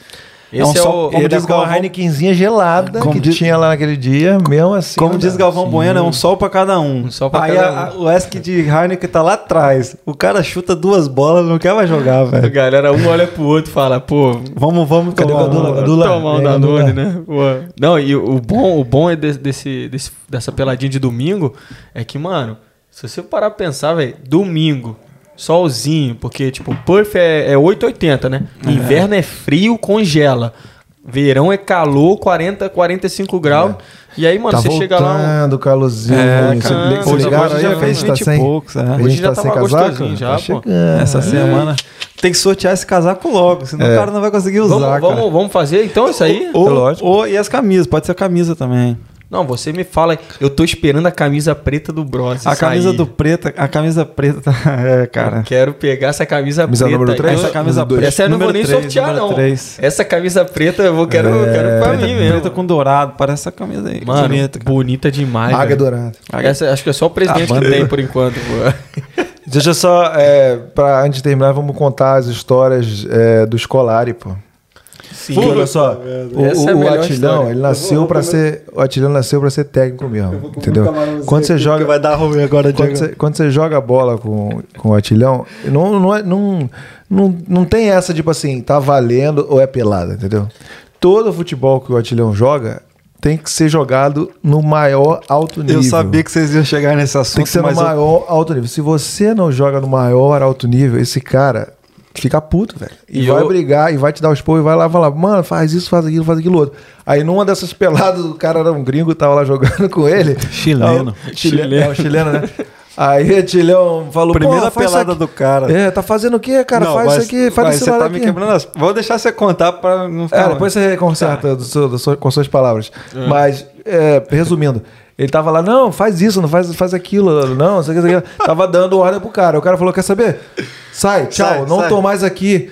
é um
Esse é,
só-
o.
como diz Galvão, Heinekenzinha gelada
Como
que
diz-
tinha lá naquele dia, mesmo assim.
Como
não
diz
dá.
Galvão Bueno, é um sol pra cada um.
né? Um sol pra
Aí
cada
a- a- o Esk de Heineken tá lá atrás. O cara chuta duas bolas, não quer mais jogar,
A
velho.
galera um olha pro outro e fala, pô,
Vamos, vamos, cadê o Gadula? Gadula?
tomar um
Vem,
Danone,
Gadula.
né? Pô. Não, e o bom, o bom é de- desse, desse- dessa peladinha de domingo é que, mano, se você parar pra pensar, velho, domingo, solzinho, porque, tipo, puff é, é 8,80, né? Inverno é frio, congela. Verão é calor, 40, 45 graus. E aí, mano,
tá
você chega lá... um-
voltando, calorzinho.
É,
Você-
cara,
você
hoje-
ligaram
hoje
aí,
já
a
fez
gente tá
20 e
sem,
poucos, é.
a
Hoje
gente
já
tá sem
tava
casaco?
gostosinho já,
tá
pô.
chegando.
Essa semana tem que sortear esse casaco logo, senão o cara não vai conseguir usar,
É. Vamos,
cara.
vamos, vamos fazer então isso aí?
Ou, ou- e as camisas, pode ser a camisa também.
Não, você me fala. Eu tô esperando a camisa preta do Bros.
a camisa
sair.
do preta, a camisa preta, tá- é, cara.
Quero pegar essa camisa,
Camisa
preta.
número três?
Essa camisa
camisa
preta. Essa eu não vou nem
número três,
sortear,
número
não.
três.
Essa camisa preta eu vou, quero,
É,
quero pra mim mesmo.
Preta com dourado, parece essa camisa aí.
Mano, bonita,
bonita.
demais.
Águia
velho.
dourada.
Essa, acho que é só o presidente
Ah,
que tem por enquanto. pô.
Deixa eu só, é, pra, antes de terminar, vamos contar as histórias é, do Scolari, pô.
Sim.
Porque, olha só, o,
Essa é a
o
melhor
Atilhão,
história.
ele nasceu para ser, o Atilhão nasceu para ser técnico mesmo, entendeu? Quando você joga, vai dar ruim agora, quando você, quando você joga a bola com, com o Atilhão, não não, é- não não não tem essa tipo assim, tá valendo ou é pelada, entendeu? Todo futebol que o Atilhão joga tem que ser jogado no maior alto nível.
Eu sabia que vocês iam chegar nesse assunto,
Tem que ser no
mas eu-
maior alto nível. Se você não joga no maior alto nível, esse cara fica puto, velho. E,
E
vai
eu-
brigar, e vai te dar os porros, e vai lá falar, mano, faz isso, faz aquilo, faz aquilo outro. Aí numa dessas peladas, o cara era um gringo, tava lá jogando com ele.
Chileno.
Aí o chile- É, o chileno, né? Aí o chileno falou,
Primeira
"Pô, faz isso
pelada
aqui."
do cara.
É, tá fazendo o quê, cara?
Não,
faz
mas-
isso aqui, faz
mas
isso
Você tá
aqui.
me quebrando as... Vou deixar você contar pra não ficar...
É,
longe.
depois você conserta do seu- do seu- com suas palavras. Mas, é, resumindo, ele tava lá, não, faz isso, não faz, faz aquilo, não, sei o que, sei o que. Tava dando ordem pro cara. O cara falou: quer saber? Sai, tchau,
Sai,
não
sai.
tô mais aqui.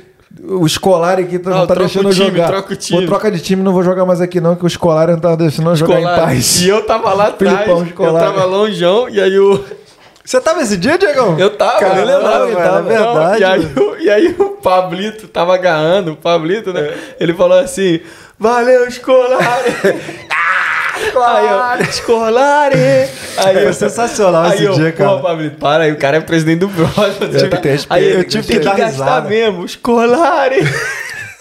O escolar aqui tá- não,
Não,
tá
troca
deixando
o
eu
time,
jogar.
troca o
Vou
time.
troca de time, não vou jogar mais aqui, não, que o escolar não tá deixando eu jogar em
Escolar.
paz.
E eu tava lá atrás.
Filipão
eu
escolar.
tava longeão. E aí o.
Você tava esse dia, Diegão?
Eu tava.
Cara, eu
né?
lembrava que
Não,
tava, é
não,
verdade,
E aí, o, e aí o Pablito tava agarrando, o Pablito,
É.
né? Ele falou assim: Valeu, escolar!
Ah,
Aí, ó, Escolare! Aí,
Foi
eu-
É sensacional
aí
esse
eu,
dia, cara.
Pô, Pablito, para aí, o cara é presidente do Bros.
Tive que ter respeito,
aí,
eu
tive que dar
gastar
risada.
mesmo, Escolare!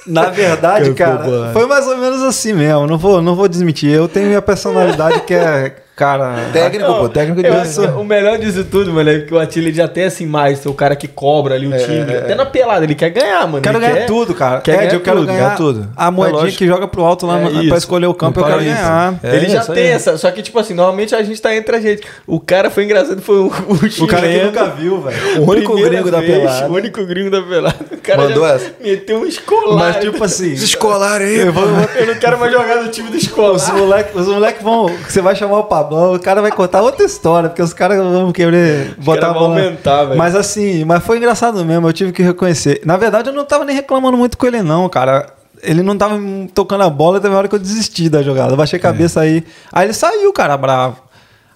Na verdade, cara, foi mais ou menos assim mesmo. Não vou, não vou desmentir. Eu tenho minha personalidade que é, cara.
Técnico, pô, técnico de
Eu
é-
acho que o melhor disso tudo, mano, é que o Atila ele já tem assim mais, o cara que cobra
É,
ali o time. Até na pelada, ele quer ganhar, mano.
Quero
ele
ganhar
quer-
tudo, cara.
quer
Ed,
ganhar
eu quero
tudo,
ganhar
ganhar tudo. É
A moedinha
lógico.
que joga pro alto lá
É
no-
isso.
pra escolher o campo, eu quero ganhar.
É
ele já
isso aí.
tem essa, só que tipo assim, normalmente a gente tá entre a gente. O cara foi engraçado, foi um, o,
O cara que
chileno.
nunca viu, velho.
O único
Primeira
gringo da
vez,
pelada.
O único gringo da pelada. O cara
Mandou
já
essa?
meteu um escolar.
Mas tipo assim.
Escolar aí,
eu vou- eu vou-
eu não quero mais jogar no time do escolar.
Os moleques os moleque vão. Você vai chamar o Pablão, o cara vai contar outra história, porque os caras vão querer botar a
caras vão
bola.
aumentar, velho.
Mas assim, mas foi engraçado mesmo, eu tive que reconhecer. Na verdade, eu não tava nem reclamando muito com ele, não, cara. Ele não tava me tocando a bola, teve uma hora que eu desisti da jogada. Eu baixei a cabeça aí. Aí ele saiu, cara, bravo.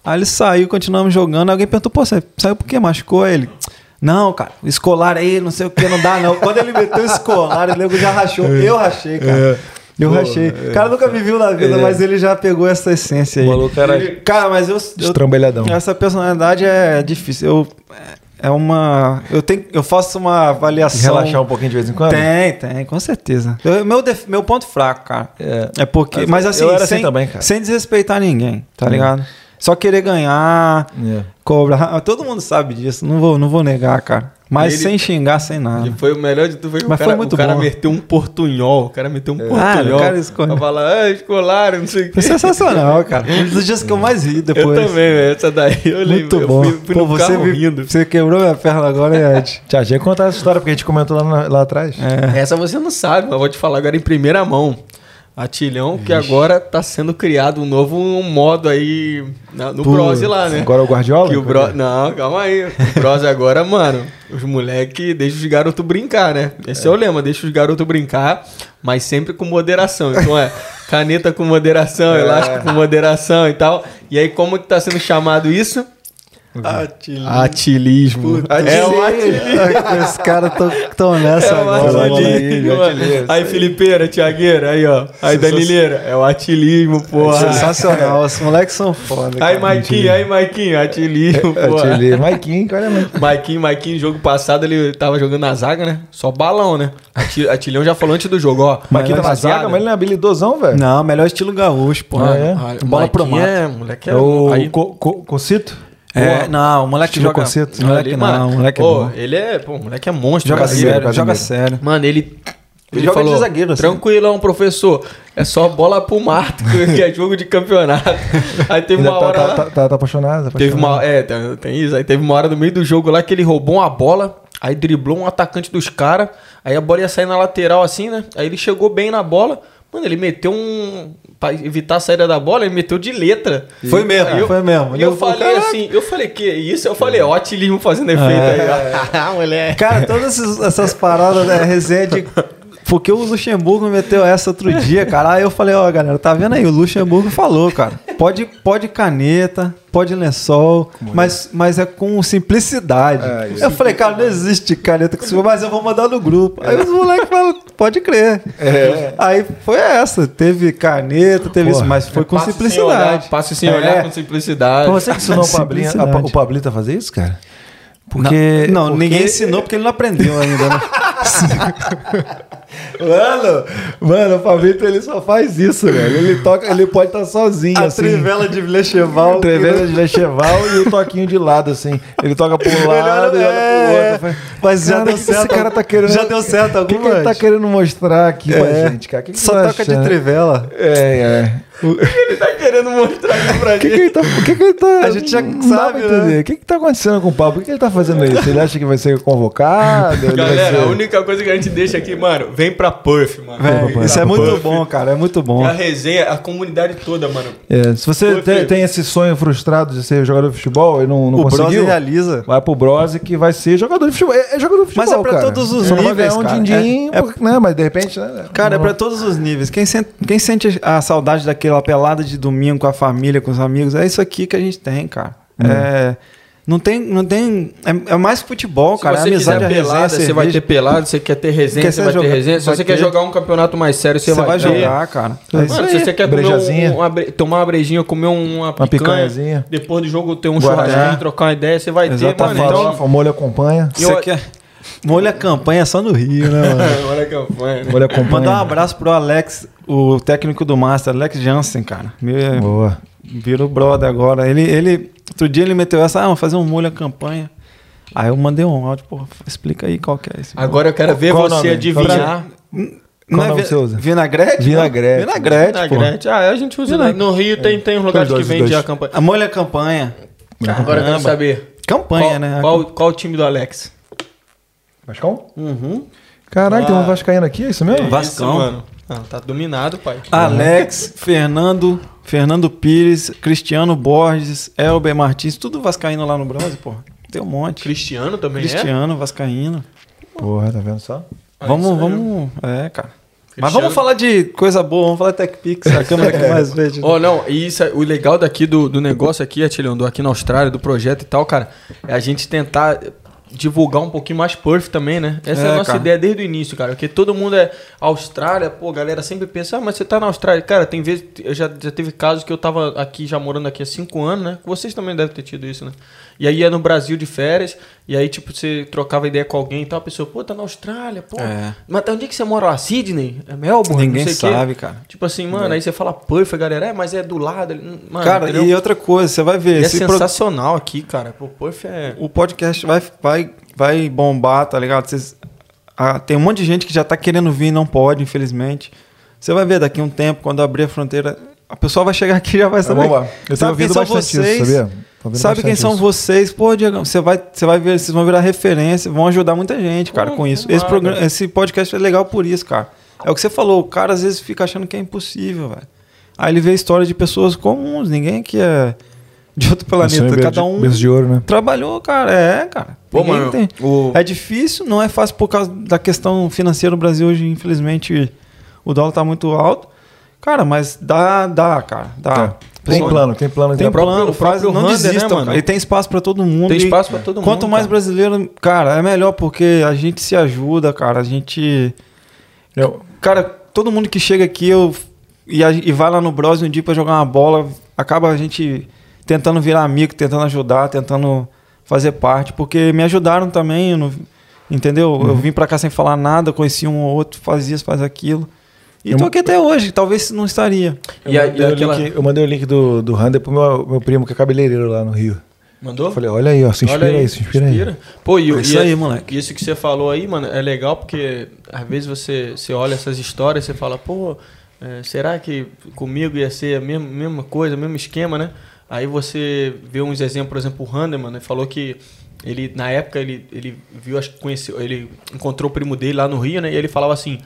Aí ele saiu, continuamos jogando. Alguém perguntou, pô, você saiu por quê? Machucou Aí ele? Não, cara, o escolar aí, não sei o que, não dá não. Quando ele meteu o escolar, o nego já rachou. Eu rachei, cara. Eu rachei. O cara nunca me viu na vida, mas ele já pegou essa essência aí.
É. era-
Cara, mas eu. eu-
Estrambelhadão.
essa personalidade é difícil. Eu. É uma. Eu, tenho, eu faço uma avaliação.
Relaxar um pouquinho de vez em quando?
Tem, tem, com certeza. Eu- meu, def- meu ponto fraco, cara.
É.
É porque. Mas,
Mas eu
assim,
era assim
sem,
também, cara.
sem desrespeitar ninguém, tá
É.
ligado? Só querer ganhar,
É.
cobrar. Ah, Todo mundo sabe disso, não vou, não vou negar, cara. Mas
Ele-
sem xingar, sem
E
nada.
foi o melhor de tudo, foi que
Ah. Mas
o cara,
foi muito
o cara
bom.
meteu um portunhol. O cara meteu um portunhol.
o cara escolheu.
Tava lá, ah, escolar, não sei o quê.
Foi sensacional, cara. Um dos dias que eu mais ri
Eu
depois.
também, velho. Essa daí eu lembro.
Muito
Eu
bom.
fui, fui
Pô,
no
você,
carro
me-
rindo.
você quebrou minha perna agora, hein, Ed.
Já tinha que contar essa história, porque a gente comentou lá, na- lá atrás.
Essa você não sabe, mas vou te falar agora em primeira mão. Atilhão, que agora tá sendo criado um novo modo aí na- no Bros lá, né?
Agora é o Guardiola?
Que o Bro- Não, calma aí. O Bros agora, mano, os moleque deixa os garotos brincar, né? Esse é. o lema, deixa os garotos brincar, mas sempre com moderação. Então é caneta
É.
com moderação, elástico com moderação e tal. E aí, como que tá sendo chamado isso? Atilismo.
Ah,
Atilismo. É o atilismo. Os caras estão nessa
É o
agora.
atilismo. mano. Aí, Felipeira, Tiagueira, aí, ó. Aí, Danileira. É o atilismo, porra.
Sensacional. Os moleques são foda.
Aí,
cara.
Maiquinho, aí, Maiquinho. Atilismo, porra.
Atili. É, Maiquinho, olha mesmo.
Maiquinho, Maiquinho, jogo passado ele tava jogando na zaga, né? Só balão, né? Ati- Atilhão já falou antes do jogo, ó.
Maiquinho tá na
Rapaziada,
zaga, mas ele não é habilidosão, velho.
Não, melhor estilo gaúcho, pô.
Ah, é?
Ah, o
Bola pro
Maiquinho
mato.
É, moleque é.
É o
aí-
Co- Co- Concito?
É, não, o moleque
Estilo
joga.
conceito.
Moleque
ali,
não,
mano.
moleque é
Pô,
bom.
Ele é, pô, o moleque é monstro.
Joga
brasileiro.
sério,
brasileiro.
joga sério.
Mano, ele. Ele
joga de
falou,
zagueiro, assim.
Tranquilão, professor. É só bola pro mato, que é jogo de campeonato. Aí teve
Ainda
uma
tá,
hora.
tá,
lá-
tá, tá- tá apaixonado? tá
Teve
apaixonado.
uma, é, tem tem isso. Aí teve uma hora no meio do jogo lá que ele roubou uma bola, aí driblou um atacante dos caras, aí a bola ia sair na lateral assim, né? Aí ele chegou bem na bola. Mano, ele meteu um. Pra evitar a saída da bola, ele meteu de letra.
Foi mesmo,
Aí
Ah, foi mesmo.
E eu
Eu-
falei
Caraca. É.
assim, eu falei, que isso? Eu falei, ó, atilismo fazendo efeito aí, ó.
Ah, moleque. Cara, todas essas, essas paradas da resenha de. Porque o Luxemburgo meteu essa outro dia, cara. Aí eu falei, ó, galera, tá vendo aí? O Luxemburgo falou, cara. Pode, pode caneta, pode lençol, mas, mas é com simplicidade.
É,
eu falei, cara, não existe caneta que se mas eu vou mandar no grupo. Aí os moleques falam, pode crer. Aí foi essa. Teve caneta, teve isso, mas foi com
Passe sem
simplicidade.
olhar, Passe sem
É.
olhar com simplicidade.
Pô, você que ensinou o Pablinho, a,
Simplicidade.
o Pablito a fazer isso, cara? Porque.
Não,
porque-
ninguém ensinou porque ele não aprendeu ainda, né?
Mano, mano, o Pablito ele só faz isso, velho. Ele toca, ele pode estar sozinho,
A
assim.
trivela de Lecheval.
Trevela de
né?
Lecheval e o toquinho de lado, assim. Ele toca pro um lado e olha pro
é.
outro. Eu falei,
Mas já
"Cara,
deu
o que que
certo.
Esse cara tá querendo.
Já deu certo
O que, que ele tá
algumas?
querendo mostrar aqui
É.
pra gente, cara? O Que que
Só
você tá
toca de
né?"
achando?
trivela.
É, é. O
Ele tá querendo mostrar aqui pra
que, que ele tá. O que, que ele tá.
A gente já
não dá
sabe, né?
pra entender. O que, que tá acontecendo com o Pablo? Por que, que ele tá fazendo isso? Ele acha que vai ser convocado? Ele vai
Galera, a
ser-
única coisa que a gente deixa aqui, mano, vem pra Perth, mano.
Velho, isso é muito bom, cara. É muito bom.
A resenha, a comunidade toda, mano.
É, se você
Ô,
tem,
filho.
tem esse sonho frustrado de ser jogador de futebol e não, não
O Brose
conseguiu,
realiza.
vai pro Brose que vai ser jogador de futebol. É, é jogador de futebol,
Mas é pra
cara.
todos os
Só não vai
níveis,
ganhar um
cara.
din-din,
É- é-
porque- né? Mas de repente, né?
Cara, é
não-
pra todos os níveis. Quem sente, quem sente a saudade daquela pelada de domingo com a família, com os amigos, é isso aqui que a gente tem, cara. É, não tem, não tem. É, é mais futebol, cara.
se
É
você
amizade,
quiser
a resenha,
pelada, você vai
cerveja.
ter pelada. Você quer ter resenha,
Quer
você
ser
vai ter
joga-
resenha. Se
vai
você quer
ter.
jogar um campeonato mais sério, você,
Você vai
ter.
jogar, cara. É isso
Mano,
aí.
se você quer comer
brejazinha.
um- uma bre- tomar uma brejinha, comer um- uma picanha,
picanhazinha.
depois do jogo ter um
Guaraná.
churrasquinho, trocar uma ideia, você vai ter,
Tá
mano.
falando,
Então,
o molho acompanha.
Você quer. Molha a campanha só no Rio, né, mano?
Então, Olha que campanha, né?
O molho acompanha.
Mandar um abraço pro Alex, o técnico do Master, Alex Jansen, cara. Meu,
Boa.
Virou brother agora. Ele, ele, outro dia ele meteu essa, ah, vamos fazer um molho à campanha. Aí eu mandei um áudio, pô, explica aí qual que é esse. é
Agora é eu quero ver
Qual o
você
nome?
adivinhar.
qual nome você usa?
Vinagrete?
Vinagrete.
Vinagrete, pô.
Vinagrete. Ah, a gente usa.
é
né? No Rio tem, tem uns lugares
Dois,
que
dois,
vende
dois.
a campanha.
A molho à campanha.
Agora eu quero saber.
Campanha,
Qual,
né?
qual, qual o time do Alex?
Vascão? Uhum. Caralho,
Ah.
tem um Vascaíno aqui, é isso mesmo?
Vascão. Ah.
Isso, mano. Ah, tá dominado, pai.
Alex, Fernando, Fernando Pires, Cristiano Borges, Elber Martins, tudo vascaíno lá no Bronze, pô. Tem um monte.
Cristiano também é?
Cristiano, vascaíno.
Porra, tá vendo só?
Ah,
vamos,
isso aí.
vamos. É,
Cristiano-
cara. Mas vamos falar de coisa boa, vamos falar de TechPix, a câmera que mais vende.
Ó, não, e isso, é- o legal daqui do, do negócio aqui, Atilhão, do aqui na Austrália, do projeto e tal, cara, é a gente tentar divulgar um pouquinho mais Perth também, né? Essa é, a
É,
nossa
cara.
ideia desde o início, cara, porque todo mundo é Austrália, pô, a galera sempre pensa, ah, mas você tá na Austrália. Cara, tem vezes, eu já, já teve casos que eu tava aqui, já morando aqui há cinco anos, né? Vocês também devem ter tido isso, né? E aí ia no Brasil de férias, e aí, tipo, você trocava ideia com alguém e tal, a pessoa, pô, tá na Austrália, pô.
É.
Mas tá onde é que você mora? Ah, Sydney? É Melbourne?
Ninguém
não sei o quê."
sabe, cara.
Tipo assim, mano, aí você fala Perth, a galera, é, mas é do lado. ali, Mano, é um
cara,
entendeu?
e outra coisa, você vai ver.
E é
esse pro-
sensacional aqui, cara. Pô, Perth é.
O podcast vai, vai, vai bombar, tá ligado? Vocês- ah, tem um monte de gente que já tá querendo vir e não pode, infelizmente. Você vai ver daqui a um tempo, quando abrir a fronteira, a pessoa vai chegar aqui e já vai
Tá
saber.
bom, lá. Eu tenho
sabe quem
ouvido
são
bastante
vocês?
isso, sabia? Tô ouvindo
Sabe quem
bastante
são
isso.
vocês? Pô, Diego, você vai, você vai ver, vocês vão virar referência, vão ajudar muita gente, cara, com isso. Esse, programa, esse podcast é legal por isso, cara. É o que você falou, o cara às vezes fica achando que é impossível, velho. Aí ele vê histórias de pessoas comuns, ninguém que é de outro
Isso
planeta,
é
cada
berço de-
um
berço de ouro, né?
trabalhou, cara, é, cara.
Pô,
Ninguém
mano,
tem-
o-
É difícil, não é fácil por causa da questão financeira do Brasil hoje, infelizmente, o dólar tá muito alto. Cara, mas dá, dá, cara, dá.
Tá. Tem plano, tem plano.
Tem
pra-
plano,
o
faz,
próprio
não
Hunter, né,
desistam,
mano?
cara. E tem espaço pra todo mundo.
Tem
e
espaço pra todo mundo.
Quanto mais
cara.
brasileiro, cara, é melhor porque a gente se ajuda, cara. A gente.
Eu-
Cara, todo mundo que chega aqui eu, e, a- e vai lá no Bros um dia pra jogar uma bola, acaba a gente tentando virar amigo, tentando ajudar, tentando fazer parte, porque me ajudaram também, eu não- entendeu?
Uhum.
Eu vim pra cá sem falar nada, conheci um ou outro, fazia isso, faz aquilo. E
Eu-
tô aqui até hoje, talvez não estaria.
E, a-
eu,
e
mandei
aquela.
o link, eu mandei o link do, do Hunter pro meu, meu primo, que é cabeleireiro lá no Rio.
Mandou?
Eu falei, olha aí, ó, se inspira aí, se inspira, aí.
Pô, e,
É
e-
isso aí, moleque.
e Isso que você falou aí, mano, é legal porque às vezes você, você olha essas histórias e você fala, pô, é, será que comigo ia ser a mesma, mesma coisa, mesmo esquema, né? Aí você vê uns exemplos, por exemplo, o Hunter, mano, ele falou que ele, na época, ele, ele viu, acho que conheceu, ele encontrou o primo dele lá no Rio, né? E ele falava assim.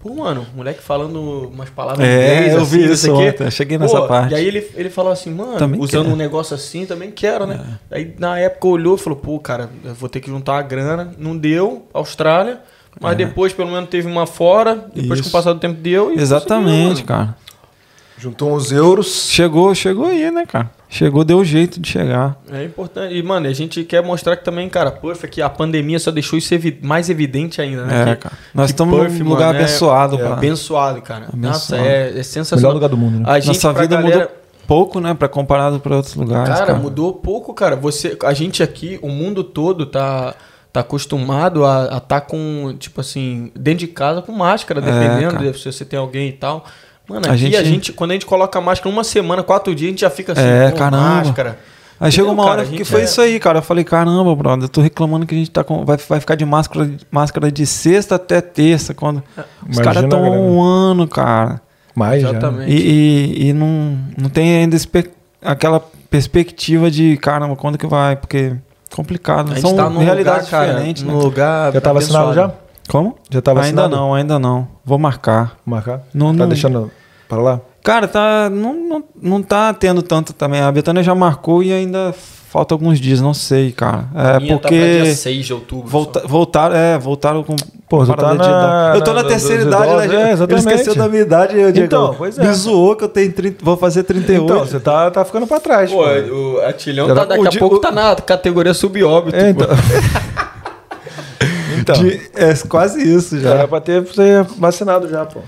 Pô, mano, o moleque falando umas palavras
É,
em inglês,
eu
assim,
vi
não
isso
sei o quê.
ontem, eu cheguei nessa parte.
E aí ele, ele falou assim, mano,
Também
usando
quero.
um negócio assim, também quero, né?
É.
Aí na época olhou e falou, pô, cara, eu vou ter que juntar a grana. Não deu, Austrália. Mas depois, pelo menos, teve uma fora. Depois, com o
É. Isso.
passar do tempo, deu. E
Exatamente,
conseguiu, mano.
cara.
Juntou uns euros.
Chegou, chegou aí, né, cara? Chegou, deu jeito de chegar.
É importante. E, mano, a gente quer mostrar que também, cara, Perth, que a pandemia só deixou isso evi- mais evidente ainda, né?
É,
Que-
cara. Nós
que
estamos
Perth,
num lugar
mano, é-
abençoado,
é
cara.
abençoado, cara. Nossa,
Abençoado.
é, é
Melhor
sensacional. Ah,
lugar do mundo, né?
A gente,
Nossa
pra
vida
galera,
mudou pouco, né? Pra comparado pra outros lugares.
Cara,
Cara,
mudou pouco, cara. Você, a gente aqui, o mundo todo tá tá acostumado a estar tá com, tipo assim, dentro de casa com máscara, dependendo
É, cara.
de se você tem alguém e tal. Mano,
A
aqui
gente-
a gente, quando a gente coloca a máscara uma semana, quatro dias, a gente já fica assim,
É,
pô,
caramba.
máscara.
Aí chegou
Entendeu,
uma
cara?
hora
A
que
gente
foi
é-
isso aí, cara. Eu falei, caramba, brother, eu tô reclamando que a gente tá com. Vai, vai ficar de máscara, máscara de sexta até terça. Quando...
É,
Os
Imagina,
caras estão há
galera.
né?
um ano, cara.
Mais já. né?
Exatamente.
E, e, e não, não tem ainda espe- aquela perspectiva de, caramba, quando que vai? Porque é complicado.
A gente
São
tá num
realidades
lugar, cara,
diferentes,
num
né?
lugar
Já tá vacinado
abençoado.
já?
Como?
Já tá
ainda
vacinado?
não, ainda não. Vou marcar.
Marcar?
Não,
Tá
não-
deixando pra lá?
Cara, tá, não, não, não tá tendo tanto também. A Betânia já marcou e ainda falta alguns dias, não sei, cara. É
A minha tá pra dia
porque
6 de outubro.
volta,
só.
voltaram, é, voltaram com
Pô, tu
parada
tá na,
de idade. Eu tô
na-
na
do-
terceira
dos
idade,
idosos,
né?
É,
gente?
Ele
exatamente.
esqueceu da minha idade, eu digo.
Então, pois é.
Me zoou que eu tenho 30, vou fazer 38.
Então, você tá, tá ficando pra trás. pô.
Pô, o Atilhão
Já
tá,
tá-
daqui
o
a
di-
pouco
o-
tá na categoria subóbito.
É, então. então. É.
De- é quase isso
Já
já.
era pra ter você vacinado já, pô.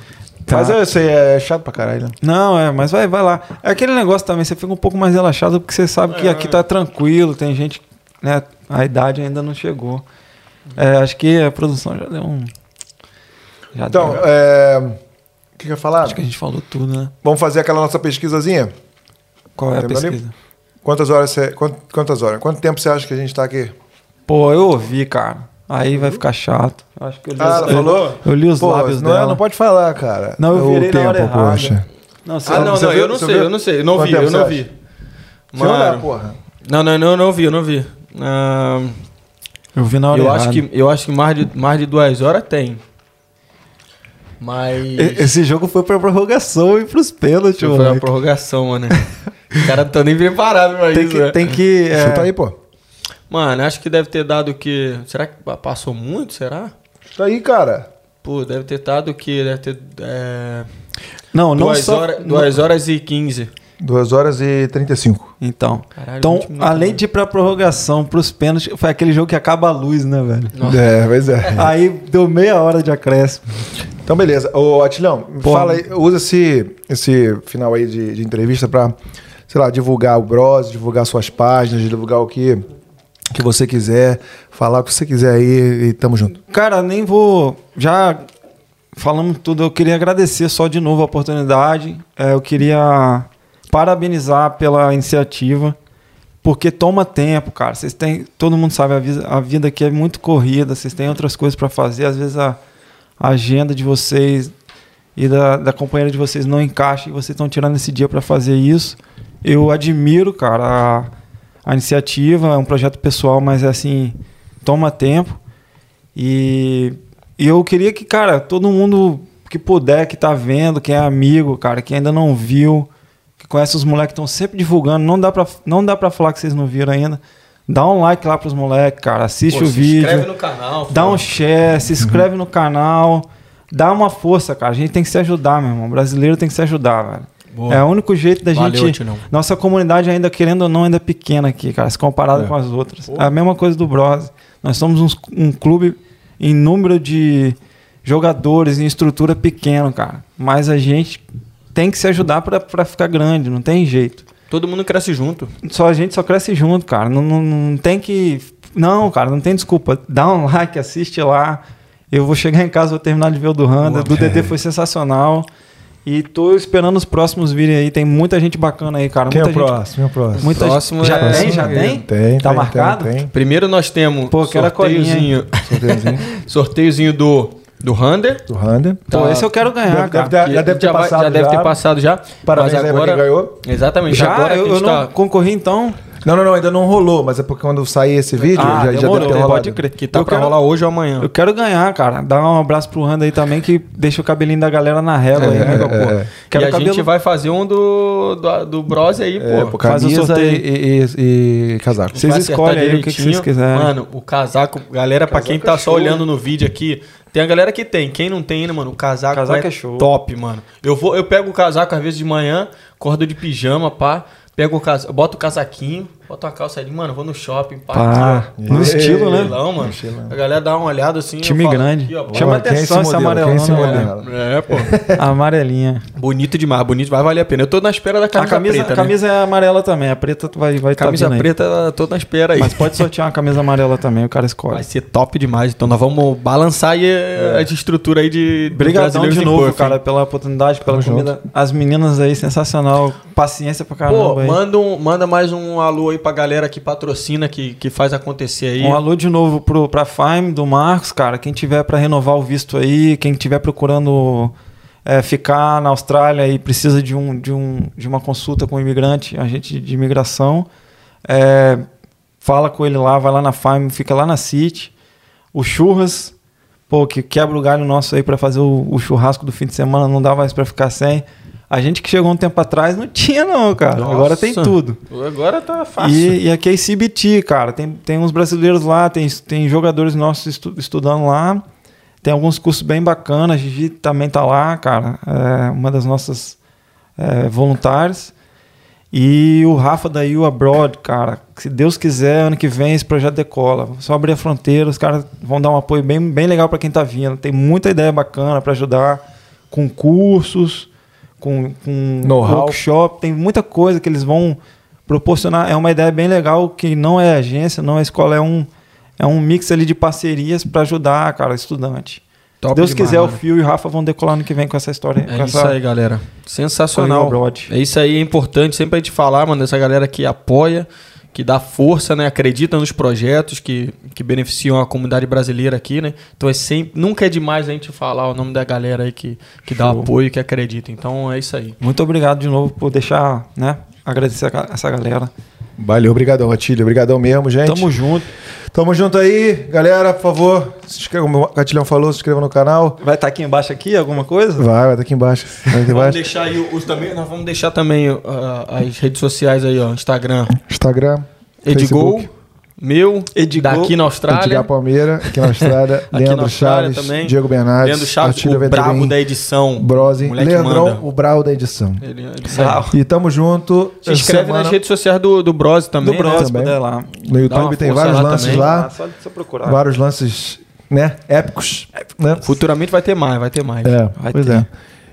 Tá.
Mas é, isso aí é chato pra caralho. né?
Não, é, mas vai, vai lá. É aquele negócio também, você fica um pouco mais relaxado porque você sabe
É.
que aqui tá tranquilo, tem gente, né? A idade ainda não chegou. É, acho que a produção já deu um. Já
Então,
deu.
é, o que que eu ia falar?
Acho que a gente falou tudo, né?
Vamos fazer aquela nossa pesquisazinha?
Qual é a
Lembra ali?
pesquisa?
Quantas horas você. quant- Quantas horas? Quanto tempo você acha que a gente tá aqui?
Pô, eu ouvi, cara. Aí vai ficar chato. Acho que eu li
Uhum. Ah,
os,
ela falou?
eu li os
Pô,
lábios
não, é-
dela.
não pode falar, cara. É
Não, eu
O
virei na hora errada.
Não, você
Ah, não,
então, Você
não,
viu-
eu não
você
sei,
viu?
eu não sei, eu não
Quanto
vi, eu
tempo
não
você
vi.
Se eu olhar,
Mano,
porra.
Não, não, não, não vi, eu não vi. Ah,
Eu vi na hora
eu, acho
errada.
que, eu acho que mais de, mais de duas horas tem. Mas.
E- Esse jogo foi pra prorrogação e pros pênaltis,
Deixa eu fazer uma
moleque.
prorrogação, mano. O cara não tá nem preparado pra
Tem
isso, né?
que, tem que é,
Chuta aí, pô.
Mano, acho que deve ter dado o que. Será que pa- passou muito? Será?
Chuta aí, cara.
Pô, deve ter dado o que? Deve ter. É...
Não, não
duas,
só...
horas, duas horas e quinze.
2 horas e 35.
Então,
Caralho,
então
20 minutos,
além
né?
de ir pra prorrogação, pros pênaltis, foi aquele jogo que acaba a luz, né, velho?
Nossa.
É, pois é.
Aí deu meia hora de acréscimo.
Então, beleza. Ô, Atilhão, me
Porra.
fala aí, usa esse, esse final aí de, de entrevista pra, sei lá, divulgar o Bros, divulgar suas páginas, divulgar o que, que você quiser, falar o que você quiser aí e tamo junto.
Cara, nem vou. Já falamos tudo. Eu queria agradecer só de novo a oportunidade. É, eu queria parabenizar pela iniciativa, porque toma tempo, cara. Vocês têm, todo mundo sabe a, vi- a vida aqui é muito corrida. Vocês têm outras coisas para fazer. Às vezes a, a agenda de vocês e da, da companheira de vocês não encaixa e vocês estão tirando esse dia para fazer isso. Eu admiro, cara, a, a iniciativa. É um projeto pessoal, mas é assim toma tempo. E, e eu queria que, cara, todo mundo que puder, que tá vendo, que é amigo, cara, que ainda não viu, que conhece os moleques que estão sempre divulgando, não dá, pra, não dá pra falar que vocês não viram ainda. Dá um like lá pros moleques, cara. Assiste
Pô,
o
se
vídeo.
inscreve no Uhum. canal.
Dá
pô.
um share, se inscreve no canal. Dá uma força, cara. A gente tem que se ajudar, meu irmão. O brasileiro tem que se ajudar, velho.
Boa.
É o único jeito da
Valeu,
gente.
Tilão.
Nossa comunidade ainda, querendo ou não, ainda é pequena aqui, cara, se comparada com as outras. É a mesma coisa do Bros. Nós somos uns- um clube em número de jogadores, em estrutura pequeno, cara. Mas a gente tem que se ajudar pra- pra ficar grande, não tem jeito
Todo mundo cresce junto.
só a gente só cresce junto, cara. Não, não, não tem que. Não, cara, não tem desculpa. Dá um like, assiste lá. Eu vou chegar em casa, vou terminar de ver o do Randa. Do
é.
DD foi sensacional. E tô esperando os próximos virem aí. Tem muita gente bacana aí, cara.
Quem é o
muita gente.
próximo? Quem é o próximo?
Muita gente-
Próximo
já
é-
tem, já tem?
Tem,
Tá
tem,
marcado?
Tem, tem.
Primeiro nós temos
Pô, quero a colinha,
sorteiozinho,
Sorteiozinho
sorteiozinho do, do Hunter.
do Rander.
Pô,
Tá.
esse eu quero ganhar,
Deve-
cara.
deve Já
que
ter
vai-
passado
já deve
já.
ter passado já.
Parabéns
mas
aí pra
agora,
quem ganhou.
Exatamente.
Já,
agora
eu,
que a
eu
gente
não
tá-
concorri então.
Não, não, não, ainda não rolou, mas é porque quando sair esse vídeo,
Ah,
já, já
demorou,
deve ter rolado.
pode crer.
Que tá
Eu
pra
quero-
rolar hoje ou amanhã.
Eu quero ganhar, cara. Dá um abraço pro Randa aí também, que deixa o cabelinho da galera na régua aí, né, meu
é, é.
pô? Quero
e a
cabelo
gente vai fazer um do, do, do Bros aí,
É,
pô.
pô,
faz o
camisa
sorteio.
e, e- e casaco.
Vocês
Vai acertar
escolhem aí o que que
direitinho.
vocês quiserem.
Mano, o casaco, galera, pra quem tá só olhando no vídeo aqui, tem a galera que tem. Quem não tem ainda, mano, o casaco,
Casaco
é,
é show.
top, mano. Eu vou, eu pego o casaco às vezes de manhã, acordo de pijama, pá, pego o casaco, boto o casaquinho, boto a calça ali, mano, vou no shopping, pá.
Ah,
Pá,
tira-
no
É,
estilo, né?
estilão, mano. A galera dá uma olhada assim, eu
Time
falo,
grande.
"Ih, ó, bom."
Chama
Ó, quem é
atenção esse
modelo?
amarelão,
Quem é esse
né,
modelo?
É, pô.
amarelinha.
Bonito demais, bonito, vai valer a pena. Eu tô na espera da
A
camisa,
camisa,
preta,
a camisa é amarela também. A preta tu vai vai
né? camisa preta, tô na espera aí.
Mas pode sortear uma camisa amarela também, o cara escolhe.
Vai ser top demais. Então nós vamos balançar aí eh, essa estrutura aí de do
É. Obrigadão
Brasileiros
de
em
novo,
Puff,
cara,
hein?
pela oportunidade, pela
Tamo
comida. As meninas aí, sensacional. Paciência pra caramba.
Pô,
aí.
manda, um, manda mais um alô aí pra galera que patrocina, que, que faz acontecer aí.
Um alô de novo pro, pra Fime, do Marcos, cara. Quem tiver pra renovar o visto aí, quem tiver procurando é, ficar na Austrália e precisa de, um, de, um, de uma consulta com um imigrante, agente de imigração, é, fala com ele lá, vai lá na Fime, fica lá na City. O Churras, pô, que quebra o galho nosso aí pra fazer o, o churrasco do fim de semana, não dá mais pra ficar sem. A gente que chegou um tempo atrás não tinha não, cara. Agora tem
Nossa.
tudo.
Agora tá fácil.
E, e aqui é CBT, cara. Tem, tem uns brasileiros lá, tem, tem jogadores nossos estu- estudando lá. Tem alguns cursos bem bacanas. A Gigi também tá lá, cara. É uma das nossas é, voluntárias. E o Rafa da U Abroad, cara. Se Deus quiser, ano que vem esse projeto decola. Só abrir a fronteira, os caras vão dar um apoio bem, bem legal para quem tá vindo. Tem muita ideia bacana para ajudar com cursos, com, com
Know-how.
workshop. Tem muita coisa que eles vão proporcionar. É uma ideia bem legal que não é agência, não é escola, é um, é um mix ali de parcerias para ajudar, cara, estudante.
Top
Se Deus
demais,
quiser,
mano.
o Fio e o Rafa vão decolar no que vem com essa história. com
É isso
essa-
aí, galera.
Corrida
Sensacional.
Broad.
É isso aí, é importante sempre a gente falar, mano, dessa galera que apoia, que dá força, né? Acredita nos projetos que, que beneficiam a comunidade brasileira aqui, né? Então é sempre, nunca é demais a gente falar o nome da galera aí que, que dá apoio, que acredita. Então é isso aí.
Muito obrigado de novo por deixar, né? Agradecer a ga- essa galera.
Valeu, obrigadão, Atílio. Obrigadão mesmo, gente.
Tamo junto.
Tamo junto aí, galera, por favor. Se inscreva, como o Catilhão falou, se inscreva no canal.
Vai estar aqui embaixo aqui alguma coisa?
Vai, vai tá aqui embaixo. Vai aqui
Vamos
embaixo.
deixar aí os também, nós vamos deixar também ó, as redes sociais aí, ó, Instagram,
Instagram,
Edgol,
Facebook,
meu,
Edigol,
daqui na Austrália,
Edgar Palmeira, aqui na Austrália,
na
Leandro
Austrália
Chaves,
também.
Diego Bernardes,
Leandro Chaves,
Atílio
o
Ventadinho,
brabo da edição.
Brose,
Moleque
Leandrão,
manda.
o Brau da edição.
Ele, é ele
Brau.
E tamo junto.
Se inscreve
Semana
nas redes sociais do, do Bros também. né?
Do Bros, se
Também.
puder né, lá.
No
Dá uma
YouTube tem
força
vários
lá
lances
também.
Ah,
lá,
só, só procurar.
vários lances, né, épicos. né?
né? Futuramente vai ter mais, vai ter mais.
É,
Vai
pois
ter.
é.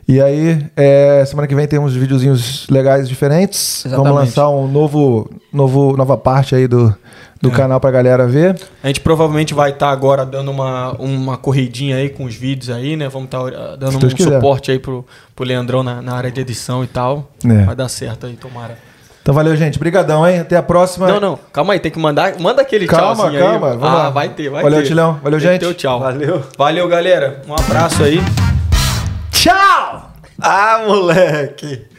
E aí, é, semana que vem tem uns videozinhos legais diferentes.
Exatamente.
Vamos lançar um novo, novo, nova parte aí do, do canal pra galera ver.
A gente provavelmente vai estar agora dando uma, uma corridinha aí com os vídeos aí, né? Vamos estar dando
Se
um
Deus quiser.
suporte aí pro, pro Leandrão na, na área de edição e tal.
É.
Vai dar certo aí, tomara.
Então valeu, gente. Obrigadão, hein? Até a próxima.
Não, não, calma aí, tem que mandar. Manda aquele
Calma,
tchauzinho
calma,
aí.
vamos
ah,
lá.
vai ter, vai
Valeu,
ter.
Tilhão. Valeu,
Tem que
gente.
ter o tchau. Valeu. Valeu, galera. Um abraço aí.
Tchau! Ah, moleque!